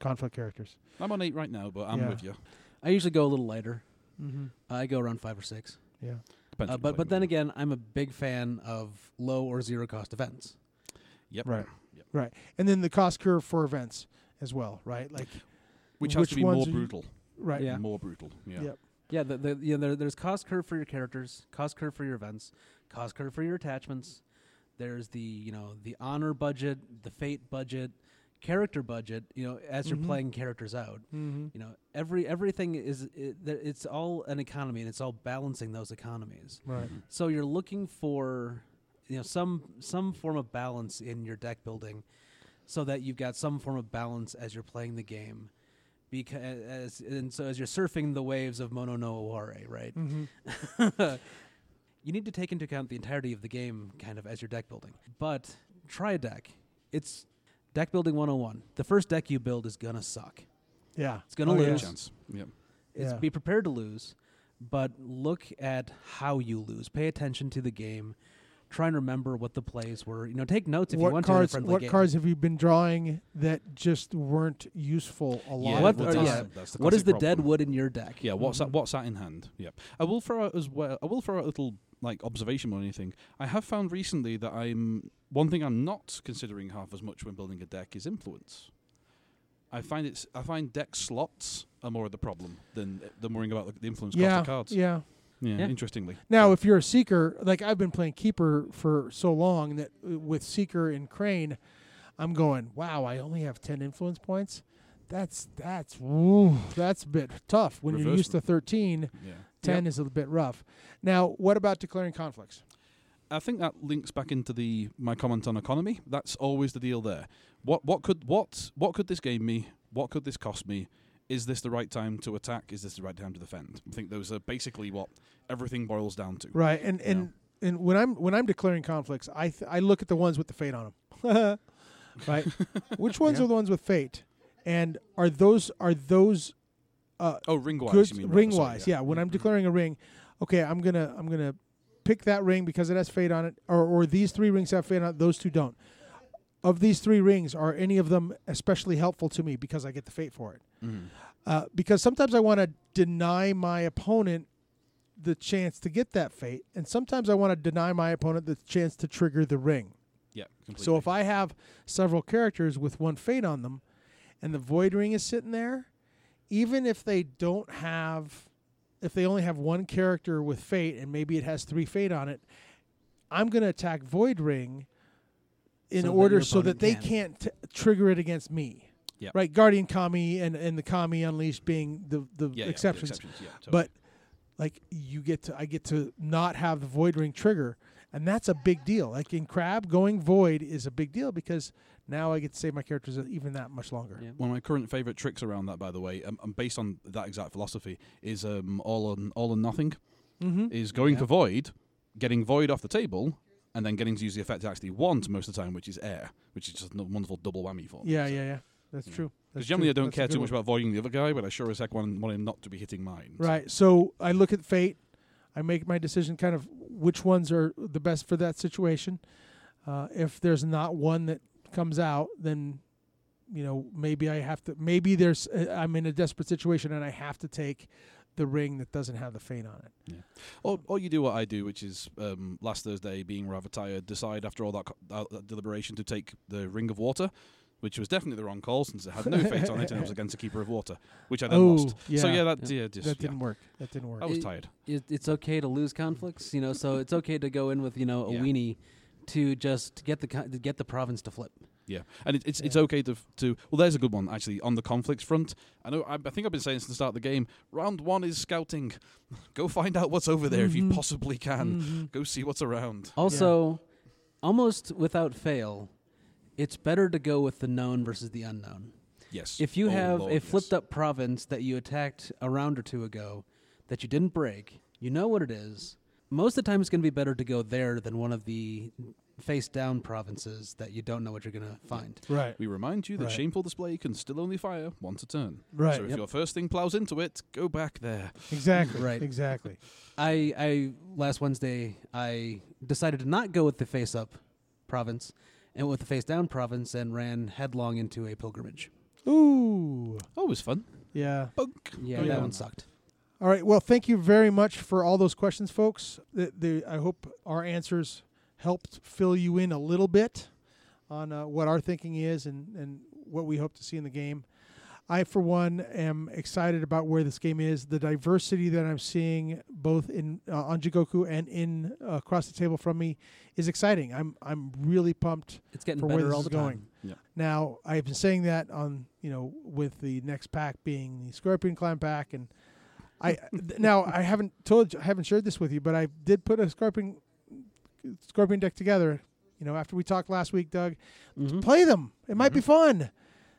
Speaker 4: conflict characters.
Speaker 3: I'm on eight right now, but I'm
Speaker 4: Yeah.
Speaker 3: with you.
Speaker 2: I usually go a little lighter.
Speaker 4: Mm-hmm.
Speaker 2: I go around five or six.
Speaker 4: Yeah.
Speaker 3: Depends
Speaker 2: Uh,
Speaker 3: what you're
Speaker 2: but but
Speaker 3: playing
Speaker 2: then
Speaker 3: with.
Speaker 2: again, I'm a big fan of low or zero cost events.
Speaker 3: yep.
Speaker 4: Right.
Speaker 3: Yep.
Speaker 4: Right. And then the cost curve for events as well, right? Like
Speaker 3: Which has
Speaker 4: Which
Speaker 3: to be
Speaker 4: ones
Speaker 3: more
Speaker 4: are you-
Speaker 3: brutal.
Speaker 4: right.
Speaker 2: Yeah.
Speaker 3: More brutal. Yeah.
Speaker 4: Yeah.
Speaker 2: Yeah, the, the, you know, there, there's cost curve for your characters, cost curve for your events, cost curve for your attachments. There's the you know the honor budget, the fate budget, character budget. You know, as you're
Speaker 4: Mhm.
Speaker 2: playing characters out,
Speaker 4: Mm-hmm.
Speaker 2: you know every everything is it, there- it's all an economy and it's all balancing those economies.
Speaker 4: Right.
Speaker 2: So you're looking for you know some some form of balance in your deck building so that you've got some form of balance as you're playing the game because as, and so as you're surfing the waves of Mono no Oware, right?
Speaker 4: Mm-hmm.
Speaker 2: you need to take into account the entirety of the game kind of as your deck building. But try a deck. It's deck building 101. The first deck you build is going to suck.
Speaker 4: Yeah.
Speaker 2: It's going to
Speaker 4: Oh, yeah.
Speaker 2: lose.
Speaker 3: Chance. Yep.
Speaker 2: It's
Speaker 4: Yeah.
Speaker 2: be prepared to lose, but look at how you lose. Pay attention to the game. Try and remember what the plays were. You know, take notes if you
Speaker 4: what
Speaker 2: want to. in a
Speaker 4: cards?
Speaker 2: friendly
Speaker 4: What
Speaker 2: game.
Speaker 4: cards have you been drawing that just weren't useful a lot?
Speaker 3: Yeah,
Speaker 2: what,
Speaker 4: of the
Speaker 2: or,
Speaker 3: that's-
Speaker 2: yeah,
Speaker 4: time?
Speaker 3: that's the
Speaker 2: what is
Speaker 3: classic
Speaker 2: the
Speaker 3: problem.
Speaker 2: dead wood in your deck?
Speaker 3: Yeah, what's that? What's that in hand? Yep. I will throw out as well. I will throw out a little like observation or anything. I have found recently that I'm one thing I'm not considering half as much when building a deck is influence. I find it's I find deck slots are more of the problem than than worrying about the, the influence cost
Speaker 4: yeah,
Speaker 3: of cards.
Speaker 4: yeah.
Speaker 3: Yeah,
Speaker 2: Yeah.
Speaker 3: interestingly.
Speaker 4: Now, if you're a seeker, like I've been playing keeper for so long that uh, with seeker and crane, I'm going, wow, I only have ten influence points. That's that's ooh, that's a bit tough when you're
Speaker 3: Reverse-
Speaker 4: used to 13.
Speaker 3: yeah.
Speaker 4: 10 is a bit rough. Now, what about declaring conflicts?
Speaker 3: I think that links back into the my comment on economy. That's always the deal there. What what could what what could this game me? What could this cost me? Is this the right time to attack? Is this the right time to defend? I think those are basically what everything boils down to.
Speaker 4: Right, and and and when I'm when I'm declaring conflicts, I th- I look at the ones with the fate on them. right, which ones
Speaker 2: Yeah.
Speaker 4: are the ones with fate, and are those are those
Speaker 3: Oh, ring wise.
Speaker 4: good
Speaker 3: you mean, Mm-hmm. rather,
Speaker 4: ring
Speaker 3: sorry,
Speaker 4: wise? Yeah. when I'm declaring a ring, okay, I'm gonna I'm gonna pick that ring because it has fate on it, or or these three rings have fate on it. Those two don't. Of these three rings, are any of them especially helpful to me because I get the fate for it?
Speaker 3: Mhm.
Speaker 4: uh, because sometimes I want to deny my opponent the chance to get that fate, and sometimes I want to deny my opponent the chance to trigger the ring.
Speaker 3: Yeah. Completely.
Speaker 4: So if I have several characters with one fate on them, and the void ring is sitting there, even if they don't have, if they only have one character with fate, and maybe it has three fate on it, I'm going to attack void ring in
Speaker 2: So that
Speaker 4: order
Speaker 2: your
Speaker 4: so that
Speaker 2: opponent
Speaker 4: they
Speaker 2: can.
Speaker 4: can't t- trigger it against me.
Speaker 3: Yeah.
Speaker 4: Right, Guardian Kami and, and the Kami Unleashed being the, the
Speaker 3: yeah, yeah, the
Speaker 4: exceptions
Speaker 3: exceptions. Yeah, totally.
Speaker 4: but like you get to i get to not have the void ring trigger and that's a big deal like in crab going void is a big deal because now i get to save my characters even that much longer
Speaker 2: Yeah.
Speaker 3: one of my current favorite tricks around that, by the way, um, and based on that exact philosophy, is um, all on all or nothing.
Speaker 4: mm-hmm.
Speaker 3: Is going
Speaker 2: Yeah.
Speaker 3: for void, getting void off the table, and then getting to use the effect I actually want most of the time, which is air, which is just a wonderful double whammy for.
Speaker 4: yeah yeah yeah that's
Speaker 3: Yeah.
Speaker 4: true That's
Speaker 3: Because generally
Speaker 4: true.
Speaker 3: I don't
Speaker 4: That's a
Speaker 3: care
Speaker 4: good
Speaker 3: too much
Speaker 4: one.
Speaker 3: about voiding the other guy, but I sure as heck want, want him not to be hitting mine. So,
Speaker 4: right so i look at fate i make my decision kind of which ones are the best for that situation uh, if there's not one that comes out then you know maybe i have to maybe there's uh, i'm in a desperate situation and i have to take the ring that doesn't have the fate on it
Speaker 3: Or, or you do what I do, which is um, last Thursday, being rather tired, decide after all that, co- uh, that deliberation to take the Ring of Water, which was definitely the wrong call since it had no fate on it and it was against a Keeper of Water, which I then
Speaker 4: Oh,
Speaker 3: lost. So
Speaker 4: yeah.
Speaker 3: yeah, that yeah, just
Speaker 4: that
Speaker 3: yeah. Oh.
Speaker 4: didn't work. That didn't work.
Speaker 3: I was
Speaker 2: It-
Speaker 3: tired.
Speaker 2: It, it's okay to lose conflicts, you know. So it's okay to go in with you know a
Speaker 3: Yeah.
Speaker 2: weenie to just get the co- to get the province to flip.
Speaker 3: Yeah, and it, it's it's
Speaker 4: Yeah.
Speaker 3: okay to f- to well. There's a good one actually on the conflicts front. I know. I, I think I've been saying since the start of the game. Round one is scouting. Go find out what's over there if you
Speaker 4: Mhm.
Speaker 3: possibly can.
Speaker 4: Mhm.
Speaker 3: Go see what's around.
Speaker 2: Also, almost without fail, it's better to go with the known versus the unknown.
Speaker 3: Yes.
Speaker 2: If you
Speaker 3: Oh,
Speaker 2: have
Speaker 3: Lord,
Speaker 2: a
Speaker 3: yes.
Speaker 2: flipped up province that you attacked a round or two ago that you didn't break, you know what it is. Most of the time, it's going to be better to go there than one of the face down provinces that you don't know what you're going to find.
Speaker 4: Right.
Speaker 3: We remind you that
Speaker 4: Right.
Speaker 3: shameful display can still only fire once a turn.
Speaker 4: Right.
Speaker 3: So if
Speaker 2: Yep.
Speaker 3: your first thing plows into it, go back there.
Speaker 4: Exactly.
Speaker 2: Right.
Speaker 4: Exactly.
Speaker 2: I, I last Wednesday I decided to not go with the face up province and with the face down province and ran headlong into a pilgrimage.
Speaker 4: Ooh.
Speaker 3: Oh, it was fun.
Speaker 4: Yeah.
Speaker 3: Bunk.
Speaker 2: Yeah,
Speaker 3: Oh,
Speaker 2: that
Speaker 3: yeah.
Speaker 2: one sucked.
Speaker 4: All right. Well, thank you very much for all those questions, folks. The, the, I hope our answers helped fill you in a little bit on uh, what our thinking is and, and what we hope to see in the game. I, for one, am excited about where this game is. The diversity that I'm seeing both in uh, on Jigoku and in uh, across the table from me is exciting. I'm I'm really pumped
Speaker 2: It's getting
Speaker 4: for where
Speaker 2: better
Speaker 4: this
Speaker 2: all
Speaker 4: is
Speaker 2: the
Speaker 4: going.
Speaker 2: time.
Speaker 4: Now I've been saying that on you know with the next pack being the Scorpion Clan pack, and I th- now I haven't told you, I haven't shared this with you, but I did put a Scorpion Scorpion deck together. You know, after we talked last week, Doug,
Speaker 3: Mm-hmm.
Speaker 2: Mhm.
Speaker 4: play them. It might be fun.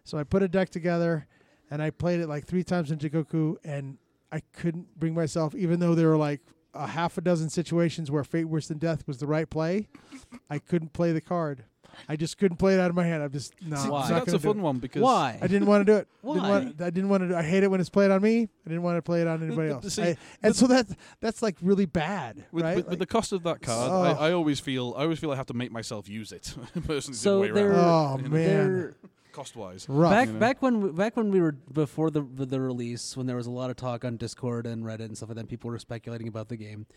Speaker 4: So I put a deck together, and I played it like three times in Jigoku, and I couldn't bring myself, even though there were like a half a dozen situations where Fate Worse Than Death was the right play. I couldn't play the card. I just couldn't play it out of my hand. I'm just no.
Speaker 2: See,
Speaker 4: I'm
Speaker 2: Why?
Speaker 4: not
Speaker 3: So that's
Speaker 4: gonna
Speaker 3: a
Speaker 4: do
Speaker 3: fun
Speaker 4: it.
Speaker 3: one because
Speaker 2: Why?
Speaker 4: I didn't want to do it. Didn't
Speaker 2: Why?
Speaker 4: want, I didn't want to. do- I hate it when it's played on me. I didn't want to play it on anybody
Speaker 3: the-
Speaker 4: else.
Speaker 3: see,
Speaker 4: I- and so that's that's like really bad,
Speaker 3: With,
Speaker 4: right? Oh.
Speaker 3: with, with the
Speaker 4: Like,
Speaker 3: cost of that card,
Speaker 4: Ugh.
Speaker 3: I, I always feel I always feel I have to make myself use it. Personally,
Speaker 2: So
Speaker 3: the other way
Speaker 2: there-
Speaker 3: around,
Speaker 4: oh
Speaker 3: you know,
Speaker 4: man,
Speaker 2: There-
Speaker 3: cost wise.
Speaker 4: rough.
Speaker 2: back
Speaker 3: you know.
Speaker 2: back when we, back when we were before the the release, when there was a lot of talk on Discord and Reddit and stuff like that, people were speculating about the game.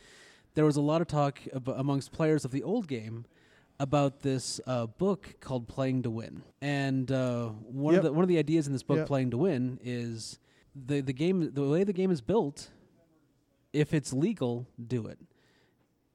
Speaker 2: There was a lot of talk ab- amongst players of the old game about this uh, book called Playing to Win, and uh, one
Speaker 4: Yep.
Speaker 2: of the one of the ideas in this book,
Speaker 4: Yep.
Speaker 2: Playing to Win, is the the game the way the game is built. If it's legal, do it.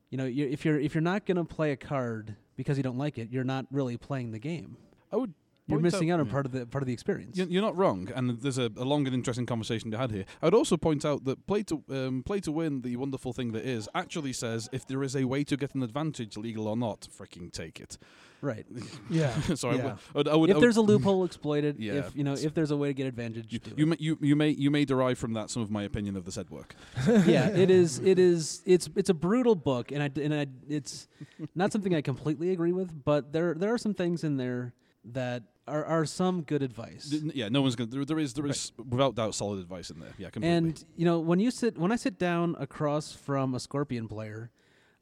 Speaker 2: You know, you if you're if you're not gonna play a card because you don't like it, you're not really playing the game.
Speaker 3: I would.
Speaker 2: You're
Speaker 3: point
Speaker 2: missing out on
Speaker 3: Yeah.
Speaker 2: part of the part of the experience.
Speaker 3: You- You're not wrong, and there's a, a long and interesting conversation to be had here. I would also point out that play to um, play to win, the wonderful thing that is, actually says if there is a way to get an advantage, legal or not, freaking take it.
Speaker 2: Right.
Speaker 4: yeah,
Speaker 3: so I would-
Speaker 4: Yeah.
Speaker 3: I would, I would, I
Speaker 2: if
Speaker 3: would-
Speaker 2: there's a loophole, exploit it.
Speaker 3: Yeah.
Speaker 2: If you know, if there's a way to get advantage,
Speaker 3: you,
Speaker 2: do
Speaker 3: you,
Speaker 2: it.
Speaker 3: may, you, you may you may derive from that some of my opinion of the said work.
Speaker 2: yeah, it is. It is. It's it's a brutal book, and I d- and I it's not something I completely agree with, but there there are some things in there that are are some good advice.
Speaker 3: N- Yeah, no one's gonna. There, there is there is without doubt solid advice in there. Yeah, completely.
Speaker 2: And you know, when you sit when I sit down across from a Scorpion player,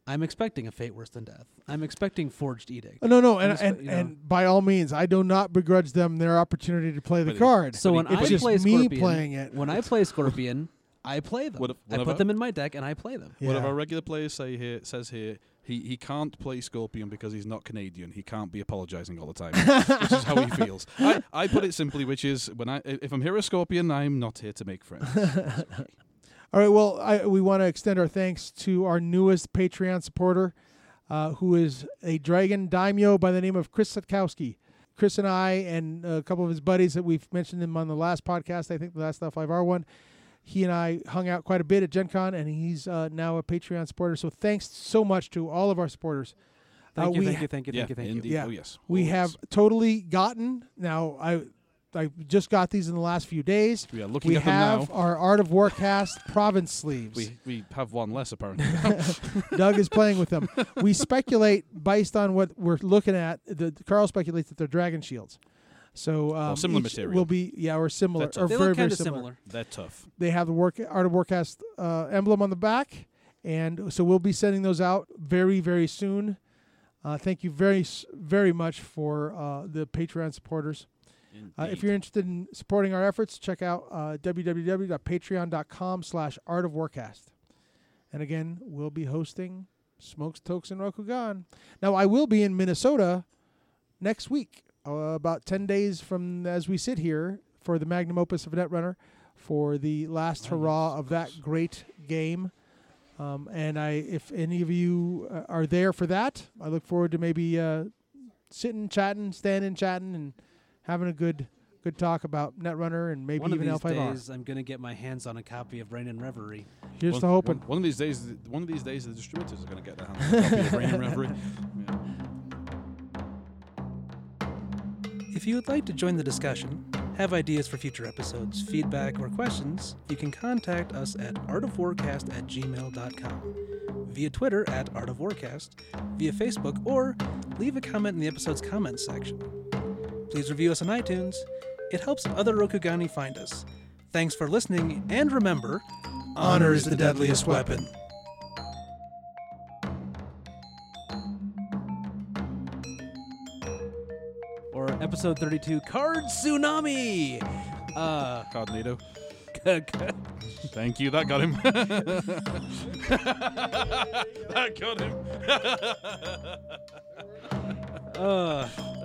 Speaker 2: I'm expecting a fate worse than death. I'm expecting forged edict.
Speaker 4: Oh, no, no, and
Speaker 2: just-
Speaker 4: and,
Speaker 2: you know.
Speaker 4: and by all means, I do not begrudge them their opportunity to play the
Speaker 3: But it-
Speaker 4: card.
Speaker 2: So when
Speaker 3: But
Speaker 2: I
Speaker 3: it's
Speaker 4: just
Speaker 2: play
Speaker 4: me
Speaker 2: Scorpion,
Speaker 4: playing it.
Speaker 2: when I play Scorpion, I play them.
Speaker 3: What if- what
Speaker 2: I
Speaker 3: if
Speaker 2: put
Speaker 3: I-
Speaker 2: them in my deck and I play them.
Speaker 3: One of
Speaker 4: Yeah.
Speaker 3: our regular players say here says here he, he can't play Scorpion because he's not Canadian. He can't be apologising all the time, which is how he feels. I, I put it simply, which is when I if I'm here a Scorpion, I'm not here to make friends.
Speaker 4: All right. Well, I, we want to extend our thanks to our newest Patreon supporter, uh, who is a dragon daimyo by the name of Chris Sutkowski. Chris and I, and a couple of his buddies that we've mentioned him on the last podcast, I think the last Left Live R one, he and I hung out quite a bit at Gen Con, and he's uh, now a Patreon supporter. So thanks so much to all of our supporters.
Speaker 2: Thank
Speaker 4: Uh,
Speaker 2: you,
Speaker 4: we
Speaker 2: thank you, thank you,
Speaker 3: yeah,
Speaker 2: thank you, thank you.
Speaker 3: indeed.
Speaker 4: Yeah.
Speaker 3: Oh yes,
Speaker 4: We
Speaker 3: always.
Speaker 4: have totally gotten now. I I just got these in the last few days.
Speaker 3: We are looking
Speaker 4: We
Speaker 3: at them
Speaker 4: have
Speaker 3: now.
Speaker 4: our Art of Warcast province sleeves.
Speaker 3: We we have one less apparently.
Speaker 4: Doug is playing with them. We speculate based on what we're looking at. The Carl speculates that they're dragon shields. So um,
Speaker 3: similar
Speaker 4: each
Speaker 3: material.
Speaker 4: will be yeah or similar
Speaker 3: That's
Speaker 4: or
Speaker 2: They
Speaker 4: very
Speaker 2: look
Speaker 4: very
Speaker 2: kind of
Speaker 4: similar.
Speaker 2: similar.
Speaker 3: They're tough.
Speaker 4: They have the work art of warcast uh, emblem on the back, and so we'll be sending those out very very soon. Uh, thank you very s- very much for uh, the Patreon supporters. Uh, if
Speaker 3: Indeed.
Speaker 4: you're interested in supporting our efforts, check out uh, www.patreon.com slash art of warcast. And again, we'll be hosting Smokes, Tokes, and Rokugan. Now, I will be in Minnesota next week, uh, about 10 days from as we sit here for the magnum opus of Netrunner for the last hurrah of that great game. Um, and I, if any of you uh, are there for that, I look forward to maybe uh, sitting, chatting, standing, chatting, and having a good good talk about Netrunner and maybe
Speaker 2: One of
Speaker 4: even
Speaker 2: these
Speaker 4: L5R.
Speaker 2: days, I'm gonna get my hands on a copy of Rain and Reverie.
Speaker 4: Here's
Speaker 3: one,
Speaker 4: to hoping.
Speaker 3: One, one of these days, th- one of these days, the distributors are going to get their hands on a copy of Reign and Reverie. Yeah.
Speaker 7: If you would like to join the discussion, have ideas for future episodes, feedback, or questions, you can contact us at artofwarcast at gmail.com, via Twitter at artofwarcast, via Facebook, or leave a comment in the episode's comments section. Please review us on iTunes. It helps other Rokugani find us. Thanks for listening, and remember, honor is the deadliest weapon.
Speaker 2: Or episode 32, Card Tsunami! Uh,
Speaker 3: Cardnado.
Speaker 2: c- c-
Speaker 3: Thank you. That got him. that got him.
Speaker 2: uh.